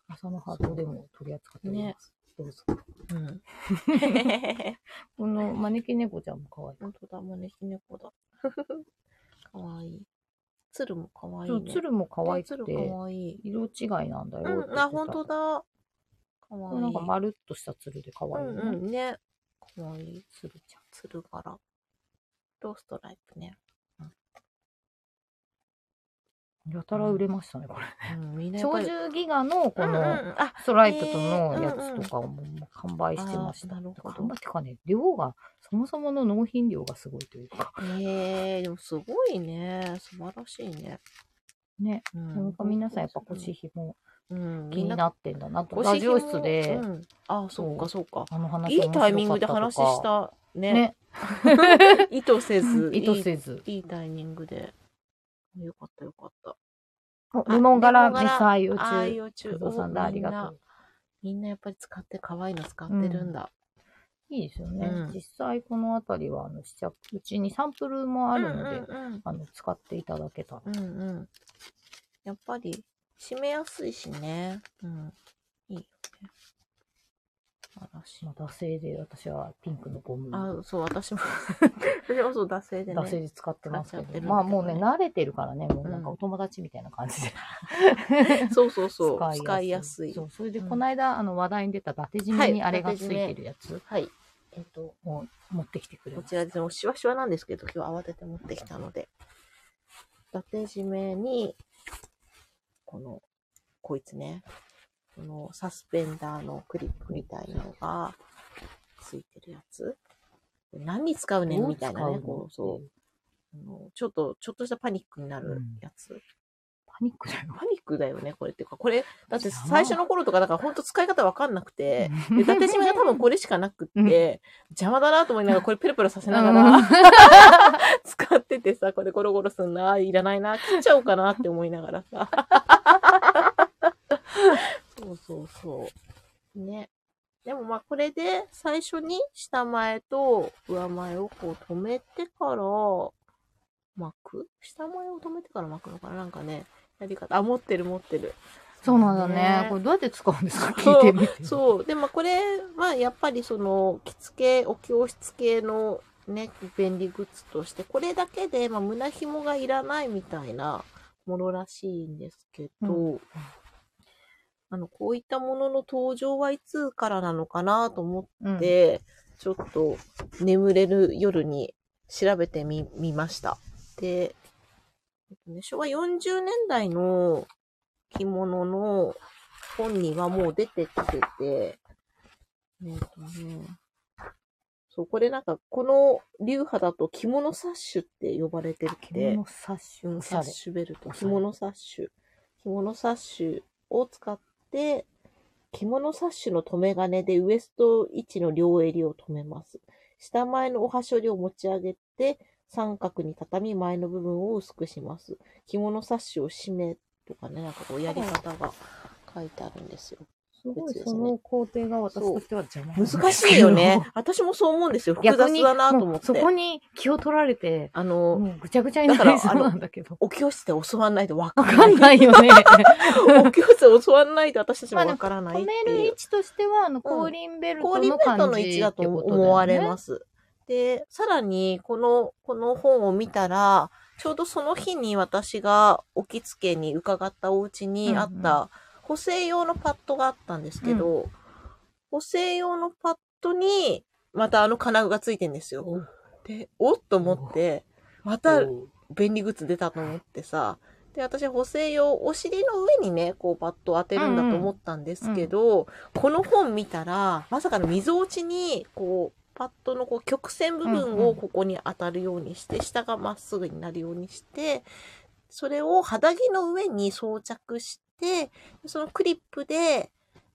[SPEAKER 1] 朝のハートでも取り扱っております。どうぞ。
[SPEAKER 2] うん。
[SPEAKER 1] この招き猫ちゃんも可愛い。
[SPEAKER 2] 本当だ、招き猫だ。 かわいい。鶴もかわいい、
[SPEAKER 1] そう
[SPEAKER 2] ね。
[SPEAKER 1] 鶴も可愛
[SPEAKER 2] ね鶴
[SPEAKER 1] く
[SPEAKER 2] か
[SPEAKER 1] て、
[SPEAKER 2] わいい。
[SPEAKER 1] 色違いなんだよって言って
[SPEAKER 2] うん、
[SPEAKER 1] た。
[SPEAKER 2] あ、本当だ。かわいい。
[SPEAKER 1] なんか丸っとした鶴で可
[SPEAKER 2] う
[SPEAKER 1] 愛いね。
[SPEAKER 2] んうん、ね。かわいい。
[SPEAKER 1] 鶴ちゃん。
[SPEAKER 2] 鶴柄。とストライプね。
[SPEAKER 1] やたら売れましたね、これ。
[SPEAKER 2] うん、みんなやっ
[SPEAKER 1] 長
[SPEAKER 2] ぱり
[SPEAKER 1] 寿ギガのこ
[SPEAKER 2] うんう
[SPEAKER 1] の
[SPEAKER 2] んあ、
[SPEAKER 1] ストライプとのやつとかをもう販売してました。
[SPEAKER 2] あーなる
[SPEAKER 1] 販
[SPEAKER 2] ほど
[SPEAKER 1] 売ってかね、量が、そもそもの納品量がすごいというか。
[SPEAKER 2] ええでもすごいね。素晴らしいね。
[SPEAKER 1] ね。
[SPEAKER 2] う
[SPEAKER 1] なんか皆さんやっぱ腰、紐
[SPEAKER 2] うん、
[SPEAKER 1] 気
[SPEAKER 2] みん
[SPEAKER 1] に
[SPEAKER 2] な
[SPEAKER 1] なってんだなと。
[SPEAKER 2] 腰紐
[SPEAKER 1] ラジオ室で
[SPEAKER 2] う、ん、あ、そっかそっか。
[SPEAKER 1] あの話
[SPEAKER 2] いいタイミングで話し
[SPEAKER 1] 面
[SPEAKER 2] たね。
[SPEAKER 1] 白かったとか。ね。。
[SPEAKER 2] 意図せず
[SPEAKER 1] 意図せず。
[SPEAKER 2] いい。いいタイミングで。よかったよかった。
[SPEAKER 1] おレモン柄
[SPEAKER 2] レモン
[SPEAKER 1] 実
[SPEAKER 2] 柄
[SPEAKER 1] 際宇
[SPEAKER 2] ああ、
[SPEAKER 1] 宙。
[SPEAKER 2] 幼虫。
[SPEAKER 1] 工藤さんだ、
[SPEAKER 2] お
[SPEAKER 1] ありがとう。
[SPEAKER 2] みんな。みんなやっぱり使って、可愛いの使ってるんだ。
[SPEAKER 1] いいですよね。
[SPEAKER 2] うん
[SPEAKER 1] 実際このあたりは、あの、試着、うちにサンプルもあるので、
[SPEAKER 2] うん
[SPEAKER 1] あの、使っていただけたら。
[SPEAKER 2] うん。うんうん。やっぱり、締めやすいしね。うん。いいよね。素晴らしい
[SPEAKER 1] ま。あ、惰性で私はピンクのゴム。
[SPEAKER 2] あ、そう、私 も。私もそう、惰性でね。
[SPEAKER 1] 惰性で使ってますけ
[SPEAKER 2] 使っちゃってる
[SPEAKER 1] ど、
[SPEAKER 2] んだけどね
[SPEAKER 1] まあもうね、慣れてるからね、もうなんか
[SPEAKER 2] うん
[SPEAKER 1] お友達みたいな感じで。
[SPEAKER 2] そうそうそう。使いやすい。
[SPEAKER 1] そう、それで
[SPEAKER 2] うん
[SPEAKER 1] この間、あの話題に出た伊達締
[SPEAKER 2] は
[SPEAKER 1] め
[SPEAKER 2] い
[SPEAKER 1] にあれがついてるやつ
[SPEAKER 2] はい。
[SPEAKER 1] えっと、もう持ってきてくれ
[SPEAKER 2] こ
[SPEAKER 1] まし
[SPEAKER 2] ちらですね、もうシワシワなんですけど、今日慌てて持ってきたので。伊達締めに、この、こいつね、このサスペンダーのクリップみたいなのが、ついてるやつ。何に使う
[SPEAKER 1] た。
[SPEAKER 2] ねんみたいなね、
[SPEAKER 1] ど
[SPEAKER 2] こ
[SPEAKER 1] う
[SPEAKER 2] う、
[SPEAKER 1] 使うの
[SPEAKER 2] そ
[SPEAKER 1] っていう
[SPEAKER 2] あのちょっと、ちょっとしたパニックにな
[SPEAKER 1] う
[SPEAKER 2] る
[SPEAKER 1] ん
[SPEAKER 2] やつ。
[SPEAKER 1] パニックだよ。
[SPEAKER 2] パニックだよね、これっていうか。これ、だって
[SPEAKER 1] そう
[SPEAKER 2] 最初の頃とか、だから本当使い方わかんなくて、で、
[SPEAKER 1] で
[SPEAKER 2] 伊達締めが多分これしかなくって、
[SPEAKER 1] うん
[SPEAKER 2] 邪魔だなと思いな がら、これペロペロさせながら、
[SPEAKER 1] うん
[SPEAKER 2] 使っててさ、これゴロゴロすんな、いらないな、切っちゃおうかなって思いながらさ。 そうそうそう。ね。でもまあこれで最初に下前と上前をこう止めてから巻く下前を止めてから巻くのかななんかね、やり方。あ、持ってる持ってる。
[SPEAKER 1] そうなんだね。これどうやって使うんですか聞いてみて。
[SPEAKER 2] そう。で、まあ、これはやっぱりその、着付け、お教室系のね、便利グッズとして、これだけで、まあ、胸紐がいらないみたいなものらしいんですけど、
[SPEAKER 1] う
[SPEAKER 2] あの、こういったものの登場はいつからなのかなと思
[SPEAKER 1] う
[SPEAKER 2] っ
[SPEAKER 1] ん。
[SPEAKER 2] て、ちょっと眠れる夜に調べてみ、みました。で、えっとね昭和40年代の着物の本にはもう出てきてて、えっとね、そう、これなんか、この流派だと着物サッシュって呼ばれてる
[SPEAKER 1] 着
[SPEAKER 2] て
[SPEAKER 1] 物サッシュ、おし
[SPEAKER 2] サ
[SPEAKER 1] ゃ
[SPEAKER 2] ッ
[SPEAKER 1] れ。
[SPEAKER 2] シュベルト、
[SPEAKER 1] おしゃ
[SPEAKER 2] 着
[SPEAKER 1] れ
[SPEAKER 2] 物サッシュ。着物サッシュを使って、着物サッシュの留め金でウエスト位置の両襟を留めます。下前のお端折りを持ち上げて、三角に畳み前の部分を薄くします。着物サッシュを締めとかね、なんかこうやり方が書いてあるんですよ。
[SPEAKER 1] すごい、
[SPEAKER 2] 別です
[SPEAKER 1] そ
[SPEAKER 2] ね
[SPEAKER 1] の工程が私としては邪魔なんですけど
[SPEAKER 2] 難しいよね。。私もそう思うんですよ。複
[SPEAKER 1] 逆
[SPEAKER 2] 雑
[SPEAKER 1] に、
[SPEAKER 2] だなと思
[SPEAKER 1] も
[SPEAKER 2] っ
[SPEAKER 1] うそ
[SPEAKER 2] て
[SPEAKER 1] こ。に気を取られて、
[SPEAKER 2] あの、
[SPEAKER 1] もうぐちゃぐちゃになりそうなんだけど。
[SPEAKER 2] お教室で教わんないとわか
[SPEAKER 1] わ
[SPEAKER 2] ん
[SPEAKER 1] か
[SPEAKER 2] ない
[SPEAKER 1] ん。ないよ ね。
[SPEAKER 2] お教室教わんないと私たちもわからない
[SPEAKER 1] 止
[SPEAKER 2] って
[SPEAKER 1] め
[SPEAKER 2] いう
[SPEAKER 1] る位。置としては、あの、後輪ベルト
[SPEAKER 2] 氷ベ
[SPEAKER 1] の
[SPEAKER 2] ッ
[SPEAKER 1] 感じ
[SPEAKER 2] ドの位置だと思われます。で、さらに、この、この本を見たら、ちょうどその日に私が置き付けに伺ったお家にあっ
[SPEAKER 1] うんう
[SPEAKER 2] た補正用のパッドがあったんですけど、補正用のパッドに、またあの金具がついてんですよ。で、おっと思って、また便利グッズ出たと思ってさ、で、私補正用、お尻の上にね、こうバットを当てるんだと思ったんですけど、この本見たら、まさかの溝落ちに、こう、パッドのこう曲線部分
[SPEAKER 1] うんう
[SPEAKER 2] を
[SPEAKER 1] ん
[SPEAKER 2] ここに当たるようにして、下がまっすぐになるようにして、それを肌着の上に装着して、そのクリップで、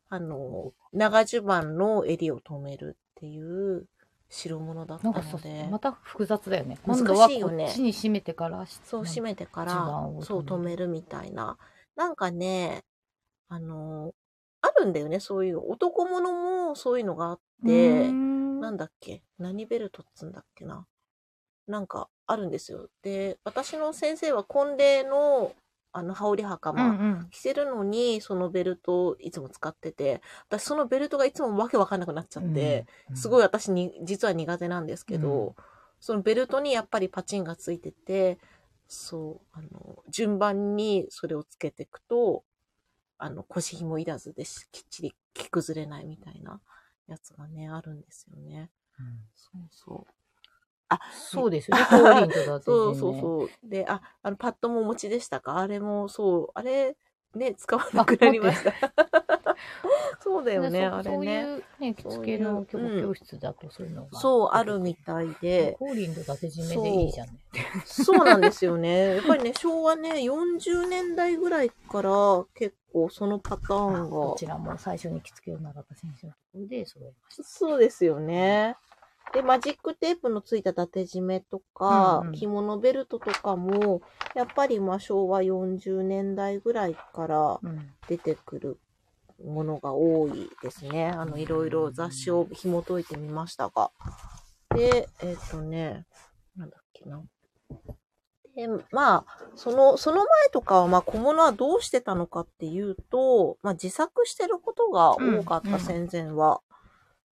[SPEAKER 2] あの、長襦袢の襟を留めるっていう代物だった
[SPEAKER 1] なん
[SPEAKER 2] の
[SPEAKER 1] かそう
[SPEAKER 2] で、
[SPEAKER 1] また複雑だよね。
[SPEAKER 2] 難し
[SPEAKER 1] 今
[SPEAKER 2] いよね
[SPEAKER 1] 度はこっちに締めてから、
[SPEAKER 2] そう締
[SPEAKER 1] め
[SPEAKER 2] めてか
[SPEAKER 1] 地
[SPEAKER 2] ら
[SPEAKER 1] 盤を、
[SPEAKER 2] そう
[SPEAKER 1] 止
[SPEAKER 2] 止
[SPEAKER 1] め
[SPEAKER 2] めるみたいな。なんかね、あの、あるんだよね、そういう。男物もそういうのがあって、なんだっけ何ベルトっつんだっけななんかあるんですよ。で、私の先生は婚礼の、あの、羽織袴。
[SPEAKER 1] うん
[SPEAKER 2] 着せるのに、そのベルトをいつも使ってて、私そのベルトがいつもわけわかんなくなっちゃ
[SPEAKER 1] う
[SPEAKER 2] っ
[SPEAKER 1] ん。
[SPEAKER 2] て、
[SPEAKER 1] うん、
[SPEAKER 2] すごい私に、実は苦手なんですけど、
[SPEAKER 1] う
[SPEAKER 2] そのベルトにやっぱりパチンがついてて、そう、あの、順番にそれをつけていくと、あの、腰紐いらずでしきっちり着崩れないみたいなやつがね、あるんですよね。
[SPEAKER 1] うん
[SPEAKER 2] そうそう。
[SPEAKER 1] そうですよね、後輪とだって、ね。
[SPEAKER 2] そうそうそう。で、あ、あの、パッドもお持ちでしたかあれも、そう、あれ、ね、使わなくなりました。 そうだよね、
[SPEAKER 1] で
[SPEAKER 2] あ
[SPEAKER 1] そ
[SPEAKER 2] れ
[SPEAKER 1] う
[SPEAKER 2] ね。
[SPEAKER 1] そういうね、着付けの
[SPEAKER 2] そういうう
[SPEAKER 1] 教
[SPEAKER 2] ん
[SPEAKER 1] 室だとそういうのが。
[SPEAKER 2] そう、あるみたいで。
[SPEAKER 1] コーリンと伊達締めでいいじゃんね。
[SPEAKER 2] そうなんですよね。やっぱりね、昭和ね、40年代ぐらいから結構そのパターン
[SPEAKER 1] こ
[SPEAKER 2] が。
[SPEAKER 1] ちらも最初に着付けを習った先生のところで揃えまし
[SPEAKER 2] そうですよね。で、マジックテープのついた伊達締めとか、
[SPEAKER 1] うんうん
[SPEAKER 2] 着物ベルトとかも、やっぱりまあ昭和40年代ぐらいから
[SPEAKER 1] た。
[SPEAKER 2] 出てくるものが多いですね。あの、いろいろ雑誌を紐解いてみましたが。で、えっ、とね、なんだっけな。で、まあ、その、その前とかは、まあ、小物はどうしてたのかっていうと、まあ、自作してることが多かっ
[SPEAKER 1] うんう
[SPEAKER 2] た
[SPEAKER 1] ん
[SPEAKER 2] 戦前は。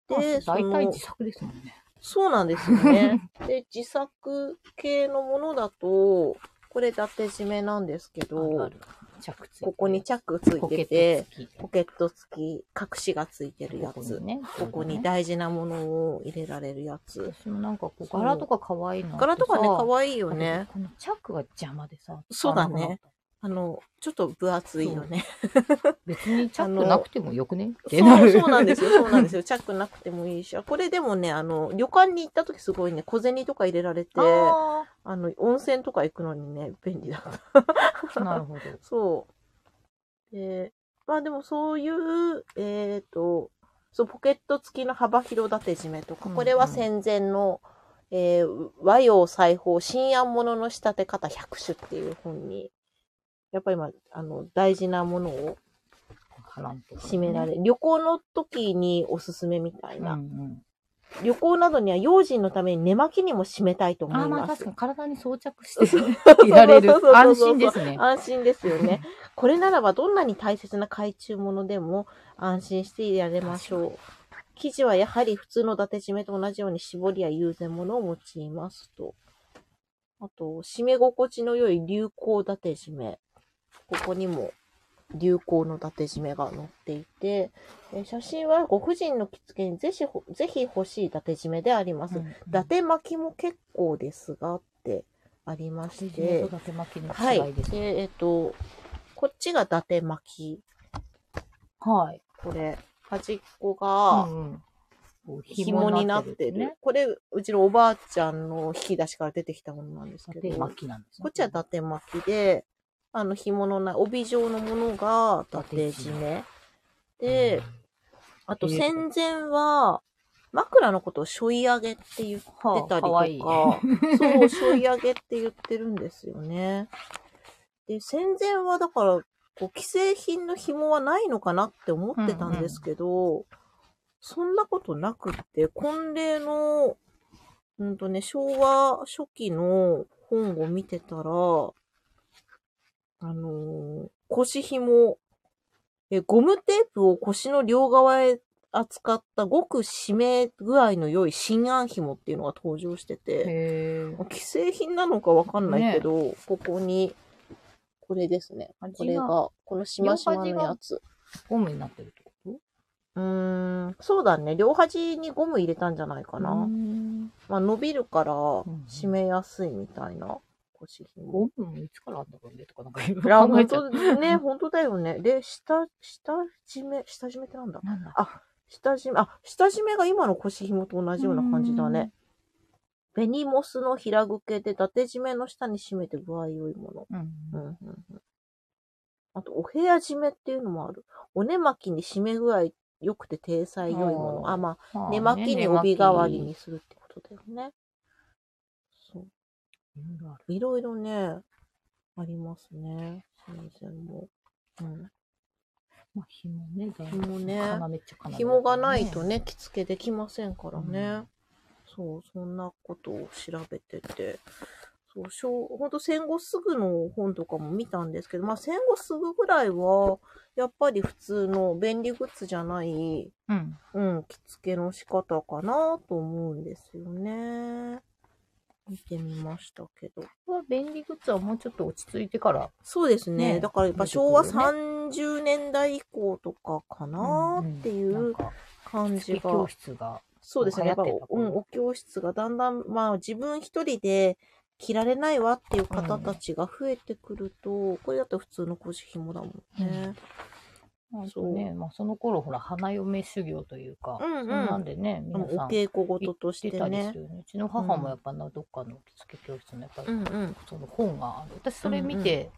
[SPEAKER 1] で、
[SPEAKER 2] で、そ
[SPEAKER 1] 大体
[SPEAKER 2] の
[SPEAKER 1] 自、作ですもんね。
[SPEAKER 2] そうなんですよね。 で、自作系のものだと、これ、伊達締めなんですけ
[SPEAKER 1] あ
[SPEAKER 2] ど
[SPEAKER 1] る、ある着付
[SPEAKER 2] ここにチャックつい
[SPEAKER 1] ポケッ
[SPEAKER 2] て
[SPEAKER 1] ト
[SPEAKER 2] て、
[SPEAKER 1] 付き。
[SPEAKER 2] ポケット付き隠しがついてるや
[SPEAKER 1] ここ
[SPEAKER 2] つ
[SPEAKER 1] に。ね。
[SPEAKER 2] ここに
[SPEAKER 1] ね。
[SPEAKER 2] 大事なものを入れられるやつ。
[SPEAKER 1] 私もなんかこう
[SPEAKER 2] そう
[SPEAKER 1] 柄とか可愛いの。
[SPEAKER 2] 柄とかね、可愛いよ
[SPEAKER 1] だけ
[SPEAKER 2] ね。
[SPEAKER 1] どこのチャックが邪魔でさ。
[SPEAKER 2] そうだね
[SPEAKER 1] 使わなくなった。
[SPEAKER 2] あの、ちょっと分厚いよね。
[SPEAKER 1] 別にチャックなくてもよくねっ
[SPEAKER 2] そ
[SPEAKER 1] てな
[SPEAKER 2] う
[SPEAKER 1] る。
[SPEAKER 2] そうなん ですよ、そうなんですよ。チャックなくてもいいし。あこれでもね、あの、旅館に行った時すごいね、小銭とか入れられて、あ
[SPEAKER 1] あ
[SPEAKER 2] の、温泉とか行くのにね、便利だった。
[SPEAKER 1] ーなるほど。
[SPEAKER 2] そう。で、まあでもそういう、えっ、と、そう、ポケット付きの幅広立て締めとか、
[SPEAKER 1] うん
[SPEAKER 2] これは戦前の、えー和洋裁縫、新安物の仕立て方100種っていう本に、やっぱり今、あの、大事なものを
[SPEAKER 1] 波乱とかね
[SPEAKER 2] 締められ、旅行の時におすすめみたい
[SPEAKER 1] うん
[SPEAKER 2] な。
[SPEAKER 1] うん
[SPEAKER 2] 旅行などには用心のために寝巻きにも締めたいと思
[SPEAKER 1] あー
[SPEAKER 2] い
[SPEAKER 1] まあ
[SPEAKER 2] ま
[SPEAKER 1] 確
[SPEAKER 2] す
[SPEAKER 1] か。に体に装着して いられる
[SPEAKER 2] そうそうそうそう
[SPEAKER 1] 安
[SPEAKER 2] そ
[SPEAKER 1] 心
[SPEAKER 2] う
[SPEAKER 1] ですね。
[SPEAKER 2] 安心ですよ ね。これならばどんなに大切な懐中物でも安心していられましょう。生地はやはり普通の伊達締めと同じように絞りや友禅物を用いますと。あと、締め心地の良い流行伊達締め。ここにも流行の伊達締めが載っていて、えー写真はご婦人の着付けにぜひほぜひ欲しい伊達締めでありま
[SPEAKER 1] う
[SPEAKER 2] す。伊
[SPEAKER 1] んうん
[SPEAKER 2] 達巻きも結構ですがってありまし
[SPEAKER 1] 地面と。
[SPEAKER 2] て
[SPEAKER 1] 縦巻きの
[SPEAKER 2] は
[SPEAKER 1] 違
[SPEAKER 2] い
[SPEAKER 1] い。です。
[SPEAKER 2] で、えっ、と、こっちが伊達巻き。
[SPEAKER 1] はい。
[SPEAKER 2] これ、端っこが
[SPEAKER 1] うんうんこう
[SPEAKER 2] 紐になってる。
[SPEAKER 1] ね。
[SPEAKER 2] これ、うちのおばあちゃんの引き出しから出てきたものなんですけ
[SPEAKER 1] 縦
[SPEAKER 2] ど、こ
[SPEAKER 1] 巻きなんですね。
[SPEAKER 2] っちは伊達巻きで、あの、紐のない、帯状のものが伊達締め。で、あと
[SPEAKER 1] えー
[SPEAKER 2] 戦前は、枕のことをしょい上げって言ってたり
[SPEAKER 1] はあ
[SPEAKER 2] と
[SPEAKER 1] か
[SPEAKER 2] か、
[SPEAKER 1] わいい
[SPEAKER 2] そう、しょい上げって言ってるんですよね。で、戦前はだから、こう、既製品の紐はないのかなって思ってたんですけど、そんなことなくって、婚礼の、うんとね、昭和初期の本を見てたら、あのー腰紐、え、ゴムテープを腰の両側へ扱ったごく締め具合の良い新安紐っていうのが登場してて、
[SPEAKER 1] へー
[SPEAKER 2] 既製品なのかわかんないけど、ここに、これですね。
[SPEAKER 1] 味が
[SPEAKER 2] これが、このしましまのやつ。
[SPEAKER 1] ゴムになってるってこ
[SPEAKER 2] うーん、そうだね。両端にゴム入れたんじゃないか
[SPEAKER 1] と
[SPEAKER 2] な。
[SPEAKER 1] うーん
[SPEAKER 2] まあ伸びるから、
[SPEAKER 1] ん
[SPEAKER 2] 締めやすいみたいな。腰紐。
[SPEAKER 1] ゴムいつからあったかねとか なんかいろい
[SPEAKER 2] いや、
[SPEAKER 1] ろ考え
[SPEAKER 2] 本
[SPEAKER 1] ちゃう。
[SPEAKER 2] 当ね、本当だよね。で、下、下締め、下締めってなんだ
[SPEAKER 1] なんだ
[SPEAKER 2] 下締め、あ、下締めが今の腰紐と同じような感じだ
[SPEAKER 1] うん
[SPEAKER 2] ね。ベニモスの平具けで、伊達締めの下に締めて具合良いもの。
[SPEAKER 1] うん
[SPEAKER 2] うんうんうんあと、お部屋締めっていうのもある。お寝巻きに締め具合良くて体裁良いもの。
[SPEAKER 1] あー
[SPEAKER 2] あ、ま
[SPEAKER 1] ま
[SPEAKER 2] あ、
[SPEAKER 1] あ
[SPEAKER 2] 寝巻きに帯代わりに。するってことだよね。そう。
[SPEAKER 1] 寝巻きいろいろある
[SPEAKER 2] いろいろね、ありますね。戦前も。うん。
[SPEAKER 1] まあ紐ね、だいぶ
[SPEAKER 2] 紐ね。
[SPEAKER 1] 要っちゃ要
[SPEAKER 2] 紐がないと。ね、着付けできませんからね。
[SPEAKER 1] うん
[SPEAKER 2] そう、そんなことを調べてて。そう、昭ほんと戦後すぐの本とかも見たんですけど、まあ戦後すぐぐらいは、やっぱり普通の便利グッズじゃない、
[SPEAKER 1] うん。
[SPEAKER 2] うん、着付けの仕方かなと思うんですよね。見てみましたけど。
[SPEAKER 1] これは便利グッズはもうちょっと落ち着いてから。
[SPEAKER 2] そうですね。
[SPEAKER 1] ね
[SPEAKER 2] だからやっぱ
[SPEAKER 1] 出てくる
[SPEAKER 2] 昭
[SPEAKER 1] よね
[SPEAKER 2] 和30年代以降とかかなってい
[SPEAKER 1] なん
[SPEAKER 2] う
[SPEAKER 1] か
[SPEAKER 2] 感じが。
[SPEAKER 1] 教室が。
[SPEAKER 2] そうですね。
[SPEAKER 1] 流
[SPEAKER 2] やっ
[SPEAKER 1] 行
[SPEAKER 2] ぱ、
[SPEAKER 1] ってた
[SPEAKER 2] うん、お教室がだんだん、まあ自分一人で着られないわっていう方たちが増えてくると、これだと普通の腰紐だもんね。
[SPEAKER 1] まあそうね、まあその頃ほら、花嫁修行というか、
[SPEAKER 2] うんう
[SPEAKER 1] そ
[SPEAKER 2] ん
[SPEAKER 1] んなんでね、
[SPEAKER 2] でも
[SPEAKER 1] 皆さ
[SPEAKER 2] お
[SPEAKER 1] ん
[SPEAKER 2] 稽古事とし
[SPEAKER 1] して
[SPEAKER 2] て
[SPEAKER 1] たりす
[SPEAKER 2] ね。
[SPEAKER 1] るよね。うちの母もやっぱな、どっかの着付け教室のやっぱり、
[SPEAKER 2] うんうん。
[SPEAKER 1] その本がある。私それ見て、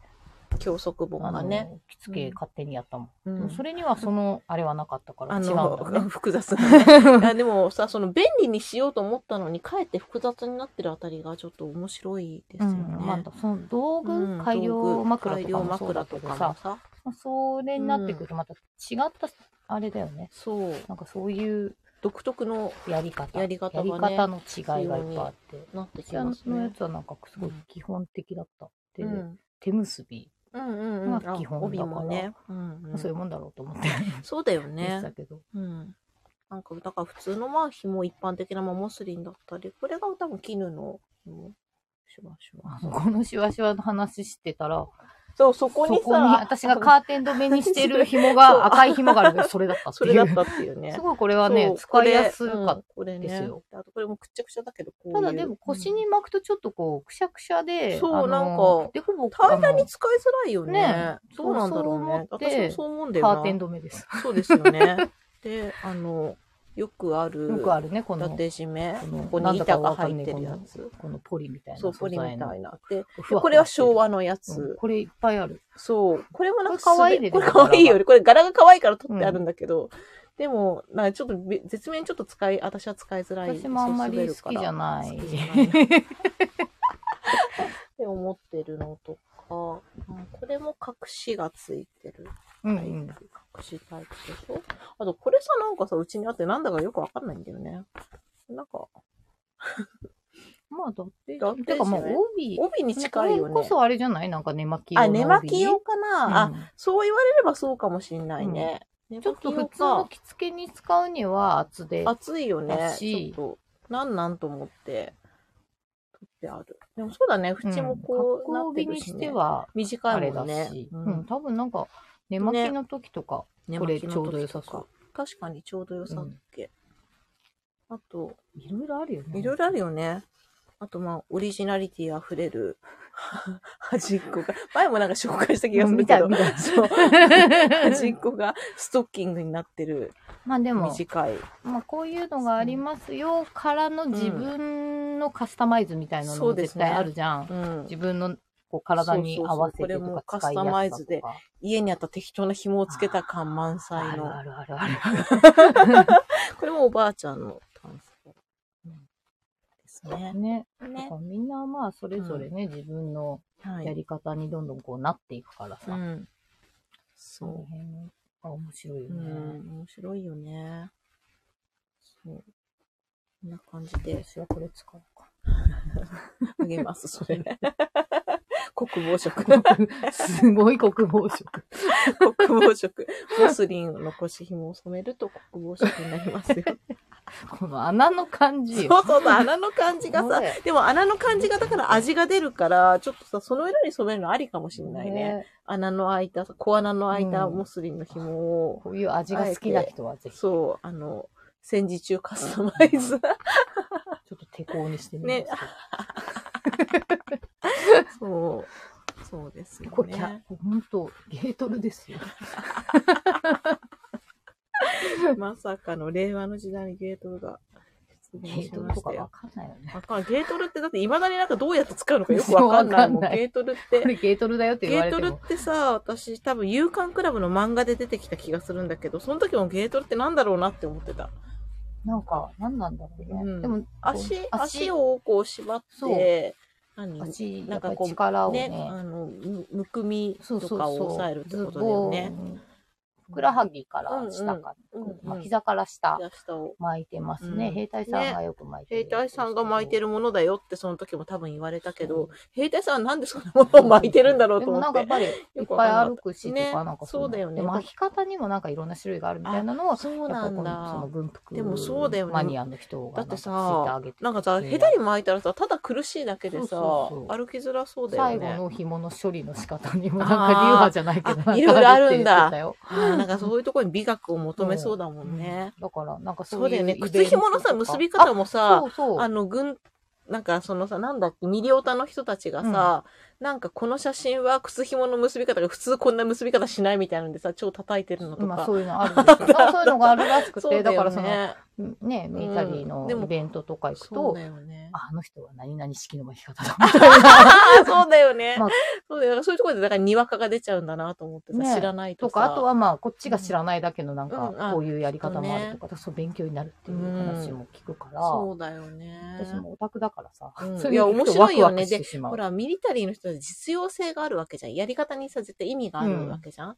[SPEAKER 2] 教則本
[SPEAKER 1] あ
[SPEAKER 2] が
[SPEAKER 1] の、
[SPEAKER 2] ね。
[SPEAKER 1] 着付け勝手にやったもん。
[SPEAKER 2] うん
[SPEAKER 1] でもそれにはそ の、あれはなかったから、
[SPEAKER 2] あ
[SPEAKER 1] 違うん
[SPEAKER 2] の、
[SPEAKER 1] だね。
[SPEAKER 2] 複雑 な、ねあ。でもさ、その便利にしようと思ったのに、かえって複雑になってるあたりがちょっと面白いです
[SPEAKER 1] う
[SPEAKER 2] よね。
[SPEAKER 1] ん、またその道具、
[SPEAKER 2] うん
[SPEAKER 1] 改良枕と
[SPEAKER 2] 改
[SPEAKER 1] か
[SPEAKER 2] 良
[SPEAKER 1] もそう
[SPEAKER 2] 枕
[SPEAKER 1] だ
[SPEAKER 2] と
[SPEAKER 1] け
[SPEAKER 2] か
[SPEAKER 1] どさ、
[SPEAKER 2] もさ。
[SPEAKER 1] まあそれになってくるとまた違った、あれだよね。
[SPEAKER 2] そう。
[SPEAKER 1] なんかそういう
[SPEAKER 2] 独特の
[SPEAKER 1] やり方。
[SPEAKER 2] やり方がね
[SPEAKER 1] やり方の違いがいっぱいあって。う
[SPEAKER 2] なってき
[SPEAKER 1] ちらの
[SPEAKER 2] ますね
[SPEAKER 1] や。つはなんかすごい基本的だった。で、
[SPEAKER 2] うん
[SPEAKER 1] 手結び、
[SPEAKER 2] うんうんうん。
[SPEAKER 1] が基本だから
[SPEAKER 2] あ帯もね。うんうん
[SPEAKER 1] そういうもんだろうと思って、
[SPEAKER 2] そうだよ
[SPEAKER 1] でした
[SPEAKER 2] ね。
[SPEAKER 1] けど。
[SPEAKER 2] うん。なんか、だから普通のまあ紐、一般的なまあモスリンだったり、これが多分絹の紐、しましょ
[SPEAKER 1] あのこのシワシワの話してたら、
[SPEAKER 2] そう、そこ
[SPEAKER 1] そ
[SPEAKER 2] に
[SPEAKER 1] こに
[SPEAKER 2] さ、
[SPEAKER 1] 私がカーテン止めにしてる紐 が、赤い紐があるけど、それだったって
[SPEAKER 2] そ
[SPEAKER 1] い
[SPEAKER 2] れ
[SPEAKER 1] う。
[SPEAKER 2] だったっていうね。
[SPEAKER 1] すごいこれはね
[SPEAKER 2] そ、う
[SPEAKER 1] 使いやすかっ
[SPEAKER 2] これ,、うん、これ
[SPEAKER 1] です
[SPEAKER 2] ね
[SPEAKER 1] よ。
[SPEAKER 2] あとこれもくっちゃくちゃだけど、こうい
[SPEAKER 1] た。
[SPEAKER 2] う
[SPEAKER 1] ただでも腰に巻くとちょっとこう、くしゃくしゃで、
[SPEAKER 2] そう
[SPEAKER 1] あの
[SPEAKER 2] なんか
[SPEAKER 1] でこぼこ
[SPEAKER 2] 平らに使いづらいよね。
[SPEAKER 1] ね
[SPEAKER 2] そうなんだろうね。
[SPEAKER 1] そうそう思って
[SPEAKER 2] 私もそう思うんだ
[SPEAKER 1] あのカ
[SPEAKER 2] よな。
[SPEAKER 1] ーテン止めです。
[SPEAKER 2] そうですよね。で、あの、よくある、
[SPEAKER 1] よくあるね、この
[SPEAKER 2] 伊、達締め
[SPEAKER 1] この、
[SPEAKER 2] ここ
[SPEAKER 1] なん
[SPEAKER 2] に
[SPEAKER 1] だか
[SPEAKER 2] 板
[SPEAKER 1] わ
[SPEAKER 2] が
[SPEAKER 1] かん
[SPEAKER 2] 入
[SPEAKER 1] な
[SPEAKER 2] っ
[SPEAKER 1] い
[SPEAKER 2] てるやつ。
[SPEAKER 1] このポリみたいな
[SPEAKER 2] そう、ポ
[SPEAKER 1] 素
[SPEAKER 2] リみ
[SPEAKER 1] 材の。
[SPEAKER 2] たいな。で、
[SPEAKER 1] ふわふわしてる。
[SPEAKER 2] これは昭和のや
[SPEAKER 1] うん
[SPEAKER 2] つ。
[SPEAKER 1] これいっぱいある。
[SPEAKER 2] そう。これもなんか
[SPEAKER 1] これ可愛いね
[SPEAKER 2] これ
[SPEAKER 1] でも柄
[SPEAKER 2] 可
[SPEAKER 1] が
[SPEAKER 2] 愛いよね。これ柄が可愛いから撮ってあるんだけど。でも、なんかちょっとべ、絶妙にちょっと使い、私は使いづらい。
[SPEAKER 1] 私もあんまり好きじゃ
[SPEAKER 2] な
[SPEAKER 1] ない。
[SPEAKER 2] 好きじゃない。 って思ってるのとか、あこれも隠しがついてる。
[SPEAKER 1] うんう
[SPEAKER 2] タイプ
[SPEAKER 1] ん。
[SPEAKER 2] 隠しタイプでしょあと、これさ、なんかさ、うちにあってなんだかよくわかんないんだよね。なんか、
[SPEAKER 1] まあ、だって、
[SPEAKER 2] だって
[SPEAKER 1] てかもう
[SPEAKER 2] ですね
[SPEAKER 1] 帯、
[SPEAKER 2] 帯に近いよ
[SPEAKER 1] こ
[SPEAKER 2] ね
[SPEAKER 1] れこ。そあれじゃないなんか寝巻き用の
[SPEAKER 2] あ、
[SPEAKER 1] 帯。
[SPEAKER 2] 寝巻き用か
[SPEAKER 1] う
[SPEAKER 2] な、あ、
[SPEAKER 1] ん
[SPEAKER 2] そう言われればそうかもしんないね。
[SPEAKER 1] ちょっと
[SPEAKER 2] 寝
[SPEAKER 1] 普
[SPEAKER 2] 巻き
[SPEAKER 1] 通
[SPEAKER 2] 用
[SPEAKER 1] の
[SPEAKER 2] か
[SPEAKER 1] 着付けに使うには厚で。
[SPEAKER 2] 暑いよ
[SPEAKER 1] だ
[SPEAKER 2] ね。
[SPEAKER 1] し
[SPEAKER 2] ちょっと、なんなんと思って、取ってある。でもそうだね、縁もこう、
[SPEAKER 1] うん
[SPEAKER 2] な
[SPEAKER 1] 格好
[SPEAKER 2] って
[SPEAKER 1] 帯
[SPEAKER 2] る
[SPEAKER 1] に
[SPEAKER 2] し、
[SPEAKER 1] し
[SPEAKER 2] ね
[SPEAKER 1] て、は、あ
[SPEAKER 2] 短い
[SPEAKER 1] れ
[SPEAKER 2] も
[SPEAKER 1] だ
[SPEAKER 2] んね。
[SPEAKER 1] し。
[SPEAKER 2] う
[SPEAKER 1] うんん、多分なんか、寝巻きの時とか。これちょうど良さそう
[SPEAKER 2] う。確かにちょうど良さっけ。あと、
[SPEAKER 1] いろいろあるよね。
[SPEAKER 2] いろいろあるよね。あと、まあ、オリジナリティあふれる 端っこが。前もなんか紹介した気がす
[SPEAKER 1] うん
[SPEAKER 2] る
[SPEAKER 1] 見
[SPEAKER 2] け
[SPEAKER 1] た、
[SPEAKER 2] ど。
[SPEAKER 1] 見た。
[SPEAKER 2] そう。端 っこがストッキングになってる。
[SPEAKER 1] まあでも、
[SPEAKER 2] 短い。
[SPEAKER 1] まあこういうのがありますよからの自分のカスタマイズみたいなの
[SPEAKER 2] そう
[SPEAKER 1] も
[SPEAKER 2] で
[SPEAKER 1] 絶
[SPEAKER 2] すね
[SPEAKER 1] 対あるじゃん。
[SPEAKER 2] うん。
[SPEAKER 1] 自分のこう体に合わせてと
[SPEAKER 2] そうそうそうこれも
[SPEAKER 1] か
[SPEAKER 2] カ
[SPEAKER 1] 使
[SPEAKER 2] ス
[SPEAKER 1] いやす
[SPEAKER 2] タマ
[SPEAKER 1] さ
[SPEAKER 2] イ
[SPEAKER 1] と
[SPEAKER 2] ズで
[SPEAKER 1] か。
[SPEAKER 2] 家にあった適当な紐をつけた感満
[SPEAKER 1] ある
[SPEAKER 2] 載の
[SPEAKER 1] あ。るあるある。
[SPEAKER 2] これもおばあちゃんのタンスですね。
[SPEAKER 1] ね。だ
[SPEAKER 2] ね
[SPEAKER 1] か。らみんなまあそれぞれね、自分の
[SPEAKER 2] は
[SPEAKER 1] や
[SPEAKER 2] い。
[SPEAKER 1] り方にどんどんこうなっていくから
[SPEAKER 2] う
[SPEAKER 1] さ。
[SPEAKER 2] ん。
[SPEAKER 1] その
[SPEAKER 2] そ。
[SPEAKER 1] 辺が面白いうよ
[SPEAKER 2] う
[SPEAKER 1] ね
[SPEAKER 2] ん。。面白いよね。そう。こんな感じで
[SPEAKER 1] 私はこれ使おうか。
[SPEAKER 2] あ げます、それ。国防色。
[SPEAKER 1] すごい国防色。
[SPEAKER 2] 国防色。モスリンの腰紐を染めると国防色になります よ。
[SPEAKER 1] この穴の感じよ。
[SPEAKER 2] そうそうそう、穴の感じが
[SPEAKER 1] こ
[SPEAKER 2] さ
[SPEAKER 1] れ、
[SPEAKER 2] でも穴の感じがだから味が出るから、ちょっとさ、その色に染めるのありかもしんないね。
[SPEAKER 1] ね
[SPEAKER 2] 穴の開いた、小穴の開いた
[SPEAKER 1] うん
[SPEAKER 2] モスリンの紐を、
[SPEAKER 1] こういう味が好きな人はぜひ、ちょ
[SPEAKER 2] そう、あの、戦時中カスタマイズ。
[SPEAKER 1] っと手工にしてみます。
[SPEAKER 2] そう。そうですよ
[SPEAKER 1] これ、
[SPEAKER 2] ね。
[SPEAKER 1] ほんと、ゲートルですよ。
[SPEAKER 2] まさかの令和の時代にゲートルが出
[SPEAKER 1] ゲー
[SPEAKER 2] 現し
[SPEAKER 1] ト
[SPEAKER 2] ま
[SPEAKER 1] ルと
[SPEAKER 2] し
[SPEAKER 1] か
[SPEAKER 2] たよ
[SPEAKER 1] わ。かんないよね。
[SPEAKER 2] わかんないゲートルってだって未だになんかどうやって使うのかよくわかんない
[SPEAKER 1] そう
[SPEAKER 2] もん。
[SPEAKER 1] わかんない
[SPEAKER 2] ゲートルっ
[SPEAKER 1] こ
[SPEAKER 2] て。
[SPEAKER 1] れゲートルだよって
[SPEAKER 2] ゲ
[SPEAKER 1] 言わ
[SPEAKER 2] ー
[SPEAKER 1] れて
[SPEAKER 2] トル
[SPEAKER 1] も
[SPEAKER 2] っ。てさ、私多分勇敢クラブの漫画で出てきた気がするんだけど、その時もゲートルってなんだろうなって思ってた。
[SPEAKER 1] なんか、なんなんだろうね。
[SPEAKER 2] うん
[SPEAKER 1] でも、
[SPEAKER 2] 足、足
[SPEAKER 1] 足
[SPEAKER 2] をこう縛っ
[SPEAKER 1] そう
[SPEAKER 2] て、何
[SPEAKER 1] 足、なん
[SPEAKER 2] な
[SPEAKER 1] ん
[SPEAKER 2] か
[SPEAKER 1] か
[SPEAKER 2] こう
[SPEAKER 1] 力をね、
[SPEAKER 2] ね、あの、むむくみ
[SPEAKER 1] そう
[SPEAKER 2] と
[SPEAKER 1] そうそう。
[SPEAKER 2] かを抑えるってことだよね
[SPEAKER 1] ズ。ボン。ふくらはぎから下か、
[SPEAKER 2] うんうん
[SPEAKER 1] まあ、膝から下
[SPEAKER 2] じゃあ下を。
[SPEAKER 1] 巻いてますね。
[SPEAKER 2] うん
[SPEAKER 1] 兵隊さんがよく巻いてる、
[SPEAKER 2] 兵隊さんが巻いて
[SPEAKER 1] る
[SPEAKER 2] るものだよってその時も多分言われたけ
[SPEAKER 1] そ
[SPEAKER 2] ど
[SPEAKER 1] う、
[SPEAKER 2] 兵隊さんはなんでそんなものを 巻いてるんだろうと思
[SPEAKER 1] でもなん
[SPEAKER 2] っ
[SPEAKER 1] かやっ。ぱり
[SPEAKER 2] て
[SPEAKER 1] いっぱい歩くしとか、
[SPEAKER 2] ね
[SPEAKER 1] なんか
[SPEAKER 2] そうだよね
[SPEAKER 1] で巻き方にもなんかいろんな種類があるみたいなのを、
[SPEAKER 2] そう
[SPEAKER 1] やっ
[SPEAKER 2] な
[SPEAKER 1] ぱこ
[SPEAKER 2] ん
[SPEAKER 1] のその
[SPEAKER 2] だ。
[SPEAKER 1] 軍服
[SPEAKER 2] でもそうだよね
[SPEAKER 1] マニアの人がな
[SPEAKER 2] だっ
[SPEAKER 1] んか
[SPEAKER 2] て
[SPEAKER 1] ツイッター
[SPEAKER 2] さ
[SPEAKER 1] 上げて、
[SPEAKER 2] なんかさ、下手に巻いたらさ、ただ苦しいだけで
[SPEAKER 1] そ
[SPEAKER 2] さ、
[SPEAKER 1] うそうそう
[SPEAKER 2] 歩きづらそうだよ
[SPEAKER 1] 最
[SPEAKER 2] ね。
[SPEAKER 1] 後の紐の処理の仕方にも
[SPEAKER 2] あ
[SPEAKER 1] な
[SPEAKER 2] ー
[SPEAKER 1] んか流派じゃないけど、
[SPEAKER 2] あ
[SPEAKER 1] なんか
[SPEAKER 2] いろいろあるんだ
[SPEAKER 1] って言ってたよ
[SPEAKER 2] あーなんかそういうところに美学を求めそうだもんね。
[SPEAKER 1] だから、なんか
[SPEAKER 2] そうだよね。
[SPEAKER 1] イベント
[SPEAKER 2] 靴紐のさ、
[SPEAKER 1] とか
[SPEAKER 2] 結び方も
[SPEAKER 1] あ
[SPEAKER 2] さ
[SPEAKER 1] そ、うそう。
[SPEAKER 2] あの、軍、なんかそのさ、なんだっけ、ミリオタの人たちがさ、なんかこの写真は靴紐の結び方が普通こんな結び方しないみたいなのでさ、超叩いてるのと
[SPEAKER 1] まあ
[SPEAKER 2] か。
[SPEAKER 1] そういうのあ るんですけど、そういうのがあるらしくて、
[SPEAKER 2] よ
[SPEAKER 1] だからその、
[SPEAKER 2] ね。
[SPEAKER 1] ね、ミリタリー
[SPEAKER 2] うん
[SPEAKER 1] の
[SPEAKER 2] でも
[SPEAKER 1] イベントとか行く
[SPEAKER 2] そう
[SPEAKER 1] と
[SPEAKER 2] だ、よね。
[SPEAKER 1] ああの人は何々式の巻き方だみたいな。
[SPEAKER 2] ああ、そうだよね。
[SPEAKER 1] まあ
[SPEAKER 2] そうだよ。だからそういうところで、だからにわかが出ちゃうんだなと思ってさ、
[SPEAKER 1] ね
[SPEAKER 2] 知らないと
[SPEAKER 1] と
[SPEAKER 2] さ。
[SPEAKER 1] か、あとはまあ、こっちが知らないだけのなん
[SPEAKER 2] うんうんあ
[SPEAKER 1] か、こういうやり方もあるとか、そう勉強になるっていう話も聞くから、
[SPEAKER 2] そうだよね。
[SPEAKER 1] 私もオタクだからさ
[SPEAKER 2] うん、
[SPEAKER 1] それ
[SPEAKER 2] いや
[SPEAKER 1] 聞くと
[SPEAKER 2] 面白いよね
[SPEAKER 1] ワクワクしてしまう
[SPEAKER 2] ほら、ミリタリーの人は実用性があるわけじゃん。やり方にさ、絶対意味があるわけじゃん。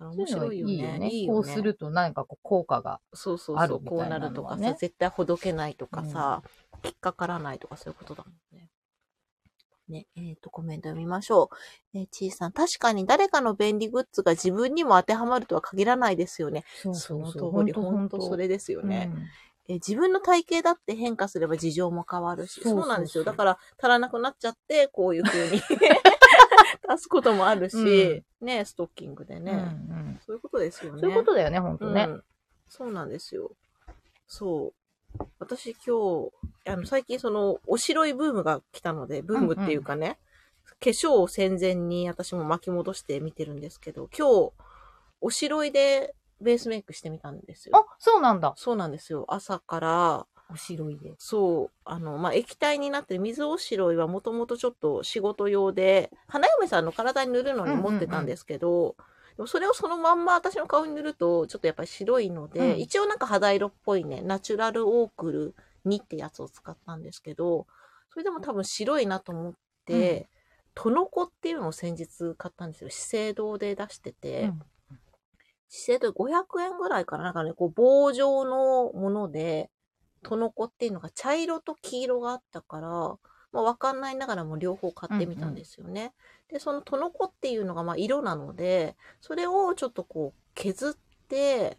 [SPEAKER 2] あの面白いよ
[SPEAKER 1] そううのはいいよ
[SPEAKER 2] ね。
[SPEAKER 1] ねこうすると何かこう効果が。
[SPEAKER 2] そうそう
[SPEAKER 1] ある
[SPEAKER 2] そう。
[SPEAKER 1] み
[SPEAKER 2] こう
[SPEAKER 1] たい
[SPEAKER 2] な
[SPEAKER 1] なのはね
[SPEAKER 2] るとかさ、絶対ほどけないとかさ、引っかからないとかそういうことだもんね。ね、えっ、と、コメント読みましょう。えー、ちいさん、確かに誰かの便利グッズが自分にも当てはまるとは限らないですよね。
[SPEAKER 1] そ
[SPEAKER 2] その通り、本当それですよね。。
[SPEAKER 1] うん
[SPEAKER 2] えー自分の体型だって変化すれば事情も変わるし、
[SPEAKER 1] そうそうそう
[SPEAKER 2] そうなんですよ。だから、足らなくなっちゃって、こういう風に。出すこともあるし、ね、ストッキングで
[SPEAKER 1] うん
[SPEAKER 2] ね、
[SPEAKER 1] うん
[SPEAKER 2] そういうことですよね。
[SPEAKER 1] そういうことだよね、ほんとね
[SPEAKER 2] う。ん。そうなんですよ。そう。私今日、あの、最近その、おしろいブームが来たので、ブームっていうかね、化粧を戦前に私も巻き戻して見てるんですけど、今日、おしろいでベースメイクしてみたんですよ。
[SPEAKER 1] あ、そうなんだ。
[SPEAKER 2] そうなんですよ。朝から、
[SPEAKER 1] おしろいで。
[SPEAKER 2] そう、あの、まあ、液体になってる水おしろいはもともとちょっと仕事用で、花嫁さんの体に塗るのに持ってたんですけど、でもそれをそのまんま私の顔に塗ると、ちょっとやっぱり白いので、
[SPEAKER 1] うん
[SPEAKER 2] 一応なんか肌色っぽいね、ナチュラルオークル2ってやつを使ったんですけど、それでも多分白いなと思って、トノコっていうのを先日買ったんですよ。資生堂で出してて。
[SPEAKER 1] うん
[SPEAKER 2] 資生堂500円ぐらいかななんかね、こう棒状のもので、トノコっていうのが茶色と黄色があったから、まあ、わかんないながらも両方買ってみたんですよね。で、そのトノコっていうのがまあ色なので、それをちょっとこう削って、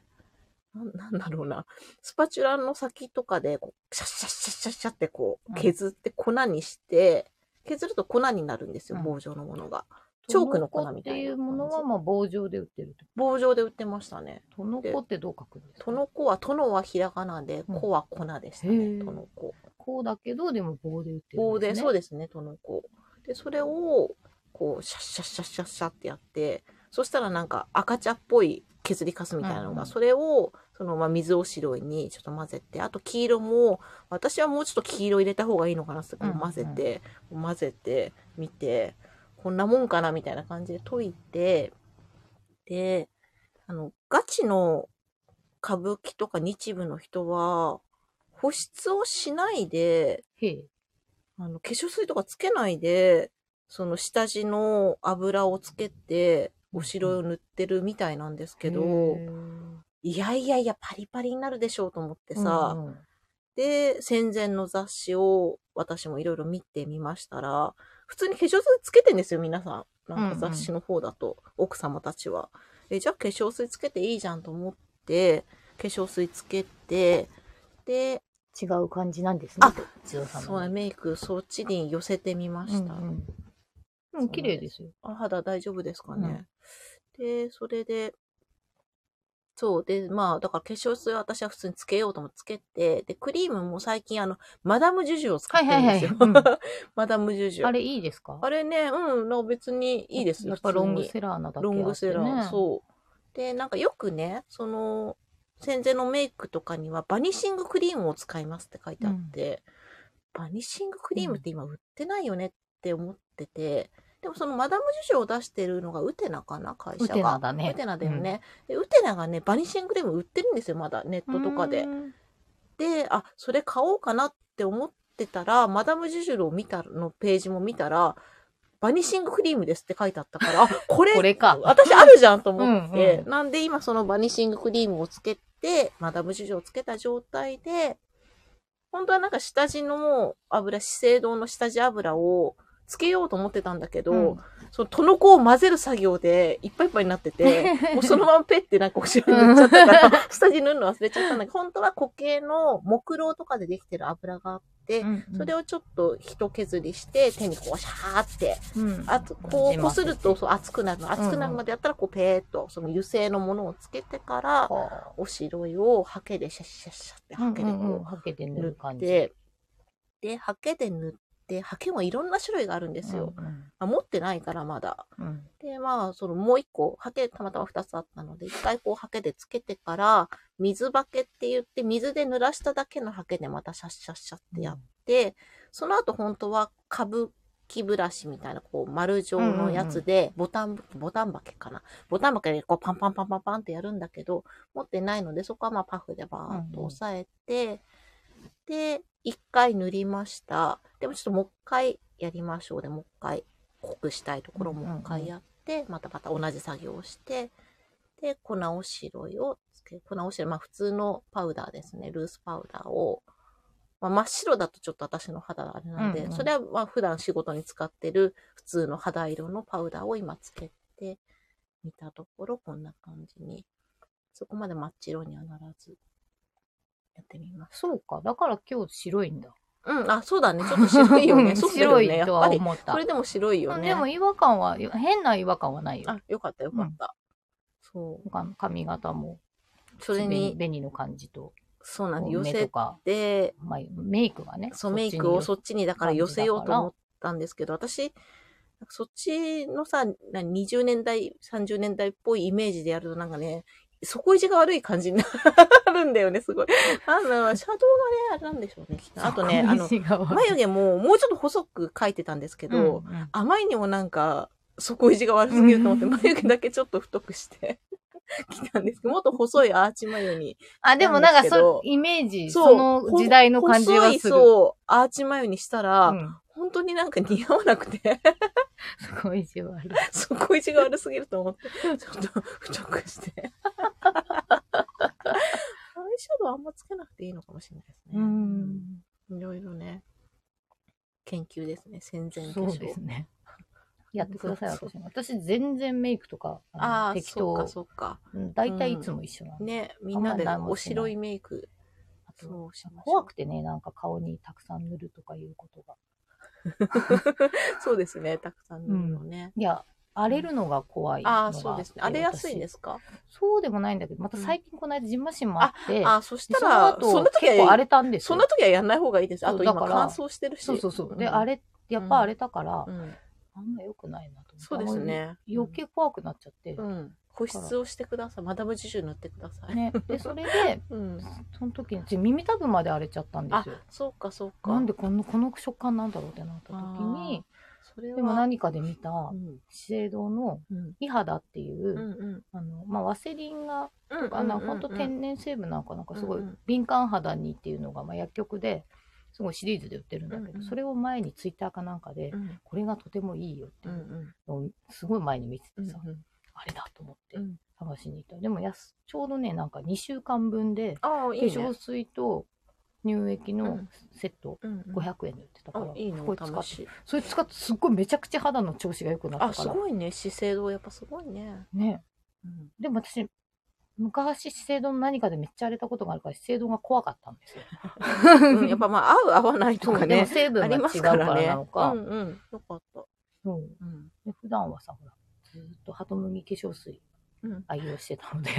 [SPEAKER 2] なんなんだろうな。スパチュラの先とかでこう、シャッシャッシャッシャッシャッってこ
[SPEAKER 1] う
[SPEAKER 2] う
[SPEAKER 1] ん
[SPEAKER 2] 削って粉にして、削ると粉になるんですよ、
[SPEAKER 1] うん
[SPEAKER 2] 棒状のものが。チョークの粉みたいな
[SPEAKER 1] トノコっていう
[SPEAKER 2] 感じ
[SPEAKER 1] ものは、まあ、棒状で売ってるってこ
[SPEAKER 2] 棒状で売ってましたね。
[SPEAKER 1] と。トノコってどう書くんですか
[SPEAKER 2] とのこは、とのはひらがなで、
[SPEAKER 1] うん
[SPEAKER 2] こは粉でした
[SPEAKER 1] へ
[SPEAKER 2] ね。
[SPEAKER 1] ー
[SPEAKER 2] とのこ。
[SPEAKER 1] こうだけど、でも棒で売ってる、
[SPEAKER 2] 棒で、そう
[SPEAKER 1] で
[SPEAKER 2] ですね、とのこ。で、それを、こう、シャッシャッシャッシャッシャッってやって、そしたらなんか赤茶っぽい削りかすみたいなの
[SPEAKER 1] うんう
[SPEAKER 2] が、
[SPEAKER 1] ん
[SPEAKER 2] それを、そのまあ水を白いにちょっと混ぜて、あと黄色も、私はもうちょっと黄色入れた方がいいのかなってこう混ぜて、混ぜて、見て、こんなもんかなみたいな感じで解いて、で、あの、ガチの歌舞伎とか日舞の人は、保湿をしないで、
[SPEAKER 1] すね。へえ。
[SPEAKER 2] あの、化粧水とかつけないで、その下地の油をつけて、お白を塗ってるみたいなんですけど、
[SPEAKER 1] へえ
[SPEAKER 2] いやいやいや、パリパリになるでしょうと思って
[SPEAKER 1] う
[SPEAKER 2] さ、
[SPEAKER 1] んうん
[SPEAKER 2] で、戦前の雑誌を私もいろいろ見てみましたら、普通に化粧水つけてんですよ、皆さん。なんか雑誌の方だと、奥様たちは。え、じゃあ化粧水つけていいじゃんと思って、化粧水つけて、で、
[SPEAKER 1] 違う感じなんですね。
[SPEAKER 2] あ
[SPEAKER 1] 千代さんの
[SPEAKER 2] そうね、メイクそっちに寄せてみました。
[SPEAKER 1] うんうんでも綺麗ですよ。
[SPEAKER 2] あ、肌大丈夫ですかね。で、それで、そう。で、まあ、だから化粧水は私は普通につけようともつけて、で、クリームも最近あの、マダムジュジュを使ってるんですよ。
[SPEAKER 1] はいはいは
[SPEAKER 2] マダムジュジュ。
[SPEAKER 1] あ
[SPEAKER 2] あれ
[SPEAKER 1] れいいですか
[SPEAKER 2] ね、うん、なんか別にいいですよ。
[SPEAKER 1] やっぱロン
[SPEAKER 2] 普
[SPEAKER 1] グ
[SPEAKER 2] 通に
[SPEAKER 1] セラーなだけあって、
[SPEAKER 2] ロ
[SPEAKER 1] ね。
[SPEAKER 2] ングセラー、そう。で、なんかよくね、その、戦前のメイクとかには、バニシングクリームを使いますって書いてあって、バニシングクリームって今売ってないよねって思ってて、でもそのマダム受賞を出してるのがウテナかな、会社が。
[SPEAKER 1] ウテナだね
[SPEAKER 2] ウテナだよね。でウテナがね、バニシングクリーム売ってるんですよ、まだ、ネットとかで。
[SPEAKER 1] うん
[SPEAKER 2] で、あ、それ買おうかなって思ってたら、マダムジュジュルを見た、のページも見たら、バニシングクリームですって書いてあったから、あ、これ、
[SPEAKER 1] これか。
[SPEAKER 2] 私あるじゃんと思って、
[SPEAKER 1] うんう
[SPEAKER 2] なんで今そのバニシングクリームをつけて、マダムジュジュをつけた状態で、本当はなんか下地の油、資生堂の下地油をつけようと思ってたんだけど、
[SPEAKER 1] うん
[SPEAKER 2] そのトノコを混ぜる作業でいっぱいいっぱいになってて、 もうそのままペッてなんかお尻塗っちゃったから、下地塗るの忘れちゃったんだけど、本当は固形の木蝋とかでできてる油があって、それ
[SPEAKER 1] を、
[SPEAKER 2] をちょっと一削りして、手にこうシャーって
[SPEAKER 1] うん
[SPEAKER 2] あと、こう、こすると、
[SPEAKER 1] こ
[SPEAKER 2] そう、熱くなるの。熱くなるまでやったら、こう、ペーっと、その油性のものをつけてから、
[SPEAKER 1] う
[SPEAKER 2] おしろいをハケでシャッシャッシャッって、ハケで
[SPEAKER 1] んうんうん
[SPEAKER 2] こ
[SPEAKER 1] はけて
[SPEAKER 2] う、
[SPEAKER 1] 塗
[SPEAKER 2] 塗
[SPEAKER 1] る
[SPEAKER 2] っ
[SPEAKER 1] 感じ。
[SPEAKER 2] て、で、ハケで塗って、ハケもいろんな種類があるんですよ。
[SPEAKER 1] うんうん
[SPEAKER 2] あ持ってないから、まだ。
[SPEAKER 1] うん
[SPEAKER 2] で、まあ、その、もう一個、ハケ、たまたま二つあったので、一回こう、ハケでつけてから、水バケって言って、水で濡らしただけのハケでまたシャッシャッシャッってやっで、その後本当は歌舞伎ブラシみたいな、こう丸状のやつで、ボタン、ボタンバケかな。ボタンバケでこうパンパンパンパンパンってやるんだけど、持ってないので、そこはまあパフでバーっと押さえて、で、一回塗りました。でもちょっともう一回やりましょうで、もう一回濃くしたいところをもう一回やって、またまた同じ作業をして、で、粉おしろいをつけ、粉おしろい、まあ普通のパウダーですね、ルースパウダーを、まあ、真っ白だとちょっと私の肌があれなので、
[SPEAKER 1] うんうん
[SPEAKER 2] それはまあ普段仕事に使ってる普通の肌色のパウダーを今つけてみたところ、こんな感じに。そこまで真っ白にはならず、やってみます。
[SPEAKER 1] そうか。だから今日白いんだ。
[SPEAKER 2] うん、あ、そうだね。ちょっと白いよ ね。そうだよ
[SPEAKER 1] 白い
[SPEAKER 2] ね。やっ
[SPEAKER 1] と
[SPEAKER 2] ぱ
[SPEAKER 1] は
[SPEAKER 2] り。
[SPEAKER 1] 思った。
[SPEAKER 2] それでも白いよね。
[SPEAKER 1] でも違和感は、変な違和感はないよ。
[SPEAKER 2] あ、よかったよかった。そう。
[SPEAKER 1] 他の髪型も、
[SPEAKER 2] それ
[SPEAKER 1] 紅
[SPEAKER 2] に、
[SPEAKER 1] 紅の感じと、
[SPEAKER 2] そうなんで、寄
[SPEAKER 1] 目と
[SPEAKER 2] せ
[SPEAKER 1] か、
[SPEAKER 2] て、
[SPEAKER 1] まあ、メイクがね。
[SPEAKER 2] そう、メイクをそ
[SPEAKER 1] っ
[SPEAKER 2] っちにだから
[SPEAKER 1] 感じ
[SPEAKER 2] 寄
[SPEAKER 1] だから
[SPEAKER 2] せようと思ったんですけど、私、そっちのさ、な20年代、30年代っぽいイメージでやるとなんかね、底意地が悪い感じになるんだよね、すごい。あの、シャドウがね、あれなんでしょうね、きっとあとね、あの、眉毛ももうちょっと細く描いてたんですけど、
[SPEAKER 1] の、
[SPEAKER 2] あまりにもなんか、底意地が悪すぎると思って、
[SPEAKER 1] うん
[SPEAKER 2] 眉毛だけちょっと太くして、 来たんですけど、もっと細いアーチ眉に、
[SPEAKER 1] あ、でもなんか、
[SPEAKER 2] なんですけ
[SPEAKER 1] そ
[SPEAKER 2] ど
[SPEAKER 1] う、イメージ、
[SPEAKER 2] そう
[SPEAKER 1] その時代の感じはす
[SPEAKER 2] 細い、
[SPEAKER 1] る。
[SPEAKER 2] そう、アーチ眉にしたら、
[SPEAKER 1] うん
[SPEAKER 2] 本当になんか似合わなくて、
[SPEAKER 1] すごい意地悪い。
[SPEAKER 2] そこ意地が悪すぎると思って、ちょっと太くして。アイシャドウあんまつけなくていいのかもしれないですね。
[SPEAKER 1] うん。
[SPEAKER 2] いろいろね、研究ですね、戦前化
[SPEAKER 1] そ
[SPEAKER 2] 粧
[SPEAKER 1] うですね。やってください、私も。私、全然メイクとか、あ
[SPEAKER 2] あ
[SPEAKER 1] の
[SPEAKER 2] あ、
[SPEAKER 1] 適
[SPEAKER 2] そうか、
[SPEAKER 1] 当。
[SPEAKER 2] そうか。
[SPEAKER 1] うん大体いつも一緒なの。
[SPEAKER 2] ね、みんなで
[SPEAKER 1] あんまり
[SPEAKER 2] お白いメイク、
[SPEAKER 1] あと
[SPEAKER 2] そうしましょう
[SPEAKER 1] 怖くてね、なんか顔にたくさん塗るとかいうことが。
[SPEAKER 2] そうですね、たくさん塗るのね。
[SPEAKER 1] いや、荒れるのが怖いのが
[SPEAKER 2] あ
[SPEAKER 1] あ
[SPEAKER 2] あ、
[SPEAKER 1] って。。
[SPEAKER 2] そうですね。あれ安いんですすか
[SPEAKER 1] そうでもないんだけど、また最近この間、じんましんもあって、
[SPEAKER 2] ああ、そし
[SPEAKER 1] で
[SPEAKER 2] た
[SPEAKER 1] その
[SPEAKER 2] ら、
[SPEAKER 1] 後
[SPEAKER 2] そんな時
[SPEAKER 1] 結構荒
[SPEAKER 2] は、
[SPEAKER 1] れたんです
[SPEAKER 2] そ
[SPEAKER 1] よ
[SPEAKER 2] んな。時はやんない方がいいです。
[SPEAKER 1] そう
[SPEAKER 2] あと
[SPEAKER 1] だ
[SPEAKER 2] 今
[SPEAKER 1] から
[SPEAKER 2] 乾燥してるし。
[SPEAKER 1] そうそうそう。で、
[SPEAKER 2] ん
[SPEAKER 1] 荒れ、やっぱ荒れたから、
[SPEAKER 2] うん
[SPEAKER 1] あんま良くないなと思って。
[SPEAKER 2] そうですね。
[SPEAKER 1] あんまり。余計怖くなっちゃって。
[SPEAKER 2] うん。保湿をしてください。マダム自重塗ってください。
[SPEAKER 1] ね。で、それで、
[SPEAKER 2] うん。
[SPEAKER 1] その時に、うち耳たぶまで荒れちゃったんで
[SPEAKER 2] あ
[SPEAKER 1] すよ。、
[SPEAKER 2] そうか、そうか。
[SPEAKER 1] なんでこの、この食感なんだろうってなった時に、
[SPEAKER 2] それは。
[SPEAKER 1] でも何かで見た、
[SPEAKER 2] うん。
[SPEAKER 1] 資生堂の
[SPEAKER 2] うん。
[SPEAKER 1] イハダっていう、
[SPEAKER 2] うん。うん。
[SPEAKER 1] あの、まあ、ワセリンが、
[SPEAKER 2] うん。
[SPEAKER 1] あの、本当
[SPEAKER 2] うん
[SPEAKER 1] 天然成分なんかなんかすごい
[SPEAKER 2] うんうん
[SPEAKER 1] 敏感肌にっていうのが、まあ、薬局で、すごいシリーズで売ってるんだけど、
[SPEAKER 2] うんうん
[SPEAKER 1] それを前にツイッターかなんかで、
[SPEAKER 2] うん。
[SPEAKER 1] これがとてもいいよって
[SPEAKER 2] う
[SPEAKER 1] い
[SPEAKER 2] ん。う。
[SPEAKER 1] うんのをすごい前に見て
[SPEAKER 2] う
[SPEAKER 1] て
[SPEAKER 2] ん
[SPEAKER 1] さ、あれだと思って
[SPEAKER 2] うん
[SPEAKER 1] 探しに行った。でもやす、ちょうどね、なんか2週間分で、
[SPEAKER 2] ああ、
[SPEAKER 1] 化
[SPEAKER 2] いいね
[SPEAKER 1] 粧。水と乳液
[SPEAKER 2] う
[SPEAKER 1] の
[SPEAKER 2] ん
[SPEAKER 1] セット
[SPEAKER 2] うんうん
[SPEAKER 1] 500円で売ってたから、
[SPEAKER 2] あ、いいね、
[SPEAKER 1] こ
[SPEAKER 2] お
[SPEAKER 1] れ使っ
[SPEAKER 2] 試
[SPEAKER 1] て、
[SPEAKER 2] し。
[SPEAKER 1] それ使ってすっごいめちゃくちゃ肌の調子が良くな
[SPEAKER 2] あ、
[SPEAKER 1] った
[SPEAKER 2] す
[SPEAKER 1] から。
[SPEAKER 2] ごいね。資生堂、やっぱすごいね。
[SPEAKER 1] ね。
[SPEAKER 2] うん。
[SPEAKER 1] でも私、昔資生堂の何かでめっちゃ荒れたことがあるから、資生堂が怖かったんですよ。
[SPEAKER 2] うんやっぱまあ、合う合わないと
[SPEAKER 1] そう
[SPEAKER 2] か
[SPEAKER 1] でも
[SPEAKER 2] ね。
[SPEAKER 1] 成分
[SPEAKER 2] あ
[SPEAKER 1] が違
[SPEAKER 2] りま
[SPEAKER 1] う
[SPEAKER 2] す
[SPEAKER 1] か
[SPEAKER 2] かららね。
[SPEAKER 1] なのか。
[SPEAKER 2] うんうん。よかった。
[SPEAKER 1] そう
[SPEAKER 2] うん。
[SPEAKER 1] で普段はさ、ほら、ずーっとハトムギ化粧水
[SPEAKER 2] うん
[SPEAKER 1] 愛用してたので、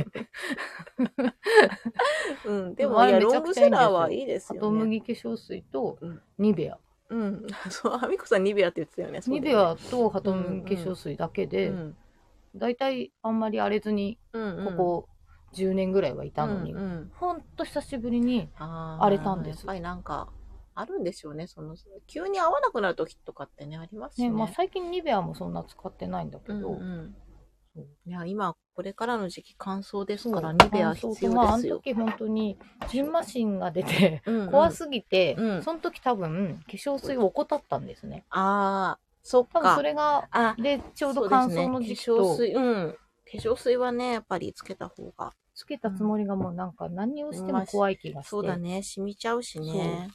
[SPEAKER 2] うん。
[SPEAKER 1] で
[SPEAKER 2] で
[SPEAKER 1] も
[SPEAKER 2] も、い
[SPEAKER 1] あ
[SPEAKER 2] や、
[SPEAKER 1] れめちゃ
[SPEAKER 2] ロン
[SPEAKER 1] く
[SPEAKER 2] グ
[SPEAKER 1] ちゃいいんですよ
[SPEAKER 2] セラーはいいです
[SPEAKER 1] ハ
[SPEAKER 2] よね。
[SPEAKER 1] トムギ化粧水と
[SPEAKER 2] うん
[SPEAKER 1] ニベア。
[SPEAKER 2] うん。そう、あみこさんニベアって言ってたよね。
[SPEAKER 1] ニベアとハトムギ化粧水だけ
[SPEAKER 2] で、
[SPEAKER 1] で
[SPEAKER 2] う、ん。
[SPEAKER 1] だいたいあんまり荒れずに、
[SPEAKER 2] うんうん
[SPEAKER 1] ここ10年ぐらいはいたのに
[SPEAKER 2] うんう、ん
[SPEAKER 1] ほんと久しぶりに、
[SPEAKER 2] あー
[SPEAKER 1] 荒れたんです
[SPEAKER 2] やっぱりなんか、あるんでしょうね。その、急に合わなくなる時とかってね、ありますし
[SPEAKER 1] ね、
[SPEAKER 2] ね。
[SPEAKER 1] まあ最近ニベアもそんな使ってないんだけ
[SPEAKER 2] うん
[SPEAKER 1] ど、
[SPEAKER 2] うん。いや、今、これからの時期乾燥ですから、ニ
[SPEAKER 1] そう
[SPEAKER 2] ベア必
[SPEAKER 1] 乾
[SPEAKER 2] 要
[SPEAKER 1] 燥とまああ
[SPEAKER 2] で
[SPEAKER 1] の
[SPEAKER 2] すよ。
[SPEAKER 1] 時本当に、ジンマシンが出て、
[SPEAKER 2] うんうん
[SPEAKER 1] 怖すぎて、
[SPEAKER 2] うん
[SPEAKER 1] その時多分、化粧水を怠ったんですね。
[SPEAKER 2] ああ、そっ
[SPEAKER 1] 多分
[SPEAKER 2] か
[SPEAKER 1] そ。れが、
[SPEAKER 2] あ、
[SPEAKER 1] で、ちょうど乾燥の時期
[SPEAKER 2] そう
[SPEAKER 1] と、
[SPEAKER 2] ですね化粧水、うん。化粧水はね、やっぱりつけた方が。
[SPEAKER 1] つけたつもりがもうなんか何をしても怖い気がして。
[SPEAKER 2] そうだね、染みちゃうしね。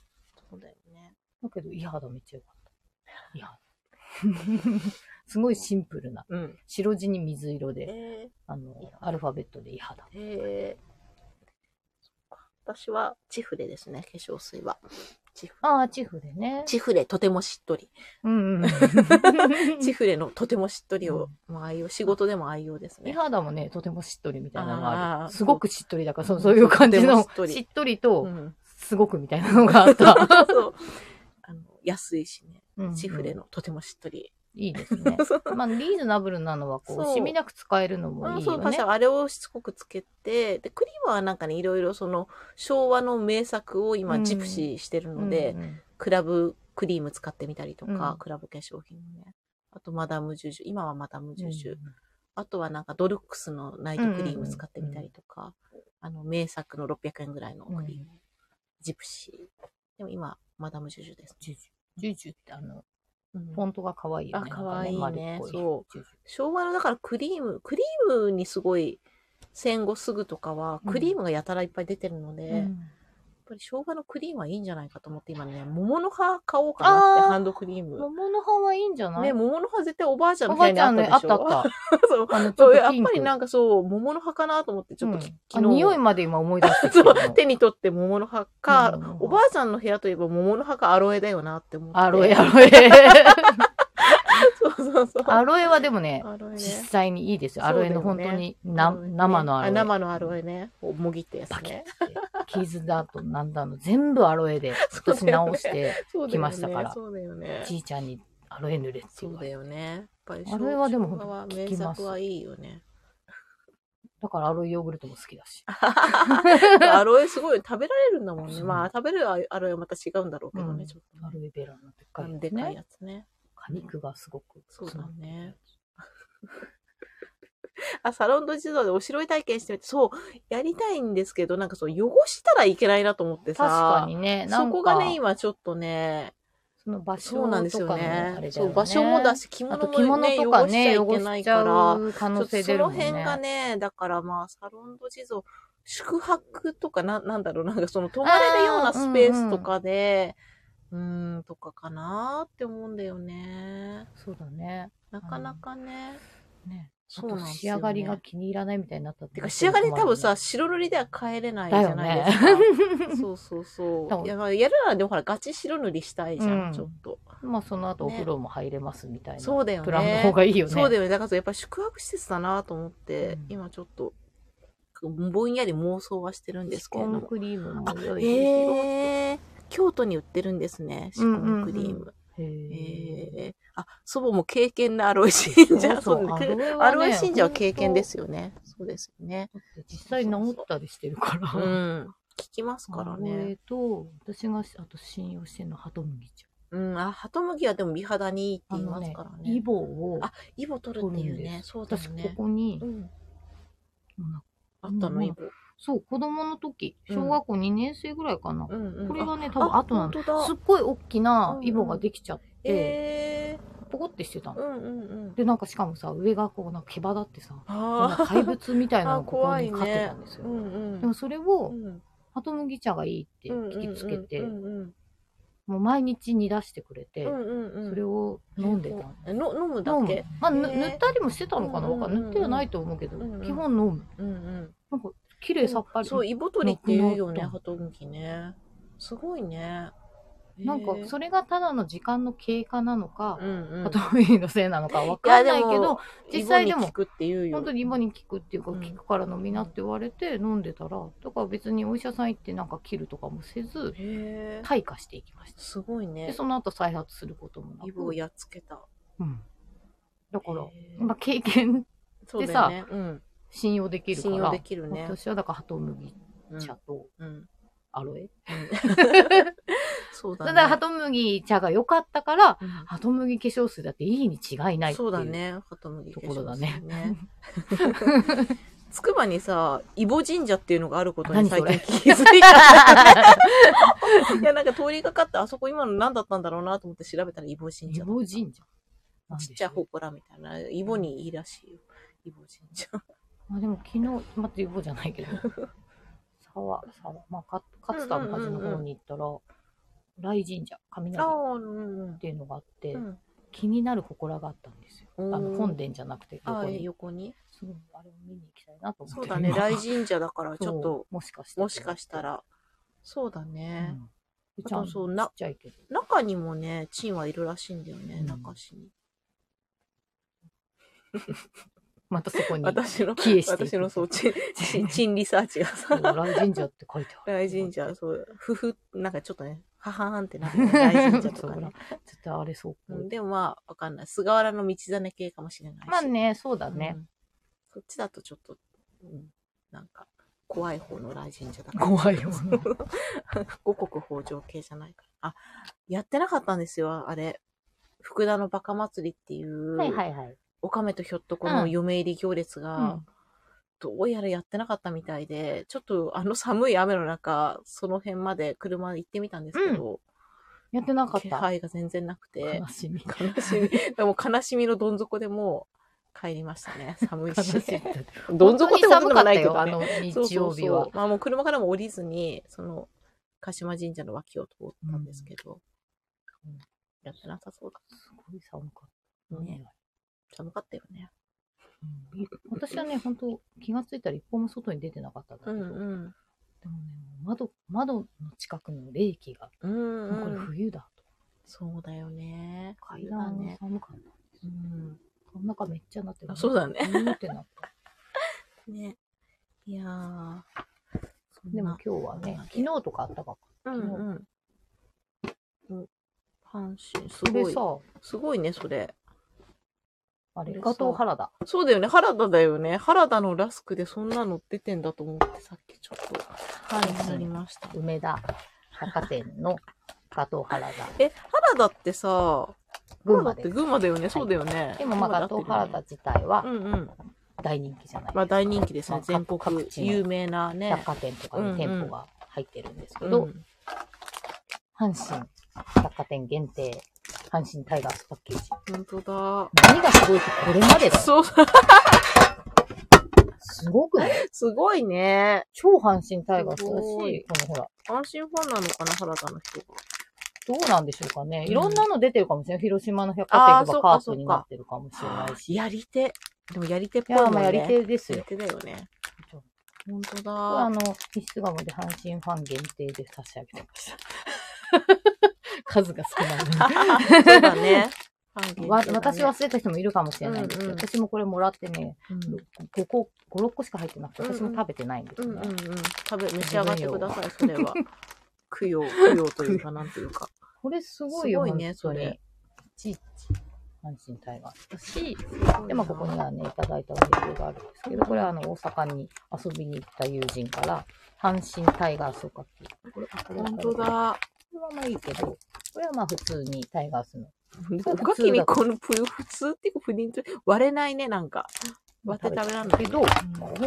[SPEAKER 2] そうだよね。
[SPEAKER 1] だけど、いい肌めっちゃ良かった。いや。すごいシンプルな。
[SPEAKER 2] うん。
[SPEAKER 1] 白地に水色で、
[SPEAKER 2] え
[SPEAKER 1] あ
[SPEAKER 2] いい
[SPEAKER 1] の、アルファベットでいい肌。
[SPEAKER 2] ー、えー。そっか私は、チフレですね、化粧水は。チフレ。
[SPEAKER 1] ああ、チフでね。
[SPEAKER 2] チフレ、とてもしっとり。
[SPEAKER 1] うんうん。
[SPEAKER 2] チフレのとてもしっとりを、まあ愛用、仕事でも愛用です
[SPEAKER 1] 美
[SPEAKER 2] ね。
[SPEAKER 1] 肌もね、とてもしっとりみたいなのがあ
[SPEAKER 2] あー
[SPEAKER 1] る。すごくしっとりだから、そうそういう感じの
[SPEAKER 2] とてもしっとり
[SPEAKER 1] しっとりと、
[SPEAKER 2] ん。
[SPEAKER 1] すごくみたいなのがあった。
[SPEAKER 2] そう。あの、安いしね。
[SPEAKER 1] うんうん
[SPEAKER 2] チフレのとてもしっ とり。
[SPEAKER 1] いいですね。
[SPEAKER 2] そう
[SPEAKER 1] まあ、リーズナブルなのは、こ、
[SPEAKER 2] そうう
[SPEAKER 1] 染みなく使えるのも
[SPEAKER 2] あ
[SPEAKER 1] いい
[SPEAKER 2] そう、
[SPEAKER 1] よ
[SPEAKER 2] パ
[SPEAKER 1] ね
[SPEAKER 2] シ。ャ、あれをしつこくつけて、で、クリームはなんかね、いろいろその、昭和の名作を
[SPEAKER 1] う
[SPEAKER 2] 今、
[SPEAKER 1] ん
[SPEAKER 2] ジプシーしてる
[SPEAKER 1] うんう
[SPEAKER 2] の
[SPEAKER 1] ん
[SPEAKER 2] で、クラブクリーム使ってみたりとか、
[SPEAKER 1] うん
[SPEAKER 2] クラブ化粧品ね。あと、マダムジュジュ。今はマダムジュジュ。
[SPEAKER 1] うん
[SPEAKER 2] あとはなんか、ドルックスのナイトクリーム使ってみたりとか、あの、名作の600円ぐらいのクリーム。ジプシー。でも今、マダムジュジュです。
[SPEAKER 1] ジュジュ。ジュジュってあの、
[SPEAKER 2] うん
[SPEAKER 1] フォントが可愛いよね。
[SPEAKER 2] あ可愛いね
[SPEAKER 1] なんか丸っこ
[SPEAKER 2] そ
[SPEAKER 1] ジュジ
[SPEAKER 2] 昭和のだからクリーム、クリームにすごい戦後すぐとかは
[SPEAKER 1] うん
[SPEAKER 2] クリームがやたらいっぱい出てるので、
[SPEAKER 1] ュうん
[SPEAKER 2] ぱり生姜のクリームはいいんじゃないかと思って今ね、桃の葉買おうかなって
[SPEAKER 1] あー
[SPEAKER 2] ハンドクリーム。
[SPEAKER 1] 桃の葉はいいんじゃない
[SPEAKER 2] ね、桃の葉絶対おばあちゃん
[SPEAKER 1] お
[SPEAKER 2] み
[SPEAKER 1] ば
[SPEAKER 2] た
[SPEAKER 1] あ
[SPEAKER 2] い
[SPEAKER 1] ち
[SPEAKER 2] な
[SPEAKER 1] ゃ
[SPEAKER 2] の
[SPEAKER 1] ん
[SPEAKER 2] あ
[SPEAKER 1] ね、
[SPEAKER 2] った
[SPEAKER 1] あ
[SPEAKER 2] で
[SPEAKER 1] っ
[SPEAKER 2] し
[SPEAKER 1] たあ
[SPEAKER 2] ょ
[SPEAKER 1] った。
[SPEAKER 2] そう
[SPEAKER 1] あの、ちょ
[SPEAKER 2] そう
[SPEAKER 1] っ
[SPEAKER 2] や
[SPEAKER 1] と
[SPEAKER 2] っ
[SPEAKER 1] ピンク。
[SPEAKER 2] ぱりなんかそう、桃の葉かなと思って、ちょっとき、
[SPEAKER 1] うんあ
[SPEAKER 2] 昨日。
[SPEAKER 1] 匂いまで今思い出したけども。
[SPEAKER 2] 手に取って桃の葉か、
[SPEAKER 1] うん
[SPEAKER 2] おばあちゃんの部屋といえば桃の葉かアロエだよなって思って。
[SPEAKER 1] ア ロエ、アロエ。
[SPEAKER 2] そうそうそう。
[SPEAKER 1] アロエはでもね、
[SPEAKER 2] アロエね。
[SPEAKER 1] 実際にいいですよ。
[SPEAKER 2] そ
[SPEAKER 1] ア
[SPEAKER 2] うだ
[SPEAKER 1] ロ
[SPEAKER 2] よ
[SPEAKER 1] エ
[SPEAKER 2] ね
[SPEAKER 1] の本当にな生のアロエ。
[SPEAKER 2] あ生のアロエね。をもぎったやつ
[SPEAKER 1] パキッ
[SPEAKER 2] ね
[SPEAKER 1] て。。傷だとなんだの、全部アロエで 少
[SPEAKER 2] そうだよね
[SPEAKER 1] し直して、
[SPEAKER 2] そうだ
[SPEAKER 1] き
[SPEAKER 2] よ
[SPEAKER 1] ま
[SPEAKER 2] ね
[SPEAKER 1] したから
[SPEAKER 2] そうだよね。
[SPEAKER 1] じいちゃんにアロエ塗れって言
[SPEAKER 2] そう
[SPEAKER 1] わ
[SPEAKER 2] だ
[SPEAKER 1] れて。
[SPEAKER 2] よね。やっぱり
[SPEAKER 1] あれはでも
[SPEAKER 2] 生姜は
[SPEAKER 1] 聞
[SPEAKER 2] 名
[SPEAKER 1] きます
[SPEAKER 2] 作はいいよね。
[SPEAKER 1] だからアロエヨーグルトも好きだし。
[SPEAKER 2] アロエすごい食べられるんだもんね。
[SPEAKER 1] そう
[SPEAKER 2] まあ食べるアロエはまた違うんだろうけど
[SPEAKER 1] う
[SPEAKER 2] ね。
[SPEAKER 1] ん
[SPEAKER 2] ちょっと
[SPEAKER 1] ア
[SPEAKER 2] ね。
[SPEAKER 1] ロエベラのでっかいや
[SPEAKER 2] で
[SPEAKER 1] つ
[SPEAKER 2] かい
[SPEAKER 1] ね。
[SPEAKER 2] やつね。
[SPEAKER 1] 果肉がすごく詰まってる
[SPEAKER 2] そうだ
[SPEAKER 1] や
[SPEAKER 2] ね
[SPEAKER 1] つ。
[SPEAKER 2] あ、サロンド自動でおしろい体験してみて、そう、やりたいんですけど、なんかそう、汚したらいけないなと思ってさ。
[SPEAKER 1] 確かにね、な
[SPEAKER 2] そ
[SPEAKER 1] んか
[SPEAKER 2] こがね、今ちょっとね、
[SPEAKER 1] その場所
[SPEAKER 2] そ
[SPEAKER 1] とか
[SPEAKER 2] うなん
[SPEAKER 1] の
[SPEAKER 2] ですよ
[SPEAKER 1] あ
[SPEAKER 2] ね
[SPEAKER 1] れだよね。
[SPEAKER 2] そう、場所もだし、着
[SPEAKER 1] あ
[SPEAKER 2] 物
[SPEAKER 1] と
[SPEAKER 2] も、ね、
[SPEAKER 1] 着物とかね、
[SPEAKER 2] 汚
[SPEAKER 1] 汚し
[SPEAKER 2] しちゃいけ
[SPEAKER 1] ち
[SPEAKER 2] ない
[SPEAKER 1] ゃ
[SPEAKER 2] から、
[SPEAKER 1] う可
[SPEAKER 2] ちょっ
[SPEAKER 1] 能
[SPEAKER 2] と
[SPEAKER 1] 性
[SPEAKER 2] そ
[SPEAKER 1] 出るも
[SPEAKER 2] の
[SPEAKER 1] んね。
[SPEAKER 2] 辺がね、だからまあ、サロンド地蔵、宿泊とか、な、なんだろう、なんかその、泊まれるようなスペースとかで、うーん、とかかなって思うんだよね。
[SPEAKER 1] そうだね。
[SPEAKER 2] なかなかね。
[SPEAKER 1] ね。あ
[SPEAKER 2] そうな
[SPEAKER 1] と
[SPEAKER 2] んです
[SPEAKER 1] 仕
[SPEAKER 2] よ、ね。
[SPEAKER 1] 上がりが気に入らないみたいになったって
[SPEAKER 2] てか仕上がり多分さ、
[SPEAKER 1] そ
[SPEAKER 2] 白塗りでは変えれないじ
[SPEAKER 1] だ
[SPEAKER 2] ゃ
[SPEAKER 1] よ
[SPEAKER 2] ない
[SPEAKER 1] ね
[SPEAKER 2] ですか。 そうそう
[SPEAKER 1] 多
[SPEAKER 2] そう。
[SPEAKER 1] 分
[SPEAKER 2] いや、まあ、やるならでもほら、ガチ白塗りしたいじゃん、
[SPEAKER 1] うん
[SPEAKER 2] ちょっと。
[SPEAKER 1] うまあその後お風呂も入れますみたいな。
[SPEAKER 2] そうだよね。
[SPEAKER 1] プランの方がいいよね。
[SPEAKER 2] そうだよね。だからそうやっぱ宿泊施設だなと思って、
[SPEAKER 1] うん
[SPEAKER 2] 今ちょっと、ぼんやり妄想はしてるんですけれ
[SPEAKER 1] コ
[SPEAKER 2] ど
[SPEAKER 1] ーン
[SPEAKER 2] も。
[SPEAKER 1] クリームも良いし。
[SPEAKER 2] へえー、京都に売ってるんですね、シコンクリーム。
[SPEAKER 1] うんうんへー
[SPEAKER 2] えー、あ、祖母も経験なアロエ信者。
[SPEAKER 1] そ
[SPEAKER 2] そうう
[SPEAKER 1] そう
[SPEAKER 2] だ
[SPEAKER 1] アロ
[SPEAKER 2] ね
[SPEAKER 1] エはね
[SPEAKER 2] アロエ信者は経験ですよね。そうですよね。
[SPEAKER 1] 実際治ったりしてるから。
[SPEAKER 2] うん。聞きます
[SPEAKER 1] ア
[SPEAKER 2] から
[SPEAKER 1] ロ
[SPEAKER 2] ね。
[SPEAKER 1] エと、私があと信用してるのはハトムギち
[SPEAKER 2] うん、あ、ハトムギはでも美肌にいいって
[SPEAKER 1] ゃん。あ
[SPEAKER 2] 言い
[SPEAKER 1] の
[SPEAKER 2] ます
[SPEAKER 1] ね
[SPEAKER 2] から、ね。
[SPEAKER 1] イボを、
[SPEAKER 2] あイボ取るっていう
[SPEAKER 1] 取るん
[SPEAKER 2] ね
[SPEAKER 1] で。
[SPEAKER 2] そうだよ
[SPEAKER 1] 私こ
[SPEAKER 2] ね。
[SPEAKER 1] こに、
[SPEAKER 2] うん。
[SPEAKER 1] もうなんか
[SPEAKER 2] あった
[SPEAKER 1] う
[SPEAKER 2] の、
[SPEAKER 1] ん
[SPEAKER 2] イボ。
[SPEAKER 1] そう、子供の時、
[SPEAKER 2] うん
[SPEAKER 1] 小学校2年生ぐらいかな。
[SPEAKER 2] うんうん。
[SPEAKER 1] これがね、
[SPEAKER 2] あ、
[SPEAKER 1] 多分後な
[SPEAKER 2] あ
[SPEAKER 1] んだ。
[SPEAKER 2] 本当だ
[SPEAKER 1] すっごい大きなイボができちゃって、
[SPEAKER 2] え
[SPEAKER 1] ポコってしてた
[SPEAKER 2] ー、
[SPEAKER 1] の。
[SPEAKER 2] うんうんうん。
[SPEAKER 1] で、なんかしかもさ、上がこう、なんか毛羽立ってさ、なん
[SPEAKER 2] あ
[SPEAKER 1] か怪物みたいなの
[SPEAKER 2] あ
[SPEAKER 1] がここに
[SPEAKER 2] 怖いね
[SPEAKER 1] 飼ってたんです
[SPEAKER 2] ー
[SPEAKER 1] よ。
[SPEAKER 2] うんうん。
[SPEAKER 1] でもそれを
[SPEAKER 2] う、ん
[SPEAKER 1] ハトムギ茶がいいって聞きつけて、
[SPEAKER 2] うんうん
[SPEAKER 1] もう毎日煮出してくれて、
[SPEAKER 2] うんうんうん。
[SPEAKER 1] それを飲んでたの。
[SPEAKER 2] えの飲むだ
[SPEAKER 1] 飲む
[SPEAKER 2] け。
[SPEAKER 1] まあ、ぬ
[SPEAKER 2] へー
[SPEAKER 1] 塗ったりもしてたのかなわかんない
[SPEAKER 2] うんうんうんうん
[SPEAKER 1] 塗ってはないと思うけど、
[SPEAKER 2] うんうん
[SPEAKER 1] 基本飲む。
[SPEAKER 2] うんうん。
[SPEAKER 1] なんか、綺麗さっぱり。
[SPEAKER 2] そう、イボ取りって言うよね、
[SPEAKER 1] なくなった
[SPEAKER 2] ハトムギね。すごいね。
[SPEAKER 1] なんか
[SPEAKER 2] へ、ー
[SPEAKER 1] それがただの時間の経過なのか、
[SPEAKER 2] うんうん。
[SPEAKER 1] ハトムギのせいなのかわかんないけ
[SPEAKER 2] いやで
[SPEAKER 1] ど
[SPEAKER 2] も、
[SPEAKER 1] 実際で
[SPEAKER 2] イボ
[SPEAKER 1] も
[SPEAKER 2] に効くって言うよ。
[SPEAKER 1] 本当に今に効くっていうか、
[SPEAKER 2] うん
[SPEAKER 1] 効くから飲みなって言われて飲んでたら、だから別にお医者さん行ってなんか切るとかもせず、
[SPEAKER 2] へえ。
[SPEAKER 1] 退化していきました。
[SPEAKER 2] すごい
[SPEAKER 1] で、
[SPEAKER 2] ね。
[SPEAKER 1] その後再発することもな
[SPEAKER 2] イボを
[SPEAKER 1] く。
[SPEAKER 2] やっつけた。
[SPEAKER 1] うん。だから、
[SPEAKER 2] へー
[SPEAKER 1] まあ、経験
[SPEAKER 2] そうだよね。うん。
[SPEAKER 1] 信用できるか
[SPEAKER 2] 信用
[SPEAKER 1] ら
[SPEAKER 2] で、きるね。
[SPEAKER 1] 私はだから、ハトムギ
[SPEAKER 2] うん
[SPEAKER 1] 茶と
[SPEAKER 2] うん。
[SPEAKER 1] アロエ。
[SPEAKER 2] そうだね。
[SPEAKER 1] ただ、ハトムギ茶が良かったから、
[SPEAKER 2] うん
[SPEAKER 1] ハトムギ化粧水だっていいに違いないってい
[SPEAKER 2] そう だ。ね。ハトムギ
[SPEAKER 1] ところだね。
[SPEAKER 2] つくばにさ、イボ神社っていうのがあること
[SPEAKER 1] 何
[SPEAKER 2] に最
[SPEAKER 1] そ
[SPEAKER 2] 近
[SPEAKER 1] れ
[SPEAKER 2] 気づいた。 いや、なんか通りかかって、あそこ今の何だったんだろうなと思って調べたらイボ神
[SPEAKER 1] イ
[SPEAKER 2] 社。
[SPEAKER 1] ボ神社。
[SPEAKER 2] ちっちゃいほこらみたいな。イボにいいらしいよ。イボ神社。
[SPEAKER 1] まあでも昨日、待って、イボじゃないけど、 沢、沢、まあ、か勝田の端の方に行ったら、雷神社、
[SPEAKER 2] あ
[SPEAKER 1] 雷っ
[SPEAKER 2] あ、うんうん
[SPEAKER 1] ていうのがあって、
[SPEAKER 2] うん。
[SPEAKER 1] 気になる祠があったんですよ。
[SPEAKER 2] あ
[SPEAKER 1] あの、本殿じゃなくて、
[SPEAKER 2] あ
[SPEAKER 1] 横
[SPEAKER 2] あ、
[SPEAKER 1] に。
[SPEAKER 2] 横に。
[SPEAKER 1] そう、あれを見に行きたいなと思って
[SPEAKER 2] そうだね。
[SPEAKER 1] 今
[SPEAKER 2] 雷神社だから、ちょっ
[SPEAKER 1] そ
[SPEAKER 2] と、
[SPEAKER 1] うもしかして。
[SPEAKER 2] もしかしたら。そうだ
[SPEAKER 1] う
[SPEAKER 2] ね。
[SPEAKER 1] ん。う
[SPEAKER 2] あ
[SPEAKER 1] ちゃ
[SPEAKER 2] と
[SPEAKER 1] ん、ち
[SPEAKER 2] そう
[SPEAKER 1] っ
[SPEAKER 2] な
[SPEAKER 1] ちゃいけど。
[SPEAKER 2] 中にもね、チンはいるらしいんだよね、
[SPEAKER 1] うん
[SPEAKER 2] 中市に。
[SPEAKER 1] またそこに、
[SPEAKER 2] 私の、
[SPEAKER 1] 帰依していく
[SPEAKER 2] 私のそう、チン、チンチンリサーチが
[SPEAKER 1] そう
[SPEAKER 2] さ、
[SPEAKER 1] 雷神社って書いてある。
[SPEAKER 2] 大神社、そう、ふふ、なんかちょっとね、ははーんってなって る、大神社とかね。
[SPEAKER 1] そう絶対あれそうっぽ
[SPEAKER 2] うん
[SPEAKER 1] い。
[SPEAKER 2] でもまあ、わかんない。菅原の道真系かもしれないし。
[SPEAKER 1] まあね、そうだ
[SPEAKER 2] うん、
[SPEAKER 1] ね。
[SPEAKER 2] そっちだとちょっと、うん、なんか、怖い方の大神社だから。
[SPEAKER 1] 怖いよな。
[SPEAKER 2] 五穀豊穣系じゃないから。あ、やってなかったんですよ、あれ。福田のバカ祭りっていう、
[SPEAKER 1] はいはいはい。
[SPEAKER 2] おかめとひょっとこの嫁入り行列が、
[SPEAKER 1] うん
[SPEAKER 2] どうやらやってなかったみたいで、ちょっとあの寒い雨の中、その辺まで車で行ってみたんですけど、
[SPEAKER 1] やってなかっ
[SPEAKER 2] 気
[SPEAKER 1] た。
[SPEAKER 2] 配が全然なくて
[SPEAKER 1] 悲、しみ。
[SPEAKER 2] 悲しみ、 でも悲しみのどん底でもう帰りましたね、寒い
[SPEAKER 1] 悲し
[SPEAKER 2] し
[SPEAKER 1] み。だ って
[SPEAKER 2] どん底ってことでもないけど、ね、
[SPEAKER 1] 本当に寒かったよあの日曜日は
[SPEAKER 2] そうそうそうまあもう車からも降りずに、その、鹿島神社の脇を通ったんですけど、うんやってなさそうだ。
[SPEAKER 1] すごい寒かった
[SPEAKER 2] うん
[SPEAKER 1] ね。
[SPEAKER 2] 寒かったよね。
[SPEAKER 1] うん私はね、本当気がついたら一歩も外に出てなかったんだけ
[SPEAKER 2] う
[SPEAKER 1] ど、
[SPEAKER 2] ん
[SPEAKER 1] でもね、
[SPEAKER 2] うん。
[SPEAKER 1] 窓、窓の近くの冷気が、
[SPEAKER 2] うん、
[SPEAKER 1] もうこれ冬だと。
[SPEAKER 2] そうだよね。
[SPEAKER 1] 階段が寒かった。
[SPEAKER 2] うん。
[SPEAKER 1] こん中めっちゃなってる。
[SPEAKER 2] あそうだね。
[SPEAKER 1] うんってなった。
[SPEAKER 2] ね。いやー。そんな
[SPEAKER 1] でも今日はね、昨日とかあったかく
[SPEAKER 2] うんうん。お阪神、す
[SPEAKER 1] て。
[SPEAKER 2] ご
[SPEAKER 1] で
[SPEAKER 2] い。
[SPEAKER 1] さ、
[SPEAKER 2] すごいね、それ。
[SPEAKER 1] あれ、
[SPEAKER 2] これさ
[SPEAKER 1] ガトー原田。
[SPEAKER 2] そうだよね、原田だよね。原田のラスクでそんなの出てんだと思って、さっきちょっと、はい、なりました。
[SPEAKER 1] 梅田、百貨店のガトー原田。
[SPEAKER 2] え、原田ってさ、
[SPEAKER 1] 群
[SPEAKER 2] 原
[SPEAKER 1] 馬
[SPEAKER 2] 田って
[SPEAKER 1] です。
[SPEAKER 2] 群馬だよね、そうだよね。
[SPEAKER 1] でもまあ、ガトー原田自体
[SPEAKER 2] う
[SPEAKER 1] は
[SPEAKER 2] んうん。
[SPEAKER 1] 大人気じゃないですか。
[SPEAKER 2] まあ大人気です
[SPEAKER 1] ま
[SPEAKER 2] ね
[SPEAKER 1] あ。
[SPEAKER 2] 全
[SPEAKER 1] 各
[SPEAKER 2] 国
[SPEAKER 1] 地の
[SPEAKER 2] 有名な
[SPEAKER 1] 百
[SPEAKER 2] ね。
[SPEAKER 1] 貨店とかに店
[SPEAKER 2] うんう
[SPEAKER 1] 舗
[SPEAKER 2] ん
[SPEAKER 1] が入ってるんですけ
[SPEAKER 2] う
[SPEAKER 1] ど、
[SPEAKER 2] ん
[SPEAKER 1] 阪神百貨店限定、阪神タイガースパッケージ。
[SPEAKER 2] 本当
[SPEAKER 1] 何がすごいってこれまでだ
[SPEAKER 2] だ。
[SPEAKER 1] よ。
[SPEAKER 2] そう、
[SPEAKER 1] すごくね。
[SPEAKER 2] すごいね。
[SPEAKER 1] 超阪神タイガースだし、
[SPEAKER 2] すごい
[SPEAKER 1] このほら、
[SPEAKER 2] 安心ファンなのかな、原田の人が。
[SPEAKER 1] どうなんでしょうかね。
[SPEAKER 2] うん
[SPEAKER 1] いろんなの出てるかもしれない。広島の百貨
[SPEAKER 2] あー
[SPEAKER 1] 店
[SPEAKER 2] そ
[SPEAKER 1] と
[SPEAKER 2] うか
[SPEAKER 1] かカープになってるかもしれないし。
[SPEAKER 2] やり手。でもやり手っ
[SPEAKER 1] い
[SPEAKER 2] ぽい
[SPEAKER 1] や
[SPEAKER 2] も
[SPEAKER 1] ー、
[SPEAKER 2] ん
[SPEAKER 1] まあ
[SPEAKER 2] ね。
[SPEAKER 1] やり手です
[SPEAKER 2] やり
[SPEAKER 1] よ。
[SPEAKER 2] 手だよね。本当
[SPEAKER 1] これあ
[SPEAKER 2] だ。
[SPEAKER 1] の、必須ガムで阪神ファン限定で差し上げてま した。数が少ないのに。
[SPEAKER 2] そうだね。 ファン限定
[SPEAKER 1] わ
[SPEAKER 2] だね
[SPEAKER 1] 私、忘れた人もいるかもしれないんですけど、
[SPEAKER 2] うんうん
[SPEAKER 1] 私もこれもらってね、
[SPEAKER 2] うん
[SPEAKER 1] 5個、5、6個しか入ってなくて、
[SPEAKER 2] うんうん
[SPEAKER 1] 私も食べてないんです
[SPEAKER 2] う
[SPEAKER 1] よ
[SPEAKER 2] ん
[SPEAKER 1] ね。
[SPEAKER 2] うんうん。食べ、召し上がってください、それは。 供養、供養というか、なんというか。
[SPEAKER 1] これすごいよ、
[SPEAKER 2] すごいね
[SPEAKER 1] 本当に
[SPEAKER 2] それ。
[SPEAKER 1] いちいち、阪神タイガースだし、で、
[SPEAKER 2] で
[SPEAKER 1] まあ、ここにはね、いただいたお土産があるんですけど、これはあの、大阪に遊びに行った友人から、阪神タイガースおかき。これ、これは
[SPEAKER 2] 本当。だ。
[SPEAKER 1] これはまあいいけど、これはまあ普通にタイガースの。
[SPEAKER 2] おかきにこのぷよ普通っていうか、プリント割れないね、なんか。割って食べらんない。
[SPEAKER 1] けど、こ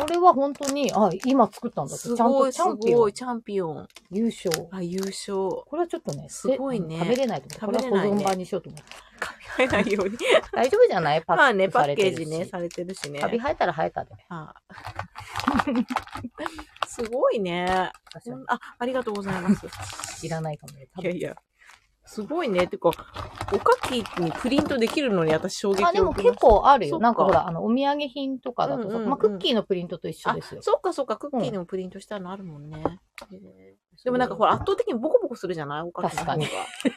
[SPEAKER 1] れは本当に、あ、今作ったんだって、ち
[SPEAKER 2] す
[SPEAKER 1] ゃん
[SPEAKER 2] ご
[SPEAKER 1] と
[SPEAKER 2] い、
[SPEAKER 1] チ
[SPEAKER 2] す
[SPEAKER 1] ャンピオ
[SPEAKER 2] ご
[SPEAKER 1] ン
[SPEAKER 2] い、チャンピオン。
[SPEAKER 1] 優勝。
[SPEAKER 2] あ、優勝。
[SPEAKER 1] これはちょっとね、
[SPEAKER 2] すごいね
[SPEAKER 1] で食べれないと思う。
[SPEAKER 2] 食べれ
[SPEAKER 1] これ
[SPEAKER 2] な
[SPEAKER 1] はい保
[SPEAKER 2] ね
[SPEAKER 1] 存版にしようと思って。
[SPEAKER 2] 入らないよう に。
[SPEAKER 1] 大丈夫じゃないパ
[SPEAKER 2] まあ
[SPEAKER 1] ッ
[SPEAKER 2] ね、
[SPEAKER 1] ク
[SPEAKER 2] パ
[SPEAKER 1] さ
[SPEAKER 2] ッ
[SPEAKER 1] れ
[SPEAKER 2] ケ
[SPEAKER 1] て
[SPEAKER 2] ー
[SPEAKER 1] る
[SPEAKER 2] ジ
[SPEAKER 1] し。
[SPEAKER 2] ね、されてるしね
[SPEAKER 1] カ。ビ生えたら生えたで。
[SPEAKER 2] あ すごいね。
[SPEAKER 1] 私は
[SPEAKER 2] あ、ありがとうございます。
[SPEAKER 1] いらないかもね。多分
[SPEAKER 2] いやいや。すごいね。てか、おかきにプリントできるのに私衝撃を
[SPEAKER 1] あ、でも
[SPEAKER 2] 受け
[SPEAKER 1] 結
[SPEAKER 2] ました。
[SPEAKER 1] 構ある
[SPEAKER 2] そ
[SPEAKER 1] よ。
[SPEAKER 2] っか
[SPEAKER 1] なんかほら、あの、お土産品とかだと
[SPEAKER 2] うんう
[SPEAKER 1] さ、
[SPEAKER 2] んうん
[SPEAKER 1] まあ、クッキーのプリントと一緒
[SPEAKER 2] あ
[SPEAKER 1] ですよ、。
[SPEAKER 2] そっかそっか、クッキーにもプリントしたのあるもんね。へーでもなんかほら、圧倒的にボコボコするじゃないおかきの方が。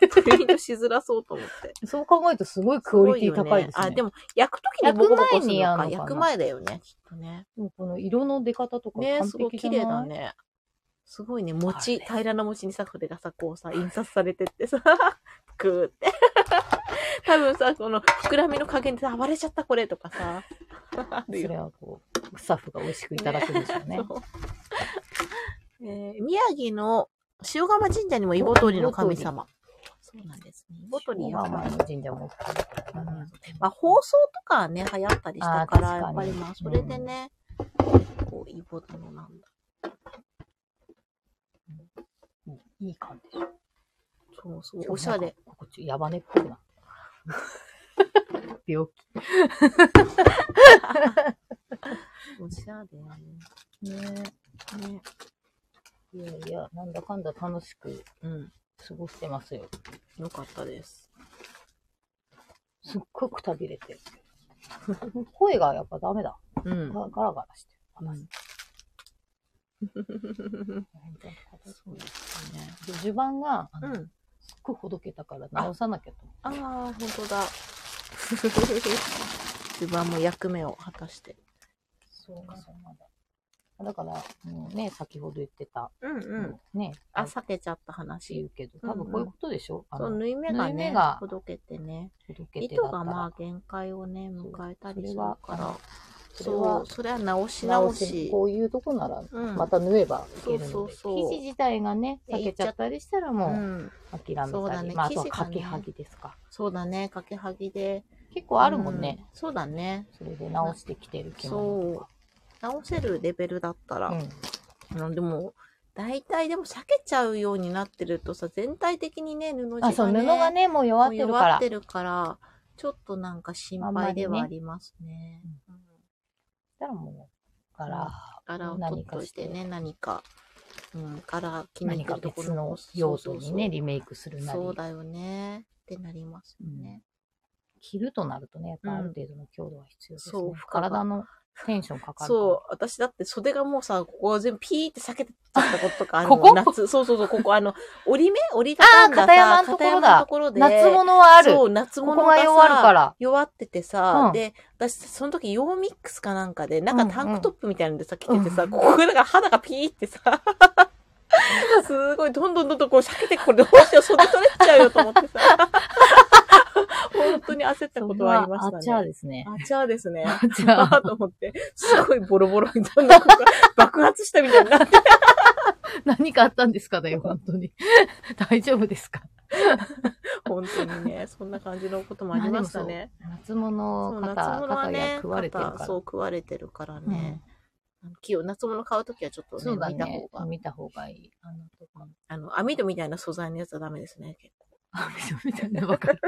[SPEAKER 2] プリントしづらそうと思って。
[SPEAKER 1] そう考えるとすごい クオリティ高いですね。
[SPEAKER 2] あ、で
[SPEAKER 1] も、
[SPEAKER 2] も焼くときにボコボコするの
[SPEAKER 1] 焼く
[SPEAKER 2] か。
[SPEAKER 1] 前にやるのかな
[SPEAKER 2] 焼く前だよね、きっとね。
[SPEAKER 1] この色の出方とか
[SPEAKER 2] ね
[SPEAKER 1] 完
[SPEAKER 2] すごい
[SPEAKER 1] 璧じ
[SPEAKER 2] 綺
[SPEAKER 1] ゃない、
[SPEAKER 2] 麗だね。すごいね、餅、平らな餅にさ、それがさ、こうさ、印刷されてってさ、 くーって。 多分さ、この膨らみの加減でさ、あ割れちゃったこれとかさ。ある
[SPEAKER 1] そ
[SPEAKER 2] よ
[SPEAKER 1] れはこう、スタッフが美味しくいただくんでしょうね。
[SPEAKER 2] そう えー宮城の塩釜神社にもイボトリの神様。そうなんですね。イボトリや
[SPEAKER 1] まあ
[SPEAKER 2] っ
[SPEAKER 1] ま
[SPEAKER 2] ぱ
[SPEAKER 1] あ、
[SPEAKER 2] り。
[SPEAKER 1] 神社も大きいからね
[SPEAKER 2] まあ、放送とかはね、流行ったりしたから、
[SPEAKER 1] あー確かに
[SPEAKER 2] やっぱりまあ、それでね、結構イボトのなんだ。
[SPEAKER 1] いい感じでしょ。
[SPEAKER 2] そうそう、おしゃ
[SPEAKER 1] な
[SPEAKER 2] れ
[SPEAKER 1] ん。か。ここちょっとヤバネっぽ くなった。病
[SPEAKER 2] おしゃれ
[SPEAKER 1] 気ね。
[SPEAKER 2] ね。ね。
[SPEAKER 1] いやいや、なんだかんだ楽しく
[SPEAKER 2] うん。
[SPEAKER 1] 過ごしてますよ。
[SPEAKER 2] よかったです。
[SPEAKER 1] すっごくたびれてる。 声がやっぱダメだ。
[SPEAKER 2] うん。
[SPEAKER 1] ガガラガラしてる。
[SPEAKER 2] そうですね。
[SPEAKER 1] で序盤が、あ
[SPEAKER 2] う
[SPEAKER 1] の
[SPEAKER 2] ん。
[SPEAKER 1] すっごいほどけたから直さなきゃと思って。
[SPEAKER 2] ああ、本当だ。 自分も役目を果たして。
[SPEAKER 1] そうか、そうなんだ。だから、もうね、先ほど言ってた、
[SPEAKER 2] うんう。
[SPEAKER 1] ね、
[SPEAKER 2] あ、避けちゃった
[SPEAKER 1] って
[SPEAKER 2] 話。
[SPEAKER 1] 言うけど、多分こういうことでしょ、
[SPEAKER 2] そう、
[SPEAKER 1] あの、
[SPEAKER 2] 縫い目が
[SPEAKER 1] 縫い
[SPEAKER 2] ね
[SPEAKER 1] 目が、
[SPEAKER 2] ほどけてね。
[SPEAKER 1] ほどけて
[SPEAKER 2] 糸
[SPEAKER 1] だっ
[SPEAKER 2] が
[SPEAKER 1] た
[SPEAKER 2] まあ
[SPEAKER 1] ら。
[SPEAKER 2] 限界をね、
[SPEAKER 1] そう
[SPEAKER 2] 迎えた
[SPEAKER 1] そ
[SPEAKER 2] りす
[SPEAKER 1] れ
[SPEAKER 2] る
[SPEAKER 1] は
[SPEAKER 2] か
[SPEAKER 1] あの
[SPEAKER 2] ら。
[SPEAKER 1] それは
[SPEAKER 2] そう、それは直し
[SPEAKER 1] 直
[SPEAKER 2] 直
[SPEAKER 1] し
[SPEAKER 2] し。
[SPEAKER 1] こういうとこなら、
[SPEAKER 2] うん。
[SPEAKER 1] また縫えばいけるので、
[SPEAKER 2] そうそうそう
[SPEAKER 1] 生地自体がね、裂けちゃったりしたら
[SPEAKER 2] う。
[SPEAKER 1] もうん諦め
[SPEAKER 2] そう
[SPEAKER 1] た
[SPEAKER 2] だ
[SPEAKER 1] り、
[SPEAKER 2] ね
[SPEAKER 1] まあ、あとは
[SPEAKER 2] 生地が
[SPEAKER 1] か
[SPEAKER 2] ね
[SPEAKER 1] けはぎですか。
[SPEAKER 2] そうだね。かけはぎで。
[SPEAKER 1] 結構あるもんね、
[SPEAKER 2] う。そうだね。
[SPEAKER 1] それで直してきてる着物とか。
[SPEAKER 2] 直せるレベルだったら。
[SPEAKER 1] うん
[SPEAKER 2] うん、でも、大体でも避けちゃうようになってるとさ、全体的にね、布地が
[SPEAKER 1] あ、
[SPEAKER 2] ね、
[SPEAKER 1] そう、布がね、もう弱
[SPEAKER 2] も
[SPEAKER 1] っ
[SPEAKER 2] う
[SPEAKER 1] てるから。
[SPEAKER 2] 弱ってるから、ちょっとなんか心配ではありますね。
[SPEAKER 1] だからもう、柄
[SPEAKER 2] 柄を取っといてね、何か、ううん、から気に
[SPEAKER 1] 何
[SPEAKER 2] 入
[SPEAKER 1] か
[SPEAKER 2] るとこ
[SPEAKER 1] 別
[SPEAKER 2] ろ
[SPEAKER 1] の
[SPEAKER 2] も
[SPEAKER 1] 用途にね、
[SPEAKER 2] そう
[SPEAKER 1] リメイクする
[SPEAKER 2] そう
[SPEAKER 1] な
[SPEAKER 2] そう
[SPEAKER 1] り。
[SPEAKER 2] そうだよね。ってなりますよね。
[SPEAKER 1] 着るとなるとね、やっぱある
[SPEAKER 2] うん
[SPEAKER 1] 程度の強度は必要ですね。
[SPEAKER 2] そう負荷が
[SPEAKER 1] 体のテンションかかるから。
[SPEAKER 2] そう、私だって袖がもうさ、ここが全部ピーって裂けてっちゃったこととかあ る
[SPEAKER 1] ここ
[SPEAKER 2] 夏、そうそうそう、ここあの、折り目折りたたんださ
[SPEAKER 1] あー片山のところだ
[SPEAKER 2] 片山のところで
[SPEAKER 1] 夏物はある。
[SPEAKER 2] そう、夏
[SPEAKER 1] こ
[SPEAKER 2] 物
[SPEAKER 1] こが弱る
[SPEAKER 2] さ
[SPEAKER 1] から。
[SPEAKER 2] 弱っててさ、
[SPEAKER 1] うん
[SPEAKER 2] で、私、その時、ヨーミックスかなんかで、なんかタンクトップみたいなのでさ、着
[SPEAKER 1] うんうん
[SPEAKER 2] ててさ、ここがなんか肌がピーっ てさ、すごい、どんどんどんどんこう、避けて、これどうしよう、袖取れちゃうよと思ってさ、 本当に焦ったことはありました
[SPEAKER 1] それはあちゃ
[SPEAKER 2] ね。
[SPEAKER 1] です ね。
[SPEAKER 2] あちゃーですね。
[SPEAKER 1] あちゃ
[SPEAKER 2] あと思って、すごいボロボロにどんどんここが 爆発したみたいになって、
[SPEAKER 1] 何かあったんですかね、本当 に。大丈夫ですか
[SPEAKER 2] 本当にね、そんな感じのこともありましたね。
[SPEAKER 1] 夏物
[SPEAKER 2] そう
[SPEAKER 1] 肩、
[SPEAKER 2] 夏物は
[SPEAKER 1] 肩や
[SPEAKER 2] ね、
[SPEAKER 1] 食われてるから。
[SPEAKER 2] 肩そう、食われてるから
[SPEAKER 1] うん
[SPEAKER 2] ね。あの木を夏物買うときはちょっとね、
[SPEAKER 1] そうだ
[SPEAKER 2] 見た方
[SPEAKER 1] ね。
[SPEAKER 2] が。
[SPEAKER 1] 見た方がいい。あの、と か。
[SPEAKER 2] あの、網戸みたいな素材のやつはダメです ね。結構
[SPEAKER 1] あ、み たいな、わかる。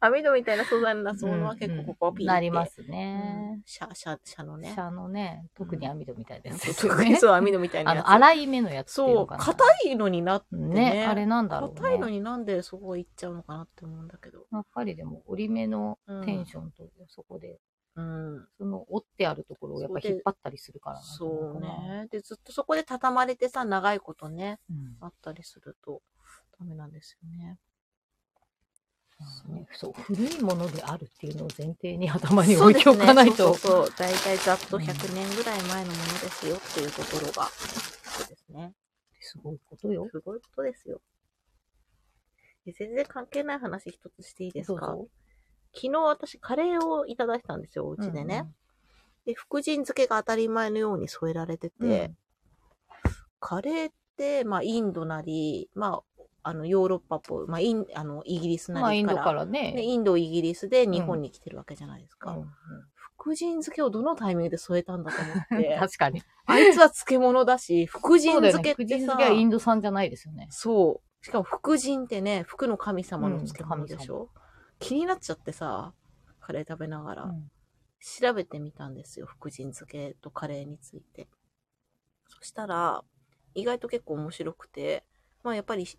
[SPEAKER 2] 網戸みたいな素材の夏物は結構ここはピーって、
[SPEAKER 1] なります
[SPEAKER 2] うん
[SPEAKER 1] ね。
[SPEAKER 2] シャ、シャ、シャのね。
[SPEAKER 1] 車のね、特に網戸みたいなやつですよ
[SPEAKER 2] 特
[SPEAKER 1] ね
[SPEAKER 2] に。そう、網戸みたいな
[SPEAKER 1] あ
[SPEAKER 2] やつ。
[SPEAKER 1] の、粗い目のやつっていう
[SPEAKER 2] そ
[SPEAKER 1] の
[SPEAKER 2] う、
[SPEAKER 1] かな。
[SPEAKER 2] 硬いのになってね。
[SPEAKER 1] ね、あれなんだろうね。
[SPEAKER 2] 硬いのになんでそこ行っちゃうのかなって思うんだけど。
[SPEAKER 1] やっぱりでも、折り目の
[SPEAKER 2] うん
[SPEAKER 1] テンションと、そこで、
[SPEAKER 2] うん。
[SPEAKER 1] その折ってあるところをやっぱ
[SPEAKER 2] そこで
[SPEAKER 1] 引っ張ったりするからなんじゃない
[SPEAKER 2] そ
[SPEAKER 1] か
[SPEAKER 2] う
[SPEAKER 1] な。
[SPEAKER 2] ね。で、ずっとそこで畳まれてさ、長いことね、
[SPEAKER 1] うん
[SPEAKER 2] あったりすると、ダメなんですよ ね。
[SPEAKER 1] ねそう古いものであるっていうのを前提に頭に置いておかない
[SPEAKER 2] そ
[SPEAKER 1] と
[SPEAKER 2] うですね、そうそうそう。大体ざっと
[SPEAKER 1] うん
[SPEAKER 2] 100年ぐらい前のものですよっていうところが。そうですね。
[SPEAKER 1] すごいことよ。
[SPEAKER 2] すごいことですよ。え全然関係ない話一つしていいですか
[SPEAKER 1] どうぞ
[SPEAKER 2] 昨日私カレーをいただいたんですよ、お家でね。で、福神漬けが当たり前のように添えられてて、
[SPEAKER 1] うんうん
[SPEAKER 2] カレーって、まあ、インドなり、まあ、あの、ヨーロッパっぽい、まあ、イン、あの、イギリスなり
[SPEAKER 1] まあイン
[SPEAKER 2] か
[SPEAKER 1] ド
[SPEAKER 2] ら、
[SPEAKER 1] から
[SPEAKER 2] で
[SPEAKER 1] ね。
[SPEAKER 2] インド、イギリスで日本に来てるわけじゃないです
[SPEAKER 1] う
[SPEAKER 2] か。
[SPEAKER 1] ん
[SPEAKER 2] 福神漬けをどのタイミングで添えたんだと思っ
[SPEAKER 1] うん
[SPEAKER 2] て、
[SPEAKER 1] 確かに。
[SPEAKER 2] あいつは漬物だし、福神
[SPEAKER 1] そうだよね。
[SPEAKER 2] 漬けっ
[SPEAKER 1] 福神
[SPEAKER 2] てさ、
[SPEAKER 1] 漬けはインド産じゃないですよね。
[SPEAKER 2] そう。しかも福神ってね、福の神様の漬物でしょ、気になっちゃってさ、カレー食べながら、
[SPEAKER 1] うん
[SPEAKER 2] 調べてみたんですよ。福神漬けとカレーについて。そしたら、意外と結構面白くて、まあやっぱりし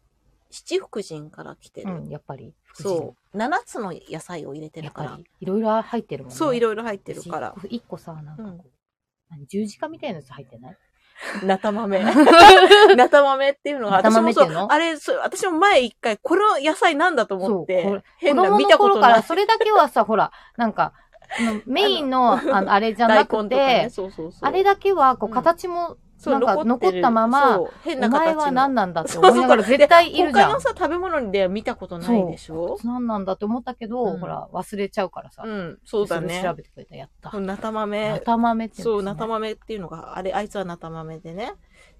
[SPEAKER 2] 七福神から来てる。
[SPEAKER 1] うん、やっぱり。福神
[SPEAKER 2] そう。七つの野菜を入れて
[SPEAKER 1] や
[SPEAKER 2] る
[SPEAKER 1] っ
[SPEAKER 2] か
[SPEAKER 1] ぱ
[SPEAKER 2] ら。
[SPEAKER 1] り、いろいろ入ってるもんね。
[SPEAKER 2] そう、い
[SPEAKER 1] い
[SPEAKER 2] ろいろ入ってるから。。
[SPEAKER 1] 一個さ、なんか
[SPEAKER 2] うん
[SPEAKER 1] こう、何十字架みたいなやつ入って ない
[SPEAKER 2] なた 豆。なた豆っていうの
[SPEAKER 1] な
[SPEAKER 2] が、
[SPEAKER 1] た
[SPEAKER 2] 私
[SPEAKER 1] 豆っ
[SPEAKER 2] も
[SPEAKER 1] てい
[SPEAKER 2] そうう、
[SPEAKER 1] の
[SPEAKER 2] あれ、そう私も前一回、この野菜なんだと思っ
[SPEAKER 1] そうこ
[SPEAKER 2] て
[SPEAKER 1] れ、子
[SPEAKER 2] 変な
[SPEAKER 1] 供
[SPEAKER 2] 見
[SPEAKER 1] の
[SPEAKER 2] たこ
[SPEAKER 1] 頃
[SPEAKER 2] と
[SPEAKER 1] か
[SPEAKER 2] ない
[SPEAKER 1] ら、。それだけはさ、ほら、なん か、あのメインの、あの、あれじゃな
[SPEAKER 2] 大根とか
[SPEAKER 1] く
[SPEAKER 2] ね
[SPEAKER 1] て、
[SPEAKER 2] そうそうそう。
[SPEAKER 1] あれだけは、こう、
[SPEAKER 2] うん
[SPEAKER 1] 形も、
[SPEAKER 2] そ
[SPEAKER 1] な
[SPEAKER 2] う
[SPEAKER 1] んか
[SPEAKER 2] 残って
[SPEAKER 1] 残っ
[SPEAKER 2] る
[SPEAKER 1] たまま
[SPEAKER 2] そう変な
[SPEAKER 1] お
[SPEAKER 2] 形
[SPEAKER 1] 前は何
[SPEAKER 2] の
[SPEAKER 1] なんだって思いながら絶対いるじゃ
[SPEAKER 2] 他
[SPEAKER 1] ん
[SPEAKER 2] の。さ、食べ物では見たことないでしょ
[SPEAKER 1] 何なんだって思ったけど、
[SPEAKER 2] うん
[SPEAKER 1] ほら、忘れちゃうからさ。
[SPEAKER 2] うん、そうだ
[SPEAKER 1] れ調
[SPEAKER 2] ね。
[SPEAKER 1] べてくれた。やった
[SPEAKER 2] こ。のなた
[SPEAKER 1] な
[SPEAKER 2] 豆。
[SPEAKER 1] たまめって言
[SPEAKER 2] そう、
[SPEAKER 1] んで
[SPEAKER 2] な
[SPEAKER 1] すね
[SPEAKER 2] た豆っていうのが、あれ、あいつはなた豆でね。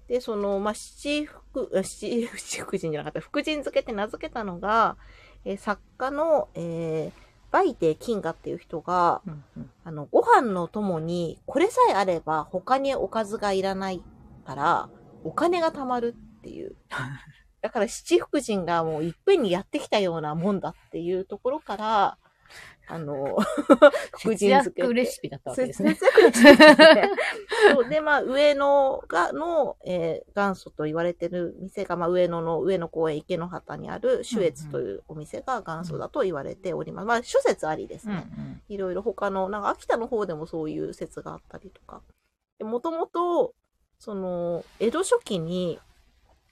[SPEAKER 2] で、その、まあ、七福、あ七福、七福神じゃなかった。福神漬けって名付けたのが、えー作家の、えー、バイテ金河っていう人が、
[SPEAKER 1] うんうん
[SPEAKER 2] あの、ご飯のともに、これさえあれば他におかずがいらないから、お金が貯まるっていう。 だから七福神がもういっぺんにやってきたようなもんだっていうところから、あ の、福神
[SPEAKER 1] 節
[SPEAKER 2] 漬けっ
[SPEAKER 1] 約
[SPEAKER 2] て。
[SPEAKER 1] レシピだったわけです
[SPEAKER 2] 節
[SPEAKER 1] ね。
[SPEAKER 2] 約レシピで すね。そうで、まあ、上野が、の、えー元祖と言われてる店が、まあ、上野の、上野公園池の畑にある、主越というお店が元祖だと言われております。まあ、諸説ありです
[SPEAKER 1] うん
[SPEAKER 2] ね。
[SPEAKER 1] うん
[SPEAKER 2] いろいろ他の、なんか秋田の方でもそういう説があったりとか。もともと、その、江戸初期に、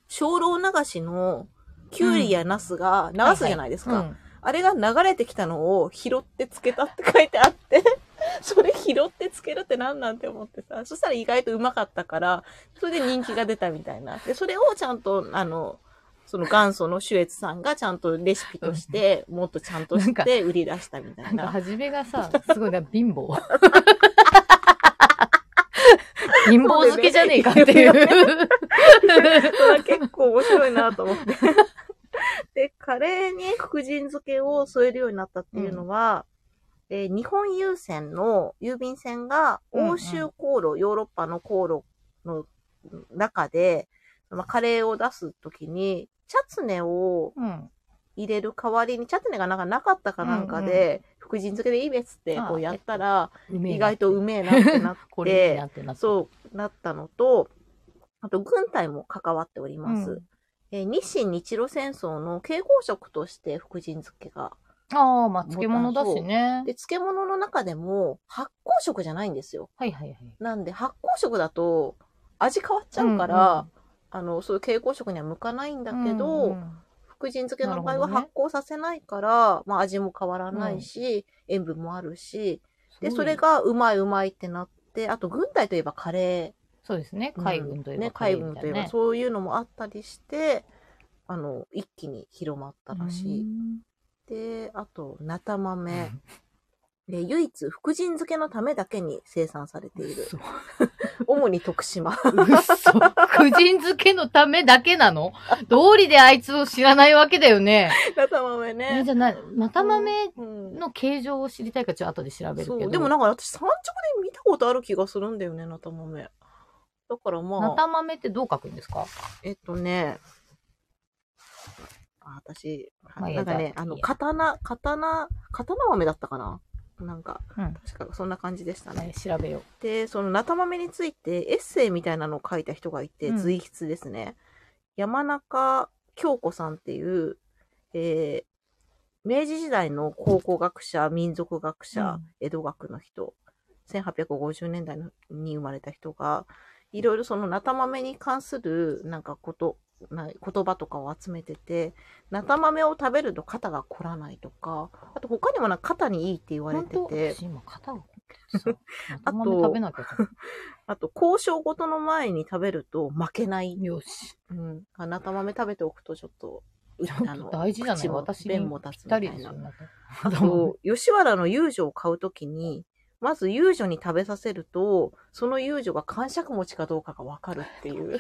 [SPEAKER 2] 精霊流しのきゅうりやナスが流すじゃないですか。
[SPEAKER 1] うん
[SPEAKER 2] あれが流れてきたのを拾ってつけたって書いてあって、 それ拾ってつけるって何なんて思ってさ、そしたら意外とうまかったから、それで人気が出たみたいな。で、それをちゃんと、あの、その元祖の主越さんがちゃんとレシピとして、もっとちゃんと
[SPEAKER 1] なん
[SPEAKER 2] し
[SPEAKER 1] か
[SPEAKER 2] て売り出したみた
[SPEAKER 1] ないんか、
[SPEAKER 2] な。
[SPEAKER 1] 初めがさ、すごいな、貧 乏。貧乏漬けじゃねえかっていう。
[SPEAKER 2] それは結構面白いなと思って。 で、カレーに福神漬けを添えるようになったっていうのは、えー日本郵船の郵便船が欧州航路、ヨーロッパの航路の中で、まあ、カレーを出すときに、チャツネを
[SPEAKER 1] うん
[SPEAKER 2] 入れる代わりに、チャツネがなんかなかったかなんかで、福神漬けでいいべっつって
[SPEAKER 1] ああ
[SPEAKER 2] こうやったら、
[SPEAKER 1] うめえ
[SPEAKER 2] 意
[SPEAKER 1] な
[SPEAKER 2] 外とうめえなってなって、
[SPEAKER 1] これいいなってなって。
[SPEAKER 2] そうなったのと、あと軍隊も関わっております。
[SPEAKER 1] うん
[SPEAKER 2] えー日清日露戦争の蛍光色として福神漬けが。
[SPEAKER 1] ああ、まあ、漬物だしね。
[SPEAKER 2] で、漬物の中でも発酵食じゃないんですよ。
[SPEAKER 1] はいはいはい。
[SPEAKER 2] なんで発酵食だと味変わっちゃうから、あの、そういう蛍光食には向かないんだ
[SPEAKER 1] うん
[SPEAKER 2] け
[SPEAKER 1] うん、
[SPEAKER 2] ど、
[SPEAKER 1] うんうん
[SPEAKER 2] 福神漬けの場
[SPEAKER 1] な
[SPEAKER 2] 合
[SPEAKER 1] るほど
[SPEAKER 2] は
[SPEAKER 1] ね
[SPEAKER 2] 発酵させないから、まあ味も変わらないし、塩分もあるし、で、それ、がうまいうまいってなって、あと軍隊といえばカレ
[SPEAKER 1] そうですね。
[SPEAKER 2] ー。
[SPEAKER 1] 海軍といえば、
[SPEAKER 2] ね、海軍といえば
[SPEAKER 1] う
[SPEAKER 2] そういうのもあったりして、あの、一気に広まった
[SPEAKER 1] だ
[SPEAKER 2] らしい。で、あと、ナタ豆。
[SPEAKER 1] ね
[SPEAKER 2] で、唯一、福神漬けのためだけに生産されて
[SPEAKER 1] う
[SPEAKER 2] い
[SPEAKER 1] っ
[SPEAKER 2] る。
[SPEAKER 1] そ。
[SPEAKER 2] 主に 徳島。
[SPEAKER 1] うっそ。婦人漬けのためだけなの道理であいつを知らないわけだよね。
[SPEAKER 2] ナタ豆
[SPEAKER 1] え
[SPEAKER 2] ね。
[SPEAKER 1] じゃあな、また豆
[SPEAKER 2] うん
[SPEAKER 1] の形状を知りたいか、ちょっと後で調べる
[SPEAKER 2] そ
[SPEAKER 1] けど。
[SPEAKER 2] う。でもなんか私、産直で見たことある気がするんだよね、ナタ豆。だからま
[SPEAKER 1] な
[SPEAKER 2] あ、
[SPEAKER 1] た豆ってどう書くんですか
[SPEAKER 2] えっとね、あ私、
[SPEAKER 1] まあいいや
[SPEAKER 2] なんかね、
[SPEAKER 1] じゃあ
[SPEAKER 2] あの、
[SPEAKER 1] いいや
[SPEAKER 2] 刀、刀、刀豆だったかななんか、
[SPEAKER 1] うん
[SPEAKER 2] 確かそんな感じでしたね。
[SPEAKER 1] ね調べよ
[SPEAKER 2] で、そのナタ豆についてエッセイみたいなのを書いた人がいて、
[SPEAKER 1] うん
[SPEAKER 2] 随筆ですね。山中京子さんっていう、えー明治時代の考古学者、民族学者、
[SPEAKER 1] うん
[SPEAKER 2] 江戸学の人、1850年代のに生まれた人が、いろいろそのナタ豆に関するなんかこと、な言葉とかを集めてて、ナタ豆を食べると肩が凝らないとか、あと他にもなんか肩にいいって言
[SPEAKER 1] う。
[SPEAKER 2] われ
[SPEAKER 1] 本
[SPEAKER 2] て
[SPEAKER 1] 当
[SPEAKER 2] て
[SPEAKER 1] 私、今肩 が凝っててさ。なた
[SPEAKER 2] あと
[SPEAKER 1] 豆食べなきゃ。
[SPEAKER 2] あと交渉事の前に食べると負けない
[SPEAKER 1] よ し。
[SPEAKER 2] うん。あなた豆食べておくとちょっと、う
[SPEAKER 1] ちょっと大事じゃない
[SPEAKER 2] 口も
[SPEAKER 1] 私に
[SPEAKER 2] 便も立
[SPEAKER 1] ぴっ
[SPEAKER 2] つ
[SPEAKER 1] た
[SPEAKER 2] みた
[SPEAKER 1] りで
[SPEAKER 2] い
[SPEAKER 1] すよ
[SPEAKER 2] な。
[SPEAKER 1] ね。
[SPEAKER 2] あと、吉原の遊女を買うときに、まず遊女に食べさせると、その遊女が感触持ちかどうかがわかるっていう。わ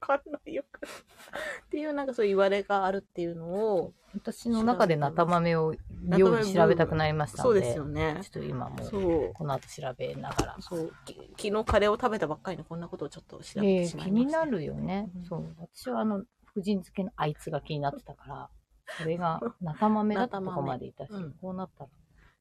[SPEAKER 2] かんないよ。っていう、なんかそういう言われがあるっていうのを、
[SPEAKER 1] 私の中でなた豆を料理調べたくなりました
[SPEAKER 2] そ
[SPEAKER 1] の
[SPEAKER 2] う
[SPEAKER 1] で。
[SPEAKER 2] ですよね
[SPEAKER 1] ちょ。っと今も、
[SPEAKER 2] そうう。
[SPEAKER 1] この後調べながら。
[SPEAKER 2] そう。き昨日カレーを食べたばっかりのこんなことをちょっと調べ
[SPEAKER 1] え
[SPEAKER 2] て
[SPEAKER 1] え
[SPEAKER 2] しまい
[SPEAKER 1] 気
[SPEAKER 2] ま
[SPEAKER 1] に
[SPEAKER 2] した。
[SPEAKER 1] なるよね。
[SPEAKER 2] うん
[SPEAKER 1] そう。私はあの、福神漬けのあいつが気になってたから、それが、なた豆だったとこまでいたし、
[SPEAKER 2] なた 豆うん
[SPEAKER 1] こうなったら、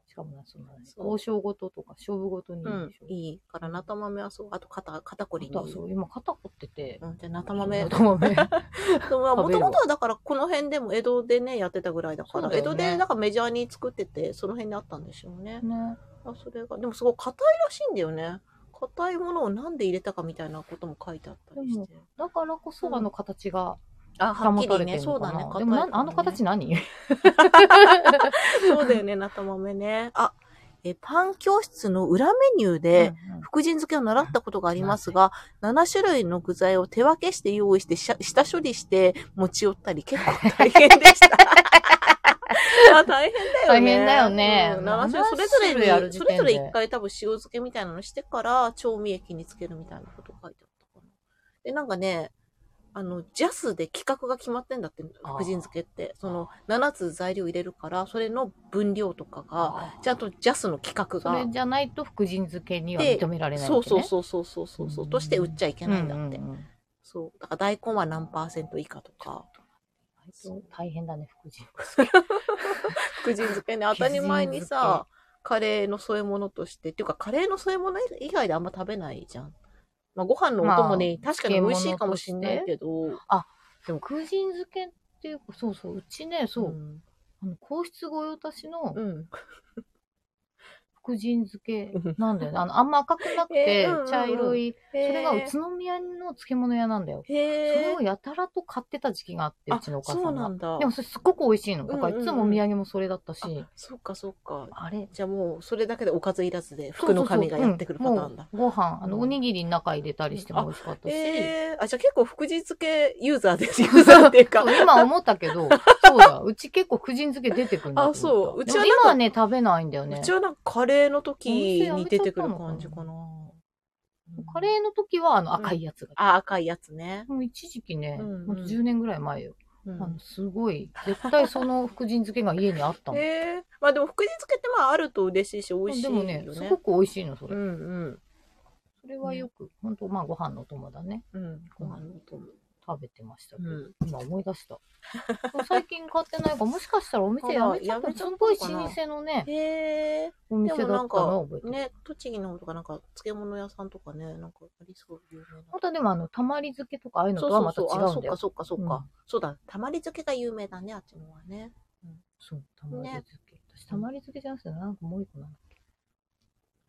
[SPEAKER 1] しかもな、その、
[SPEAKER 2] そう
[SPEAKER 1] 交渉ごととか勝負ごとにいい
[SPEAKER 2] うん
[SPEAKER 1] でしょ。、
[SPEAKER 2] いいから、なた豆はそう、あと肩、肩こ
[SPEAKER 1] あ
[SPEAKER 2] りに
[SPEAKER 1] と
[SPEAKER 2] い
[SPEAKER 1] はいそう、今肩凝ってて、
[SPEAKER 2] うん、じゃあ、なた 豆
[SPEAKER 1] な。た 豆。
[SPEAKER 2] で
[SPEAKER 1] 食
[SPEAKER 2] も、も
[SPEAKER 1] べ
[SPEAKER 2] と
[SPEAKER 1] るわ
[SPEAKER 2] もとはだから、この辺でも江戸でね、やってたぐらいだか
[SPEAKER 1] そ
[SPEAKER 2] ら、
[SPEAKER 1] うだ
[SPEAKER 2] 江
[SPEAKER 1] よね
[SPEAKER 2] 戸でなんかメジャーに作ってて、その辺にあったんでしょうね。
[SPEAKER 1] ね。
[SPEAKER 2] あそれが、でもすごい硬いらしいんだよね。硬いものをなんで入れたかみたいなことも書いてあったりして。
[SPEAKER 1] だからこそ、あの形が
[SPEAKER 2] あ、はっ
[SPEAKER 1] 保
[SPEAKER 2] き
[SPEAKER 1] た
[SPEAKER 2] り
[SPEAKER 1] れて
[SPEAKER 2] ね、
[SPEAKER 1] るの
[SPEAKER 2] そう
[SPEAKER 1] か
[SPEAKER 2] だ
[SPEAKER 1] な。
[SPEAKER 2] ね、
[SPEAKER 1] でもな、
[SPEAKER 2] 硬い
[SPEAKER 1] あの形
[SPEAKER 2] ね、
[SPEAKER 1] 何
[SPEAKER 2] そうだよね、なた豆ね。あ、え、パン教室の裏メニューで、
[SPEAKER 1] うんうん
[SPEAKER 2] 福神漬けを習ったことがありますが、7種類の具材を手分けして用意して、しゃ下処理して持ち寄ったり、結構大変で した。あ大変だよね。
[SPEAKER 1] 大変だよね
[SPEAKER 2] うん
[SPEAKER 1] 7
[SPEAKER 2] 7種類、それぞれに、それぞれ一回多分塩漬けみたいなのしてから、調味液につけるみたいなこと書いてあったかな。で、なんかね、あの、ジャスで企画が決まってんだって、福
[SPEAKER 1] あー
[SPEAKER 2] 神漬けって。その、7つ材料入れるから、それの分量とかが、
[SPEAKER 1] あ
[SPEAKER 2] ちゃんとジャスの企画
[SPEAKER 1] そ
[SPEAKER 2] が。
[SPEAKER 1] れじゃないと福神漬けには
[SPEAKER 2] で
[SPEAKER 1] 認められない
[SPEAKER 2] そ
[SPEAKER 1] わ
[SPEAKER 2] う
[SPEAKER 1] けね。
[SPEAKER 2] そうそうそうそうそうそう
[SPEAKER 1] うん
[SPEAKER 2] として売っちゃいけないんだって、
[SPEAKER 1] うんうんうん
[SPEAKER 2] そうだから大根は何パーセント以下とか
[SPEAKER 1] 大変だね、福神。
[SPEAKER 2] 福神漬けね当たり前にさカレーの添え物としてっていうかカレーの添え物以外であんま食べないじゃん、まあ、ご飯のお供ね、
[SPEAKER 1] まあ
[SPEAKER 2] 確かに美味しいかもしんないけど
[SPEAKER 1] 福神漬けっていうか、そうそう、うちね、そう、
[SPEAKER 2] ん
[SPEAKER 1] あの皇室御用達の
[SPEAKER 2] うん
[SPEAKER 1] 福神漬けなんだよね。 あの、あんま赤くなく
[SPEAKER 2] え
[SPEAKER 1] て
[SPEAKER 2] ーうんうんう、ん
[SPEAKER 1] 茶色い、
[SPEAKER 2] そ
[SPEAKER 1] それが宇都宮の漬物屋なんだよ。
[SPEAKER 2] へ
[SPEAKER 1] そ
[SPEAKER 2] え
[SPEAKER 1] れをやたらと買ってた時期があって、う
[SPEAKER 2] あ
[SPEAKER 1] ちのお母さ
[SPEAKER 2] そうんな
[SPEAKER 1] が。
[SPEAKER 2] んだ
[SPEAKER 1] でもそれすっごく美味しいの。だか
[SPEAKER 2] うんうん
[SPEAKER 1] ら
[SPEAKER 2] うん
[SPEAKER 1] いつもお土産もそれだったし、
[SPEAKER 2] そうかそうか
[SPEAKER 1] あれ、
[SPEAKER 2] じゃあもうそれだけでおかずいらずで服の髪がやってくるパターンだ
[SPEAKER 1] そうそうそううんもうご飯、あの、
[SPEAKER 2] うん
[SPEAKER 1] おにぎりの中入れたりしても美味しかったし、
[SPEAKER 2] えー、あじゃあ結構福神漬けユーザーですユーザーっていうか
[SPEAKER 1] そう今思ったけど、そうだ、うち結構福神漬け出てくるんだと思った
[SPEAKER 2] あそううちは
[SPEAKER 1] でも
[SPEAKER 2] なんか
[SPEAKER 1] 今はね、食べないんだよね
[SPEAKER 2] うち。はなんかカレーの時に出てくる感じかな。
[SPEAKER 1] カレーの時はあの赤いやつが。
[SPEAKER 2] あ、赤いやつね。
[SPEAKER 1] もう一時期ね、
[SPEAKER 2] うんうん
[SPEAKER 1] ほんと10年ぐらい前よ。
[SPEAKER 2] うん
[SPEAKER 1] あの、すごい、絶対その福神漬けが家にあったの。
[SPEAKER 2] えー、まあでも福神漬けってまああると嬉しいし美味しい
[SPEAKER 1] で
[SPEAKER 2] よ
[SPEAKER 1] も
[SPEAKER 2] ね。
[SPEAKER 1] ね、すごく美味しいの、それ。
[SPEAKER 2] うんうん。
[SPEAKER 1] それはよく、ほんと、まあご飯のお供だね。
[SPEAKER 2] うん、ご飯のお供。
[SPEAKER 1] 食べてましたけど、
[SPEAKER 2] うん
[SPEAKER 1] 今思い出した。最近買ってないから、もしかしたらお店やめちゃった。
[SPEAKER 2] あらやめち
[SPEAKER 1] す
[SPEAKER 2] ゃったの
[SPEAKER 1] ごい
[SPEAKER 2] かな
[SPEAKER 1] 老舗のね、
[SPEAKER 2] へえ。
[SPEAKER 1] お店だったのを覚えてる。
[SPEAKER 2] ね、栃木の方とかなんか漬物屋さんとかね、なんかありそう、有名な
[SPEAKER 1] ま。たでもあの、たまり漬けとかああいうのとはまた違うんだよ。
[SPEAKER 2] そうそうそうあそっかそっかそっか、
[SPEAKER 1] うん
[SPEAKER 2] そうだ、たまり漬けが有名だね、あっちの方はね。
[SPEAKER 1] そう、たまり漬け。私、たまり漬けじゃなくて、なんかもう一個なんだっ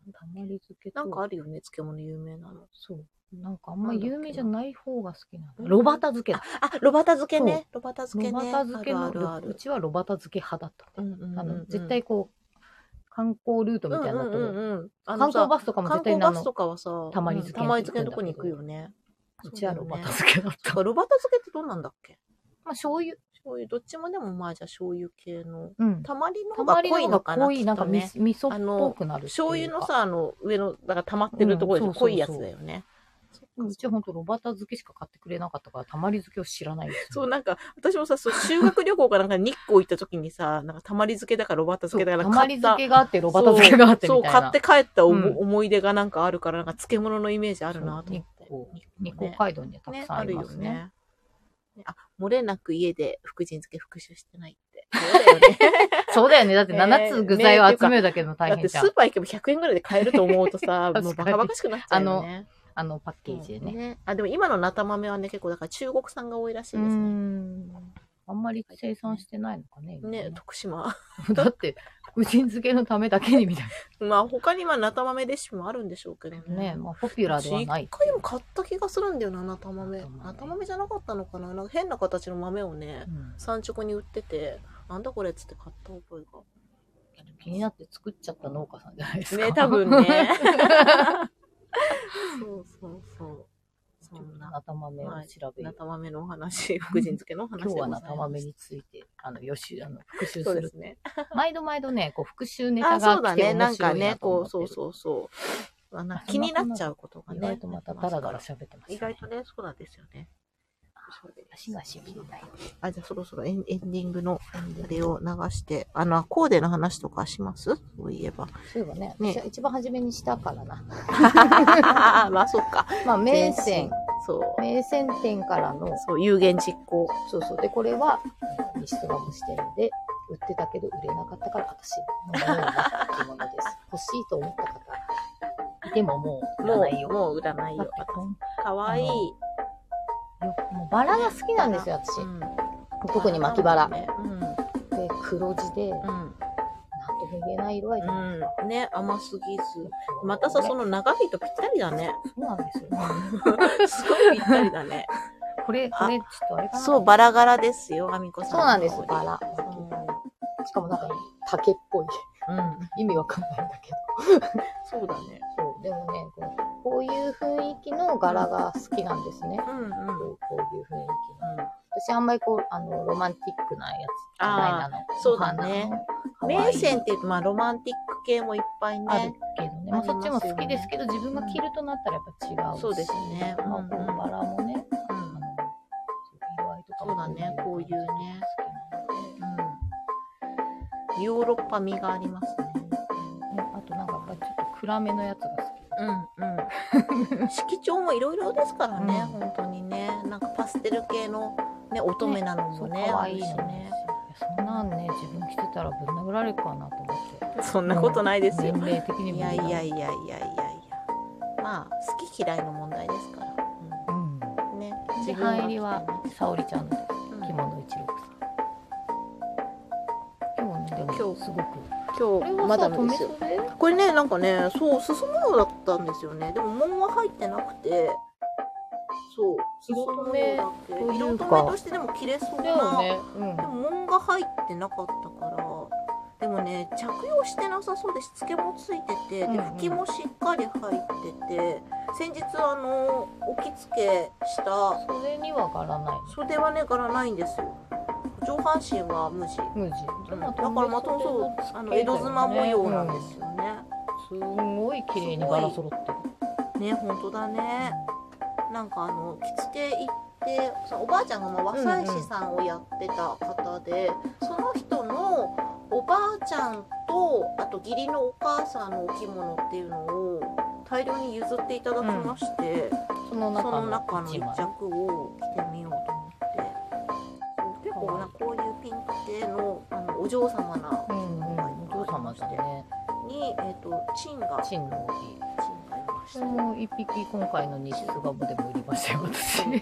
[SPEAKER 1] け。たまり漬けと。
[SPEAKER 2] なんかあるよね、漬物有名なの。
[SPEAKER 1] そう。なんかあんま
[SPEAKER 2] なんだっけな
[SPEAKER 1] 有名じゃない方が好きなんだ。
[SPEAKER 2] うん
[SPEAKER 1] ロバタ漬けだ。
[SPEAKER 2] あ、ロバタ漬けね。ロバタ漬
[SPEAKER 1] ロ
[SPEAKER 2] け
[SPEAKER 1] バ
[SPEAKER 2] ね。
[SPEAKER 1] タ漬けの、
[SPEAKER 2] あるあるあ
[SPEAKER 1] う
[SPEAKER 2] る。
[SPEAKER 1] ちはロバタ漬け派だった。
[SPEAKER 2] うんうんうんうん
[SPEAKER 1] あの、絶対こう、観光ルートみたいなとこ、
[SPEAKER 2] うんうんうんうんあ
[SPEAKER 1] 観
[SPEAKER 2] の
[SPEAKER 1] 光
[SPEAKER 2] さ
[SPEAKER 1] バスとかも
[SPEAKER 2] 観
[SPEAKER 1] 絶対
[SPEAKER 2] 光
[SPEAKER 1] にあ
[SPEAKER 2] バ
[SPEAKER 1] の
[SPEAKER 2] スと、かはさ、
[SPEAKER 1] たまり漬け
[SPEAKER 2] うんたまり漬けのとこに行くよね。
[SPEAKER 1] うちはロ
[SPEAKER 2] そうだ
[SPEAKER 1] バ
[SPEAKER 2] よ
[SPEAKER 1] タ
[SPEAKER 2] ね
[SPEAKER 1] 漬けだった。
[SPEAKER 2] ロバタ漬けってどうなんだっけ
[SPEAKER 1] まあ、醤油。
[SPEAKER 2] 醤油、どっちもでもまあじゃあ醤油系の。
[SPEAKER 1] うん。
[SPEAKER 2] たまりの
[SPEAKER 1] た
[SPEAKER 2] 方
[SPEAKER 1] ま
[SPEAKER 2] が
[SPEAKER 1] りの
[SPEAKER 2] 濃い
[SPEAKER 1] 方
[SPEAKER 2] の
[SPEAKER 1] が
[SPEAKER 2] かな
[SPEAKER 1] 濃
[SPEAKER 2] き
[SPEAKER 1] い、
[SPEAKER 2] っ
[SPEAKER 1] なん
[SPEAKER 2] と
[SPEAKER 1] か
[SPEAKER 2] ね
[SPEAKER 1] み味噌っぽくなるっていうか。
[SPEAKER 2] 醤油のさ、あの、上の、だから溜まってるところでしょ、
[SPEAKER 1] うんそうそうそう
[SPEAKER 2] 濃いやつだよね。
[SPEAKER 1] うん、うちはほんとロバタ漬けしか買ってくれなかったから、たまり漬けを知らないんですよ。
[SPEAKER 2] そう、なんか、私もさ、そう修学旅行かなんか日光行った時に さ、なんかたまり漬けだからロバタ漬けだから
[SPEAKER 1] たまり漬
[SPEAKER 2] 買
[SPEAKER 1] け
[SPEAKER 2] っ
[SPEAKER 1] があって、
[SPEAKER 2] た
[SPEAKER 1] ロバタ漬けがあって
[SPEAKER 2] そ
[SPEAKER 1] み
[SPEAKER 2] う、
[SPEAKER 1] た
[SPEAKER 2] そ
[SPEAKER 1] いうな。
[SPEAKER 2] 買って帰った思,、
[SPEAKER 1] うん
[SPEAKER 2] 思い出がなんかあるから、なんか漬物のイメージあるなと思って。
[SPEAKER 1] そう日
[SPEAKER 2] 日
[SPEAKER 1] 光
[SPEAKER 2] 光
[SPEAKER 1] 日光街道にはたく
[SPEAKER 2] ね、
[SPEAKER 1] さん
[SPEAKER 2] あ
[SPEAKER 1] あ
[SPEAKER 2] る
[SPEAKER 1] り
[SPEAKER 2] よ
[SPEAKER 1] ますね。
[SPEAKER 2] ね。あ、漏れなく家で福神漬け復習してないって。そうだよね。
[SPEAKER 1] そうだよね。だって
[SPEAKER 2] ね
[SPEAKER 1] 7つ具材を集めるだけでも
[SPEAKER 2] だ
[SPEAKER 1] 大
[SPEAKER 2] っ
[SPEAKER 1] 変
[SPEAKER 2] て
[SPEAKER 1] じ
[SPEAKER 2] ス
[SPEAKER 1] ゃん
[SPEAKER 2] ー。パー行けば100円ぐらいで買えると思う と
[SPEAKER 1] 確
[SPEAKER 2] さ、
[SPEAKER 1] かに
[SPEAKER 2] もうバカバカしくなっちゃうよね。
[SPEAKER 1] あのパッケージでね。
[SPEAKER 2] あ、でも今のナタ豆はね、結構だから中国産が多いらしいう
[SPEAKER 1] ー
[SPEAKER 2] ですね。
[SPEAKER 1] ん。あんまり生産してないのかね。今
[SPEAKER 2] ね、徳島。
[SPEAKER 1] だって、福神漬けのためだけにみたい
[SPEAKER 2] まあ他にはナタ豆レシピもあるんでしょうけど
[SPEAKER 1] な。
[SPEAKER 2] ね。
[SPEAKER 1] ね、まあ、ポピュラーではない
[SPEAKER 2] 私一。回も買った気がするんだよな、ナタ豆
[SPEAKER 1] ナタ。豆
[SPEAKER 2] ナタ豆じゃなかったのかななんか変な形の豆をね
[SPEAKER 1] う、ん
[SPEAKER 2] 産直に売ってて、なんだこれっつって買った覚えが。
[SPEAKER 1] 気になって作っちゃった農家さんじゃないですか。
[SPEAKER 2] ね、多分ね。そうそうそう。そ
[SPEAKER 1] ちょっと
[SPEAKER 2] んな、
[SPEAKER 1] なた豆を調べよ
[SPEAKER 2] な
[SPEAKER 1] う
[SPEAKER 2] た豆のお話、福神漬けのお話で
[SPEAKER 1] 今
[SPEAKER 2] ご
[SPEAKER 1] 日はい
[SPEAKER 2] ざま
[SPEAKER 1] な
[SPEAKER 2] す。
[SPEAKER 1] た豆について、あの、予習、あの、復習す
[SPEAKER 2] そうで
[SPEAKER 1] る
[SPEAKER 2] す。ね。
[SPEAKER 1] 毎度毎度ね、こう、復習ネタ
[SPEAKER 2] あ、そう
[SPEAKER 1] が
[SPEAKER 2] だ
[SPEAKER 1] 来て
[SPEAKER 2] ね。な
[SPEAKER 1] 面
[SPEAKER 2] んか
[SPEAKER 1] 白い
[SPEAKER 2] ね
[SPEAKER 1] な、と思っ
[SPEAKER 2] こう、
[SPEAKER 1] てる
[SPEAKER 2] そうそうそう。あなんか気になっちゃうことが
[SPEAKER 1] 意
[SPEAKER 2] ね。
[SPEAKER 1] 外とまたダラダラ喋ってます、ね。
[SPEAKER 2] 意外とね、そうなんですよね。
[SPEAKER 1] 足がしびれない。
[SPEAKER 2] あ、じゃあそろそろエンエンディングのあれを流して、あの、コーデの話とかしますそういえば。
[SPEAKER 1] そういえばね、
[SPEAKER 2] ね
[SPEAKER 1] 私は一番初めにしたからな。
[SPEAKER 2] まあ、そっか。
[SPEAKER 1] まあ、名線、
[SPEAKER 2] そう。
[SPEAKER 1] 名線店からの、
[SPEAKER 2] そう、有言実行。
[SPEAKER 1] そうそう。で、これは、ミストガム支店で売ってたけど売れなかったから、私のものになった着物 です。欲しいと思った方、いてももう売ら
[SPEAKER 2] も
[SPEAKER 1] ないよ。
[SPEAKER 2] う、もう売らない
[SPEAKER 1] だっ
[SPEAKER 2] よ
[SPEAKER 1] て。こんよ
[SPEAKER 2] かわいい。
[SPEAKER 1] もうバラが好きなんですよ、私。
[SPEAKER 2] うん
[SPEAKER 1] 特に巻きバラ。で、
[SPEAKER 2] ねう
[SPEAKER 1] 黒地で、なん
[SPEAKER 2] ん。うん
[SPEAKER 1] とも言えない色合いで、
[SPEAKER 2] うん。ね、甘すぎず。またさ、そ
[SPEAKER 1] の、
[SPEAKER 2] の長いとぴったりだね。
[SPEAKER 1] そうなんですよ。
[SPEAKER 2] すごいぴったりだね。
[SPEAKER 1] これ、これ、ちょっとあれかな。
[SPEAKER 2] そう、バラ柄ですよ、あみこさん。
[SPEAKER 1] そうなんです、バラ。
[SPEAKER 2] うん。
[SPEAKER 1] しかもなんか、竹っぽい。
[SPEAKER 2] うん。
[SPEAKER 1] 意味わかんないんだけど。
[SPEAKER 2] そうだね。
[SPEAKER 1] そう、でもね、こうこういう雰囲気の柄が好きなんですね。
[SPEAKER 2] うんうん。
[SPEAKER 1] こ
[SPEAKER 2] うん
[SPEAKER 1] うこういう雰囲気の。私あんまりこう、あの、ロマンティックなやつ。
[SPEAKER 2] あー
[SPEAKER 1] みたいなの
[SPEAKER 2] そうだね。
[SPEAKER 1] お花の可
[SPEAKER 2] 名
[SPEAKER 1] 愛い
[SPEAKER 2] 線って、まあ、ロマンティック系もいっぱい
[SPEAKER 1] ある
[SPEAKER 2] ね。
[SPEAKER 1] けどね。まあ、
[SPEAKER 2] あり
[SPEAKER 1] そっ
[SPEAKER 2] ます
[SPEAKER 1] ち
[SPEAKER 2] よね
[SPEAKER 1] も好きですけど、自分が着るとなったらやっぱ違うし。
[SPEAKER 2] そうですね
[SPEAKER 1] まあ、こ
[SPEAKER 2] うん
[SPEAKER 1] うバラもね、
[SPEAKER 2] う
[SPEAKER 1] あの
[SPEAKER 2] ん。
[SPEAKER 1] 色合いとかも
[SPEAKER 2] そうだねこういうね
[SPEAKER 1] 好きなので
[SPEAKER 2] うん。ヨーロッパ味がありますね。
[SPEAKER 1] ねあとなんかやっぱりちょっと暗めのやつが好き。
[SPEAKER 2] うんうん。色調もいろいろですからね、
[SPEAKER 1] うん
[SPEAKER 2] 本当にね。なんかパステル系の、ね、乙女なの
[SPEAKER 1] そ
[SPEAKER 2] も
[SPEAKER 1] う、
[SPEAKER 2] ね、
[SPEAKER 1] 可
[SPEAKER 2] あ
[SPEAKER 1] 愛
[SPEAKER 2] る
[SPEAKER 1] い
[SPEAKER 2] し
[SPEAKER 1] のね
[SPEAKER 2] ね。。
[SPEAKER 1] そんなんね、自分着てたらぶん殴られるかなと思って。
[SPEAKER 2] そんなことないですよ
[SPEAKER 1] 年。齢的にも
[SPEAKER 2] いやいやいやいやいやいや。まあ、好き嫌いの問題ですから。
[SPEAKER 1] うん
[SPEAKER 2] うんね。
[SPEAKER 1] で
[SPEAKER 2] 分が
[SPEAKER 1] 範囲入りは沙織ちゃんです
[SPEAKER 2] うん
[SPEAKER 1] 着物一六さん今日ねでも
[SPEAKER 2] 今
[SPEAKER 1] 今
[SPEAKER 2] 日
[SPEAKER 1] 日すごく
[SPEAKER 2] 今日、まだですよ。
[SPEAKER 1] 袖
[SPEAKER 2] これね、なんかね、そう、すすものだったんですよね。でも、門は入ってなくて、そう、す
[SPEAKER 1] 色
[SPEAKER 2] すもの
[SPEAKER 1] 留
[SPEAKER 2] だ
[SPEAKER 1] め
[SPEAKER 2] け。
[SPEAKER 1] というか
[SPEAKER 2] 色止めとしてでも着れそう
[SPEAKER 1] だよ
[SPEAKER 2] な。
[SPEAKER 1] ねうん
[SPEAKER 2] でも、門が入ってなかったから、でもね、着用してなさそうで、しつけもついてて、
[SPEAKER 1] うん
[SPEAKER 2] で、
[SPEAKER 1] うん
[SPEAKER 2] 拭きもしっかり入ってて、先日、あの、置き付けした
[SPEAKER 1] 袖には柄ない
[SPEAKER 2] 袖はね、柄ないんですよ。上半身は無地。
[SPEAKER 1] 無地
[SPEAKER 2] だからまたそう、あの江戸妻模様なんですよね。
[SPEAKER 1] すんごい綺麗に柄揃ってる
[SPEAKER 2] ね本当だねなんかあの着付け行ってそのおばあちゃんがまあ和裁師さんをやってた方で、その人のおばあちゃんとあと義理のお母さんのお着物っていうのを大量に譲っていただきまして、
[SPEAKER 1] その
[SPEAKER 2] そ
[SPEAKER 1] 中
[SPEAKER 2] の中の
[SPEAKER 1] 一
[SPEAKER 2] 一
[SPEAKER 1] 枚
[SPEAKER 2] 着を着てみような、こういうピンク系のあのお嬢様な
[SPEAKER 1] うんうん、お父様ですね。
[SPEAKER 2] に、えっとチンがチ
[SPEAKER 1] チンの大きい。
[SPEAKER 2] ンがいました。
[SPEAKER 1] もう一匹今回の西巣鴨でも売りましたよ、私。
[SPEAKER 2] これ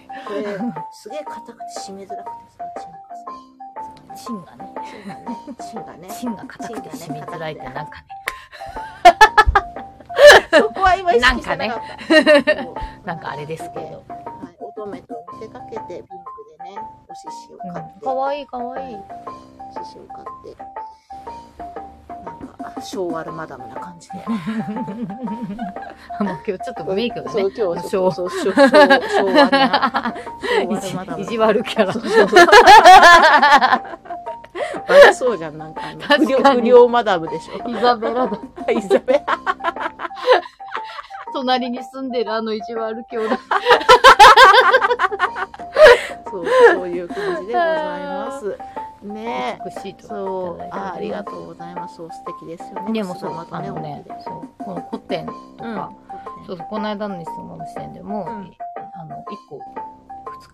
[SPEAKER 2] すげえ硬くて締めづらくてさ、チンがさ。
[SPEAKER 1] チンがね、
[SPEAKER 2] チンがね。
[SPEAKER 1] チンが硬くて締めづらいってなんかね、
[SPEAKER 2] そこは今意識してなかった。
[SPEAKER 1] なんかあれですけど。
[SPEAKER 2] はい、乙女と見せかけてピンクでね、お獅子を
[SPEAKER 1] う
[SPEAKER 2] 買って、
[SPEAKER 1] ん、かわいいかわ いい。
[SPEAKER 2] 獅子を買って、なんか昭和のマダムな感じで。
[SPEAKER 1] もう今日ちょっとメイクが
[SPEAKER 2] そう、
[SPEAKER 1] ね、
[SPEAKER 2] 今日は
[SPEAKER 1] 昭和
[SPEAKER 2] そう、そう昭昭和な、昭和のマダム。
[SPEAKER 1] 意地 悪キャラ
[SPEAKER 2] そ。うそうそう。バレそうじゃん、なん かあの
[SPEAKER 1] 確
[SPEAKER 2] 不良、
[SPEAKER 1] かに
[SPEAKER 2] 不良マダムで しょ。
[SPEAKER 1] イザベラだ。
[SPEAKER 2] イザベラ。
[SPEAKER 1] 隣に住んでるあの意地悪キャラ。
[SPEAKER 2] そう、そういう感じでござ います。ねえ。
[SPEAKER 1] 美しいと。
[SPEAKER 2] そう、あ、ありがとう
[SPEAKER 1] う。
[SPEAKER 2] ございます。そう、素敵ですよね。
[SPEAKER 1] でもそう、
[SPEAKER 2] また
[SPEAKER 1] あ
[SPEAKER 2] ね、
[SPEAKER 1] の
[SPEAKER 2] おね
[SPEAKER 1] ね、、そう、この古典と
[SPEAKER 2] うん
[SPEAKER 1] か、そうそう、この間の質問の時点でも、
[SPEAKER 2] うん
[SPEAKER 1] あの、一個、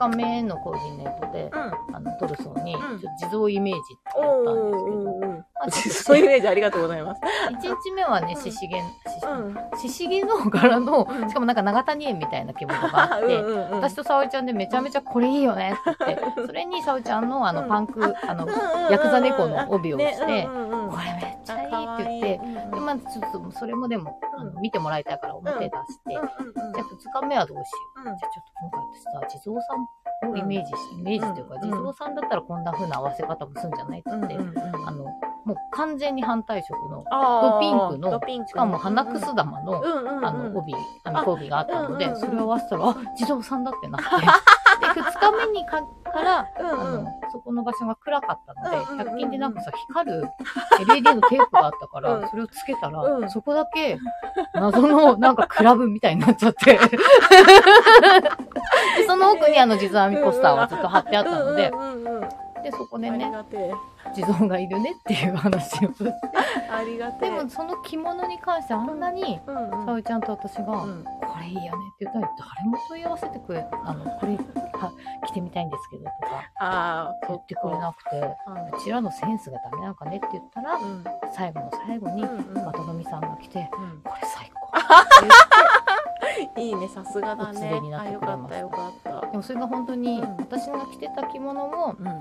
[SPEAKER 1] 二日目のコーディネートで、
[SPEAKER 2] うん。
[SPEAKER 1] あの、トルソーに、
[SPEAKER 2] うん
[SPEAKER 1] ちょっと地蔵イメージって
[SPEAKER 2] お
[SPEAKER 1] やったんですけど、
[SPEAKER 2] おー
[SPEAKER 1] まあちょっと
[SPEAKER 2] そういうイメージありがとうございます。
[SPEAKER 1] 一日目はね、
[SPEAKER 2] うん
[SPEAKER 1] 獅子毛、獅
[SPEAKER 2] う
[SPEAKER 1] 子
[SPEAKER 2] ん。
[SPEAKER 1] 獅子毛の柄の
[SPEAKER 2] う、ん
[SPEAKER 1] しかもなんか長谷園みたいな着物があって、
[SPEAKER 2] うん
[SPEAKER 1] 私と沙織ちゃんでめちゃめちゃこれいいよねって言って、それに沙織ちゃんのあ
[SPEAKER 2] う
[SPEAKER 1] の
[SPEAKER 2] ん
[SPEAKER 1] パンク、あの、
[SPEAKER 2] ヤ
[SPEAKER 1] ヤクザ猫の帯をして、
[SPEAKER 2] うんうんうん
[SPEAKER 1] これめっちゃい
[SPEAKER 2] あ
[SPEAKER 1] いって言って、
[SPEAKER 2] 可愛いうんうん
[SPEAKER 1] で、まずちょっとそれもでも、あ
[SPEAKER 2] う
[SPEAKER 1] の見てもらいたいから表出して、
[SPEAKER 2] うんうんうん
[SPEAKER 1] じゃあ2日目はどうしよ
[SPEAKER 2] うん
[SPEAKER 1] う。じゃあちょっと今回私さ、地蔵さんをイメージし、イメージというか、
[SPEAKER 2] うん
[SPEAKER 1] 地蔵さんだったらこんな風な合わせ方もするんじゃないって言って、
[SPEAKER 2] うんうんうん
[SPEAKER 1] あの、もう完全に反対色の、ド
[SPEAKER 2] あー
[SPEAKER 1] ピンクの
[SPEAKER 2] ドピンクの
[SPEAKER 1] しかも花くす玉の、
[SPEAKER 2] うんうんうん
[SPEAKER 1] あの、帯、編み帯があったので、
[SPEAKER 2] うんうんうん
[SPEAKER 1] それを合わせたら、あ、地蔵さんだってなって。で、二日目にか、から、
[SPEAKER 2] うん
[SPEAKER 1] あ
[SPEAKER 2] うん
[SPEAKER 1] の、そこの場所が暗かった
[SPEAKER 2] うんうんう
[SPEAKER 1] の
[SPEAKER 2] ん
[SPEAKER 1] で、100均でなんかさ、光る LED のテープがあったか
[SPEAKER 2] うん
[SPEAKER 1] ら、それをつけた
[SPEAKER 2] う
[SPEAKER 1] ら、
[SPEAKER 2] ん
[SPEAKER 1] そこだけ、謎の、なんかクラブみたいになっちゃ って。でその奥にあの地蔵編みポスターがずっと貼ってあったので
[SPEAKER 2] う、んうんうんうん
[SPEAKER 1] で、そこで
[SPEAKER 2] あり
[SPEAKER 1] ね、
[SPEAKER 2] が てえ
[SPEAKER 1] 地蔵がいるねっていう話を。
[SPEAKER 2] ありが
[SPEAKER 1] で
[SPEAKER 2] てえ
[SPEAKER 1] も、その着物に関してあんなに、
[SPEAKER 2] うんうん
[SPEAKER 1] さおちゃんと私が、
[SPEAKER 2] うん
[SPEAKER 1] これいいよねって言ったら誰も問い合わせてくれあのこれは着てみたいんですけどとか
[SPEAKER 2] ああ
[SPEAKER 1] 言ってくれなくてうちらのセンスがダメなのかねって言ったら
[SPEAKER 2] うん
[SPEAKER 1] 最後の最後に
[SPEAKER 2] うんうん
[SPEAKER 1] 渡辺さんが来て
[SPEAKER 2] う
[SPEAKER 1] 「
[SPEAKER 2] ん
[SPEAKER 1] これ最高」って
[SPEAKER 2] いいねさすがだ
[SPEAKER 1] お連
[SPEAKER 2] ね
[SPEAKER 1] れになっ
[SPEAKER 2] あ
[SPEAKER 1] て
[SPEAKER 2] よ
[SPEAKER 1] くれ
[SPEAKER 2] か
[SPEAKER 1] まし
[SPEAKER 2] っ
[SPEAKER 1] た
[SPEAKER 2] たよかった
[SPEAKER 1] でもそれが本当に
[SPEAKER 2] うん
[SPEAKER 1] 私が着てた着物も
[SPEAKER 2] うんうん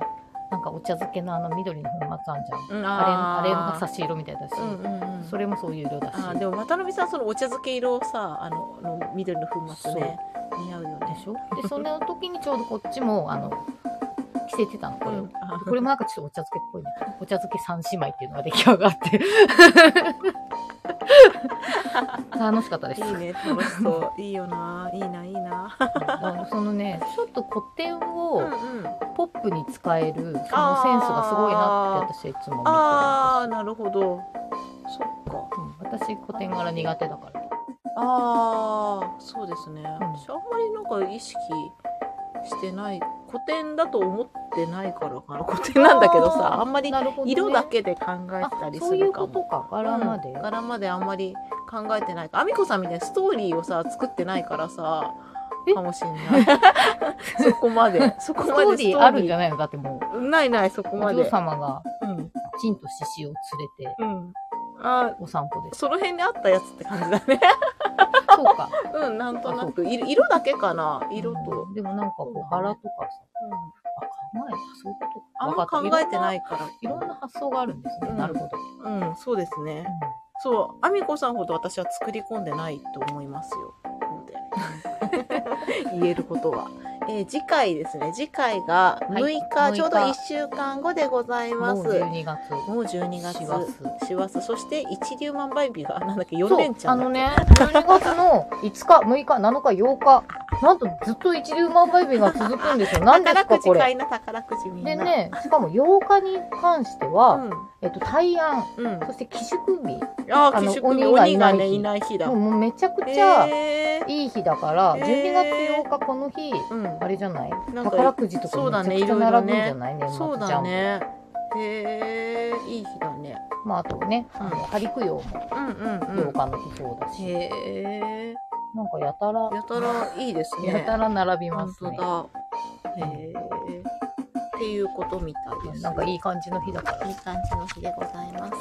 [SPEAKER 1] なんかお茶漬けのあの緑の粉末あんじゃん
[SPEAKER 2] あ
[SPEAKER 1] あれあれ
[SPEAKER 2] ー
[SPEAKER 1] が差し色みたいだし
[SPEAKER 2] うんうんうん
[SPEAKER 1] それもそういう色だし
[SPEAKER 2] あーでも渡辺さんそのお茶漬け色をさあのの緑の粉末ね似合うよ
[SPEAKER 1] で
[SPEAKER 2] ね
[SPEAKER 1] しょでその時にちょうどこっちもあの着せてたのこれを。
[SPEAKER 2] あ
[SPEAKER 1] これもなんかちょっとお茶漬けっぽいね。お茶漬け三姉妹っていうのが出来上が って。楽しかったです。
[SPEAKER 2] いいね楽しそう いいよないいないいな
[SPEAKER 1] そのね、ちょっと古典を
[SPEAKER 2] んうん
[SPEAKER 1] ポップに使える、そのセンスがすごいなって私はいつも見て
[SPEAKER 2] あ
[SPEAKER 1] ま
[SPEAKER 2] あなるほどそっか
[SPEAKER 1] す。うん私古典柄苦手だから。
[SPEAKER 2] ああそうですね、私あんまりなんか意識してない古典だと思ってないからかな古典なんだけどさあんまり
[SPEAKER 1] なるほどね
[SPEAKER 2] 色だけで考えてたり
[SPEAKER 1] あそ
[SPEAKER 2] す
[SPEAKER 1] ういう
[SPEAKER 2] るか
[SPEAKER 1] こと
[SPEAKER 2] も
[SPEAKER 1] か、柄まで。
[SPEAKER 2] うん柄まであんまり考えてないからあみこさんみたいにストーリーをさ作ってないからさ
[SPEAKER 1] え
[SPEAKER 2] かもし んないそこまでそこ
[SPEAKER 1] スト
[SPEAKER 2] まで
[SPEAKER 1] ーリーあるんじゃ
[SPEAKER 2] な
[SPEAKER 1] ないのだっても
[SPEAKER 2] いないないそこ
[SPEAKER 1] う、
[SPEAKER 2] ま
[SPEAKER 1] お嬢
[SPEAKER 2] で
[SPEAKER 1] 様が
[SPEAKER 2] うん
[SPEAKER 1] チンと獅子を連れて
[SPEAKER 2] うんあ
[SPEAKER 1] お散歩 です。
[SPEAKER 2] その辺にあったやつって感じだね
[SPEAKER 1] そうか。
[SPEAKER 2] うんなんとなくい色だけかな色と
[SPEAKER 1] う、ん。でもなんかこう柄とかさ。
[SPEAKER 2] うん
[SPEAKER 1] あ、考えた、そういうこと
[SPEAKER 2] あんま考えてないから
[SPEAKER 1] いろんな。いろんな発想があるんですね。
[SPEAKER 2] うん
[SPEAKER 1] なるほど。
[SPEAKER 2] うん、そうですね。そう、アミコさんほど私は作り込んでないと思いますよ。 で言えることは。えー次回ですね。次回が6
[SPEAKER 1] はい
[SPEAKER 2] 日、
[SPEAKER 1] 6
[SPEAKER 2] ちょうど1週間後でございます。
[SPEAKER 1] もう12月。
[SPEAKER 2] もう12月。
[SPEAKER 1] 師走
[SPEAKER 2] 師走。そして一粒万倍日が、なんだっけ、
[SPEAKER 1] そ
[SPEAKER 2] 4
[SPEAKER 1] う
[SPEAKER 2] 連チャ
[SPEAKER 1] あ
[SPEAKER 2] ンだ
[SPEAKER 1] の
[SPEAKER 2] っけ。
[SPEAKER 1] ね、12月の5日、6日、7日、8日、なんとずっと一粒万倍日が続くん ですよ。なんです
[SPEAKER 2] 宝
[SPEAKER 1] か、
[SPEAKER 2] くじ
[SPEAKER 1] こ
[SPEAKER 2] 買
[SPEAKER 1] れ。
[SPEAKER 2] いな、宝くじみんな。
[SPEAKER 1] でね、しかも8日に関しては、
[SPEAKER 2] う
[SPEAKER 1] えっと、大安、
[SPEAKER 2] ん。うん。
[SPEAKER 1] そして寄宿日、
[SPEAKER 2] ああ、
[SPEAKER 1] あの
[SPEAKER 2] 寄宿の
[SPEAKER 1] 鬼が
[SPEAKER 2] 鬼
[SPEAKER 1] いな
[SPEAKER 2] が
[SPEAKER 1] い日
[SPEAKER 2] ね、いない日だ
[SPEAKER 1] もう。もうめちゃくちゃ
[SPEAKER 2] へー
[SPEAKER 1] いい日だから、
[SPEAKER 2] へー
[SPEAKER 1] 12月8日この日、
[SPEAKER 2] うん
[SPEAKER 1] あ。れじゃない
[SPEAKER 2] なんか
[SPEAKER 1] 宝くじと
[SPEAKER 2] そうだ
[SPEAKER 1] か
[SPEAKER 2] ね
[SPEAKER 1] めちゃくちゃ並ぶんじゃない年末ジャンボ
[SPEAKER 2] そうだね。へえ、いい日だね。
[SPEAKER 1] まあ、あとね、あ
[SPEAKER 2] うん
[SPEAKER 1] の、針供養も
[SPEAKER 2] うんうん
[SPEAKER 1] 8日の日そうだし、
[SPEAKER 2] へえ、
[SPEAKER 1] なんかやたら、
[SPEAKER 2] やたらいいですね。
[SPEAKER 1] やたら並びま
[SPEAKER 2] 本
[SPEAKER 1] す
[SPEAKER 2] 当
[SPEAKER 1] ね。
[SPEAKER 2] だ。へえ。っていうことみたいです。
[SPEAKER 1] なんかいい感じの日だから。
[SPEAKER 4] いい感じの日でございます。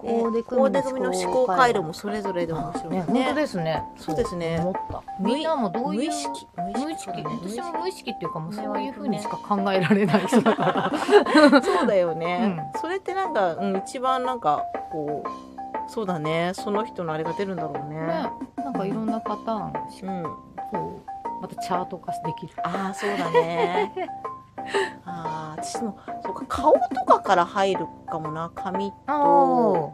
[SPEAKER 1] コーデ
[SPEAKER 2] コーデ組の思考回路もそれぞれで面白い
[SPEAKER 1] ね、
[SPEAKER 2] ね。
[SPEAKER 1] 本当ですね。
[SPEAKER 2] そうですね
[SPEAKER 1] 思った。みんなもどういう。
[SPEAKER 2] 無意識。
[SPEAKER 1] 無意識。私も無意識っていうか、もう
[SPEAKER 2] ね
[SPEAKER 1] そういう風にしか考えられない人だから。
[SPEAKER 2] そうだよね、それってなんか、うん、一番なんかこうそうだねその人のあれが出るんだろう ね
[SPEAKER 1] ね、なんかいろんなパターンし
[SPEAKER 2] う
[SPEAKER 1] か
[SPEAKER 2] ん
[SPEAKER 1] こう、またチャート化できる。
[SPEAKER 2] ああそうだねああ私もそうか顔とかから入るかもな髪
[SPEAKER 1] お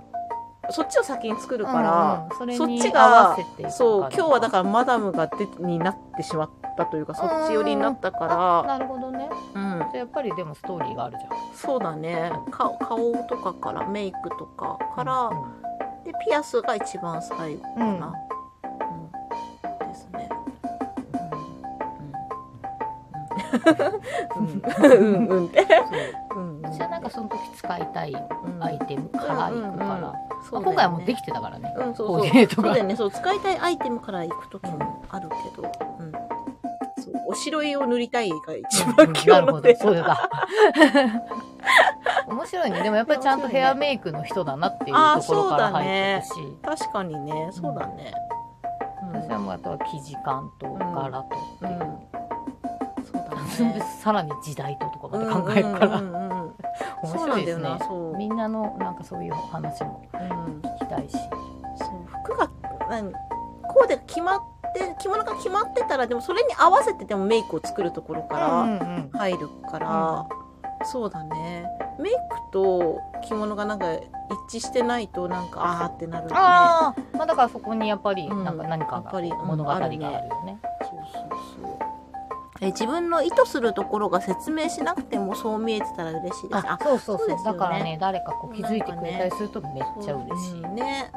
[SPEAKER 2] そっちを先に作る
[SPEAKER 1] だ
[SPEAKER 2] から、、
[SPEAKER 1] それ
[SPEAKER 2] そっ
[SPEAKER 1] に
[SPEAKER 2] ち
[SPEAKER 1] 合
[SPEAKER 2] が
[SPEAKER 1] わせていく
[SPEAKER 2] そう今日はだ
[SPEAKER 1] か
[SPEAKER 2] からマダムが出になってしまったというかそっち寄りになったか
[SPEAKER 1] なるほどね。
[SPEAKER 2] らうん、
[SPEAKER 1] じゃあやっぱりでもストーリーがあるじゃん。
[SPEAKER 2] そうだね顔顔とかからメイクとかから、
[SPEAKER 1] うん
[SPEAKER 2] でピアスが一番最後かな、うんですね、うん、うん うんって、うん、
[SPEAKER 1] 私はなんかその時使いたいアイテムか
[SPEAKER 2] から
[SPEAKER 1] 行くから。まあ今回はもうできてたからね。
[SPEAKER 2] うんそう
[SPEAKER 1] コー
[SPEAKER 2] そう
[SPEAKER 1] ディネート
[SPEAKER 2] そう
[SPEAKER 1] が
[SPEAKER 2] だ。よねそう使いたいアイテムから行く時もあるけど、うん、そうおしろいを塗りたいが一番
[SPEAKER 1] な
[SPEAKER 2] 今日
[SPEAKER 1] る
[SPEAKER 2] の
[SPEAKER 1] ほど
[SPEAKER 2] で、
[SPEAKER 1] そうだ。 面白いね。でもやっぱりちゃんとヘアメイクの人だなっていうところから入ってくし、
[SPEAKER 2] 確かにねそうだね、うん
[SPEAKER 1] 私はもうあとは生地感と柄とっていう、
[SPEAKER 2] そうだね
[SPEAKER 1] さらに時代ととかまで考えるから、
[SPEAKER 2] うんうんうんうん
[SPEAKER 1] 面
[SPEAKER 2] そう
[SPEAKER 1] 白
[SPEAKER 2] ないんだ
[SPEAKER 1] で
[SPEAKER 2] よ
[SPEAKER 1] すね
[SPEAKER 2] な。そう、
[SPEAKER 1] みんなのなんかそういうお話も
[SPEAKER 2] うん
[SPEAKER 1] 聞きたいし、
[SPEAKER 2] そう服がなんコーデが決まって着物が決まってたらでもそれに合わせてでもメイクを作るところから
[SPEAKER 1] んうん
[SPEAKER 2] 入るから、そうだねメイクと着物がなんか一致してないとなんかあーってなるよね
[SPEAKER 1] ああ、まあだからそこにやっぱりなんか
[SPEAKER 2] うん
[SPEAKER 1] 何
[SPEAKER 2] や
[SPEAKER 1] か
[SPEAKER 2] っ
[SPEAKER 1] が
[SPEAKER 2] ぱりうん
[SPEAKER 1] 物語があるよ
[SPEAKER 2] ある
[SPEAKER 1] ね。
[SPEAKER 2] そうそうそうえ自分の意図するところが説明しなくてもそう見えてたら嬉しいです
[SPEAKER 1] あ、そうそう
[SPEAKER 2] そ
[SPEAKER 1] そ
[SPEAKER 2] うで
[SPEAKER 1] う。
[SPEAKER 2] す
[SPEAKER 1] だ
[SPEAKER 2] よね
[SPEAKER 1] からね、誰かこう気づいてくれたりするとめっちゃ嬉しい。
[SPEAKER 2] うんね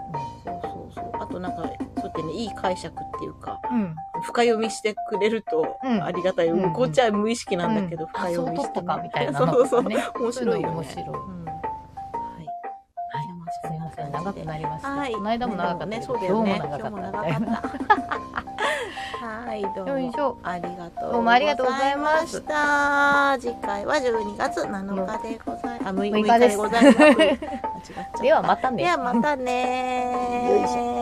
[SPEAKER 1] う
[SPEAKER 2] そうそうそうあとなんかそうやってねいい解釈っていうか
[SPEAKER 1] んうん。
[SPEAKER 2] 深読みしてくれると
[SPEAKER 1] うん
[SPEAKER 2] ありがたい、
[SPEAKER 1] うんうん
[SPEAKER 2] こっちは無意識なんだけど、
[SPEAKER 1] あ
[SPEAKER 2] 深
[SPEAKER 1] そ
[SPEAKER 2] 読
[SPEAKER 1] う
[SPEAKER 2] み
[SPEAKER 1] 取
[SPEAKER 2] し
[SPEAKER 1] ってた
[SPEAKER 2] ね
[SPEAKER 1] かみたいな
[SPEAKER 2] そ
[SPEAKER 1] の
[SPEAKER 2] う そう
[SPEAKER 1] とかね。
[SPEAKER 2] 面白いよ、
[SPEAKER 1] そううの
[SPEAKER 2] ね、
[SPEAKER 1] 面白い。は
[SPEAKER 2] うんはい
[SPEAKER 1] い。すみません、長くなりました。
[SPEAKER 2] はい
[SPEAKER 1] この間も長かったけ
[SPEAKER 2] ね
[SPEAKER 1] ど、
[SPEAKER 2] そうだ
[SPEAKER 1] 今
[SPEAKER 2] よ
[SPEAKER 1] 日も
[SPEAKER 2] ね
[SPEAKER 1] 長かったみた
[SPEAKER 2] 今
[SPEAKER 1] い
[SPEAKER 2] 日も
[SPEAKER 1] な。
[SPEAKER 2] 長かったはいどう
[SPEAKER 1] よい
[SPEAKER 2] も
[SPEAKER 1] しょ。
[SPEAKER 2] ありがとう
[SPEAKER 1] どうもありがとうござい
[SPEAKER 2] ま
[SPEAKER 1] ます
[SPEAKER 2] した次回は12月7日でございあ6
[SPEAKER 1] 六日です
[SPEAKER 2] ございます間違っちゃった
[SPEAKER 1] ではまたね。
[SPEAKER 2] ではまたね
[SPEAKER 1] よいしょ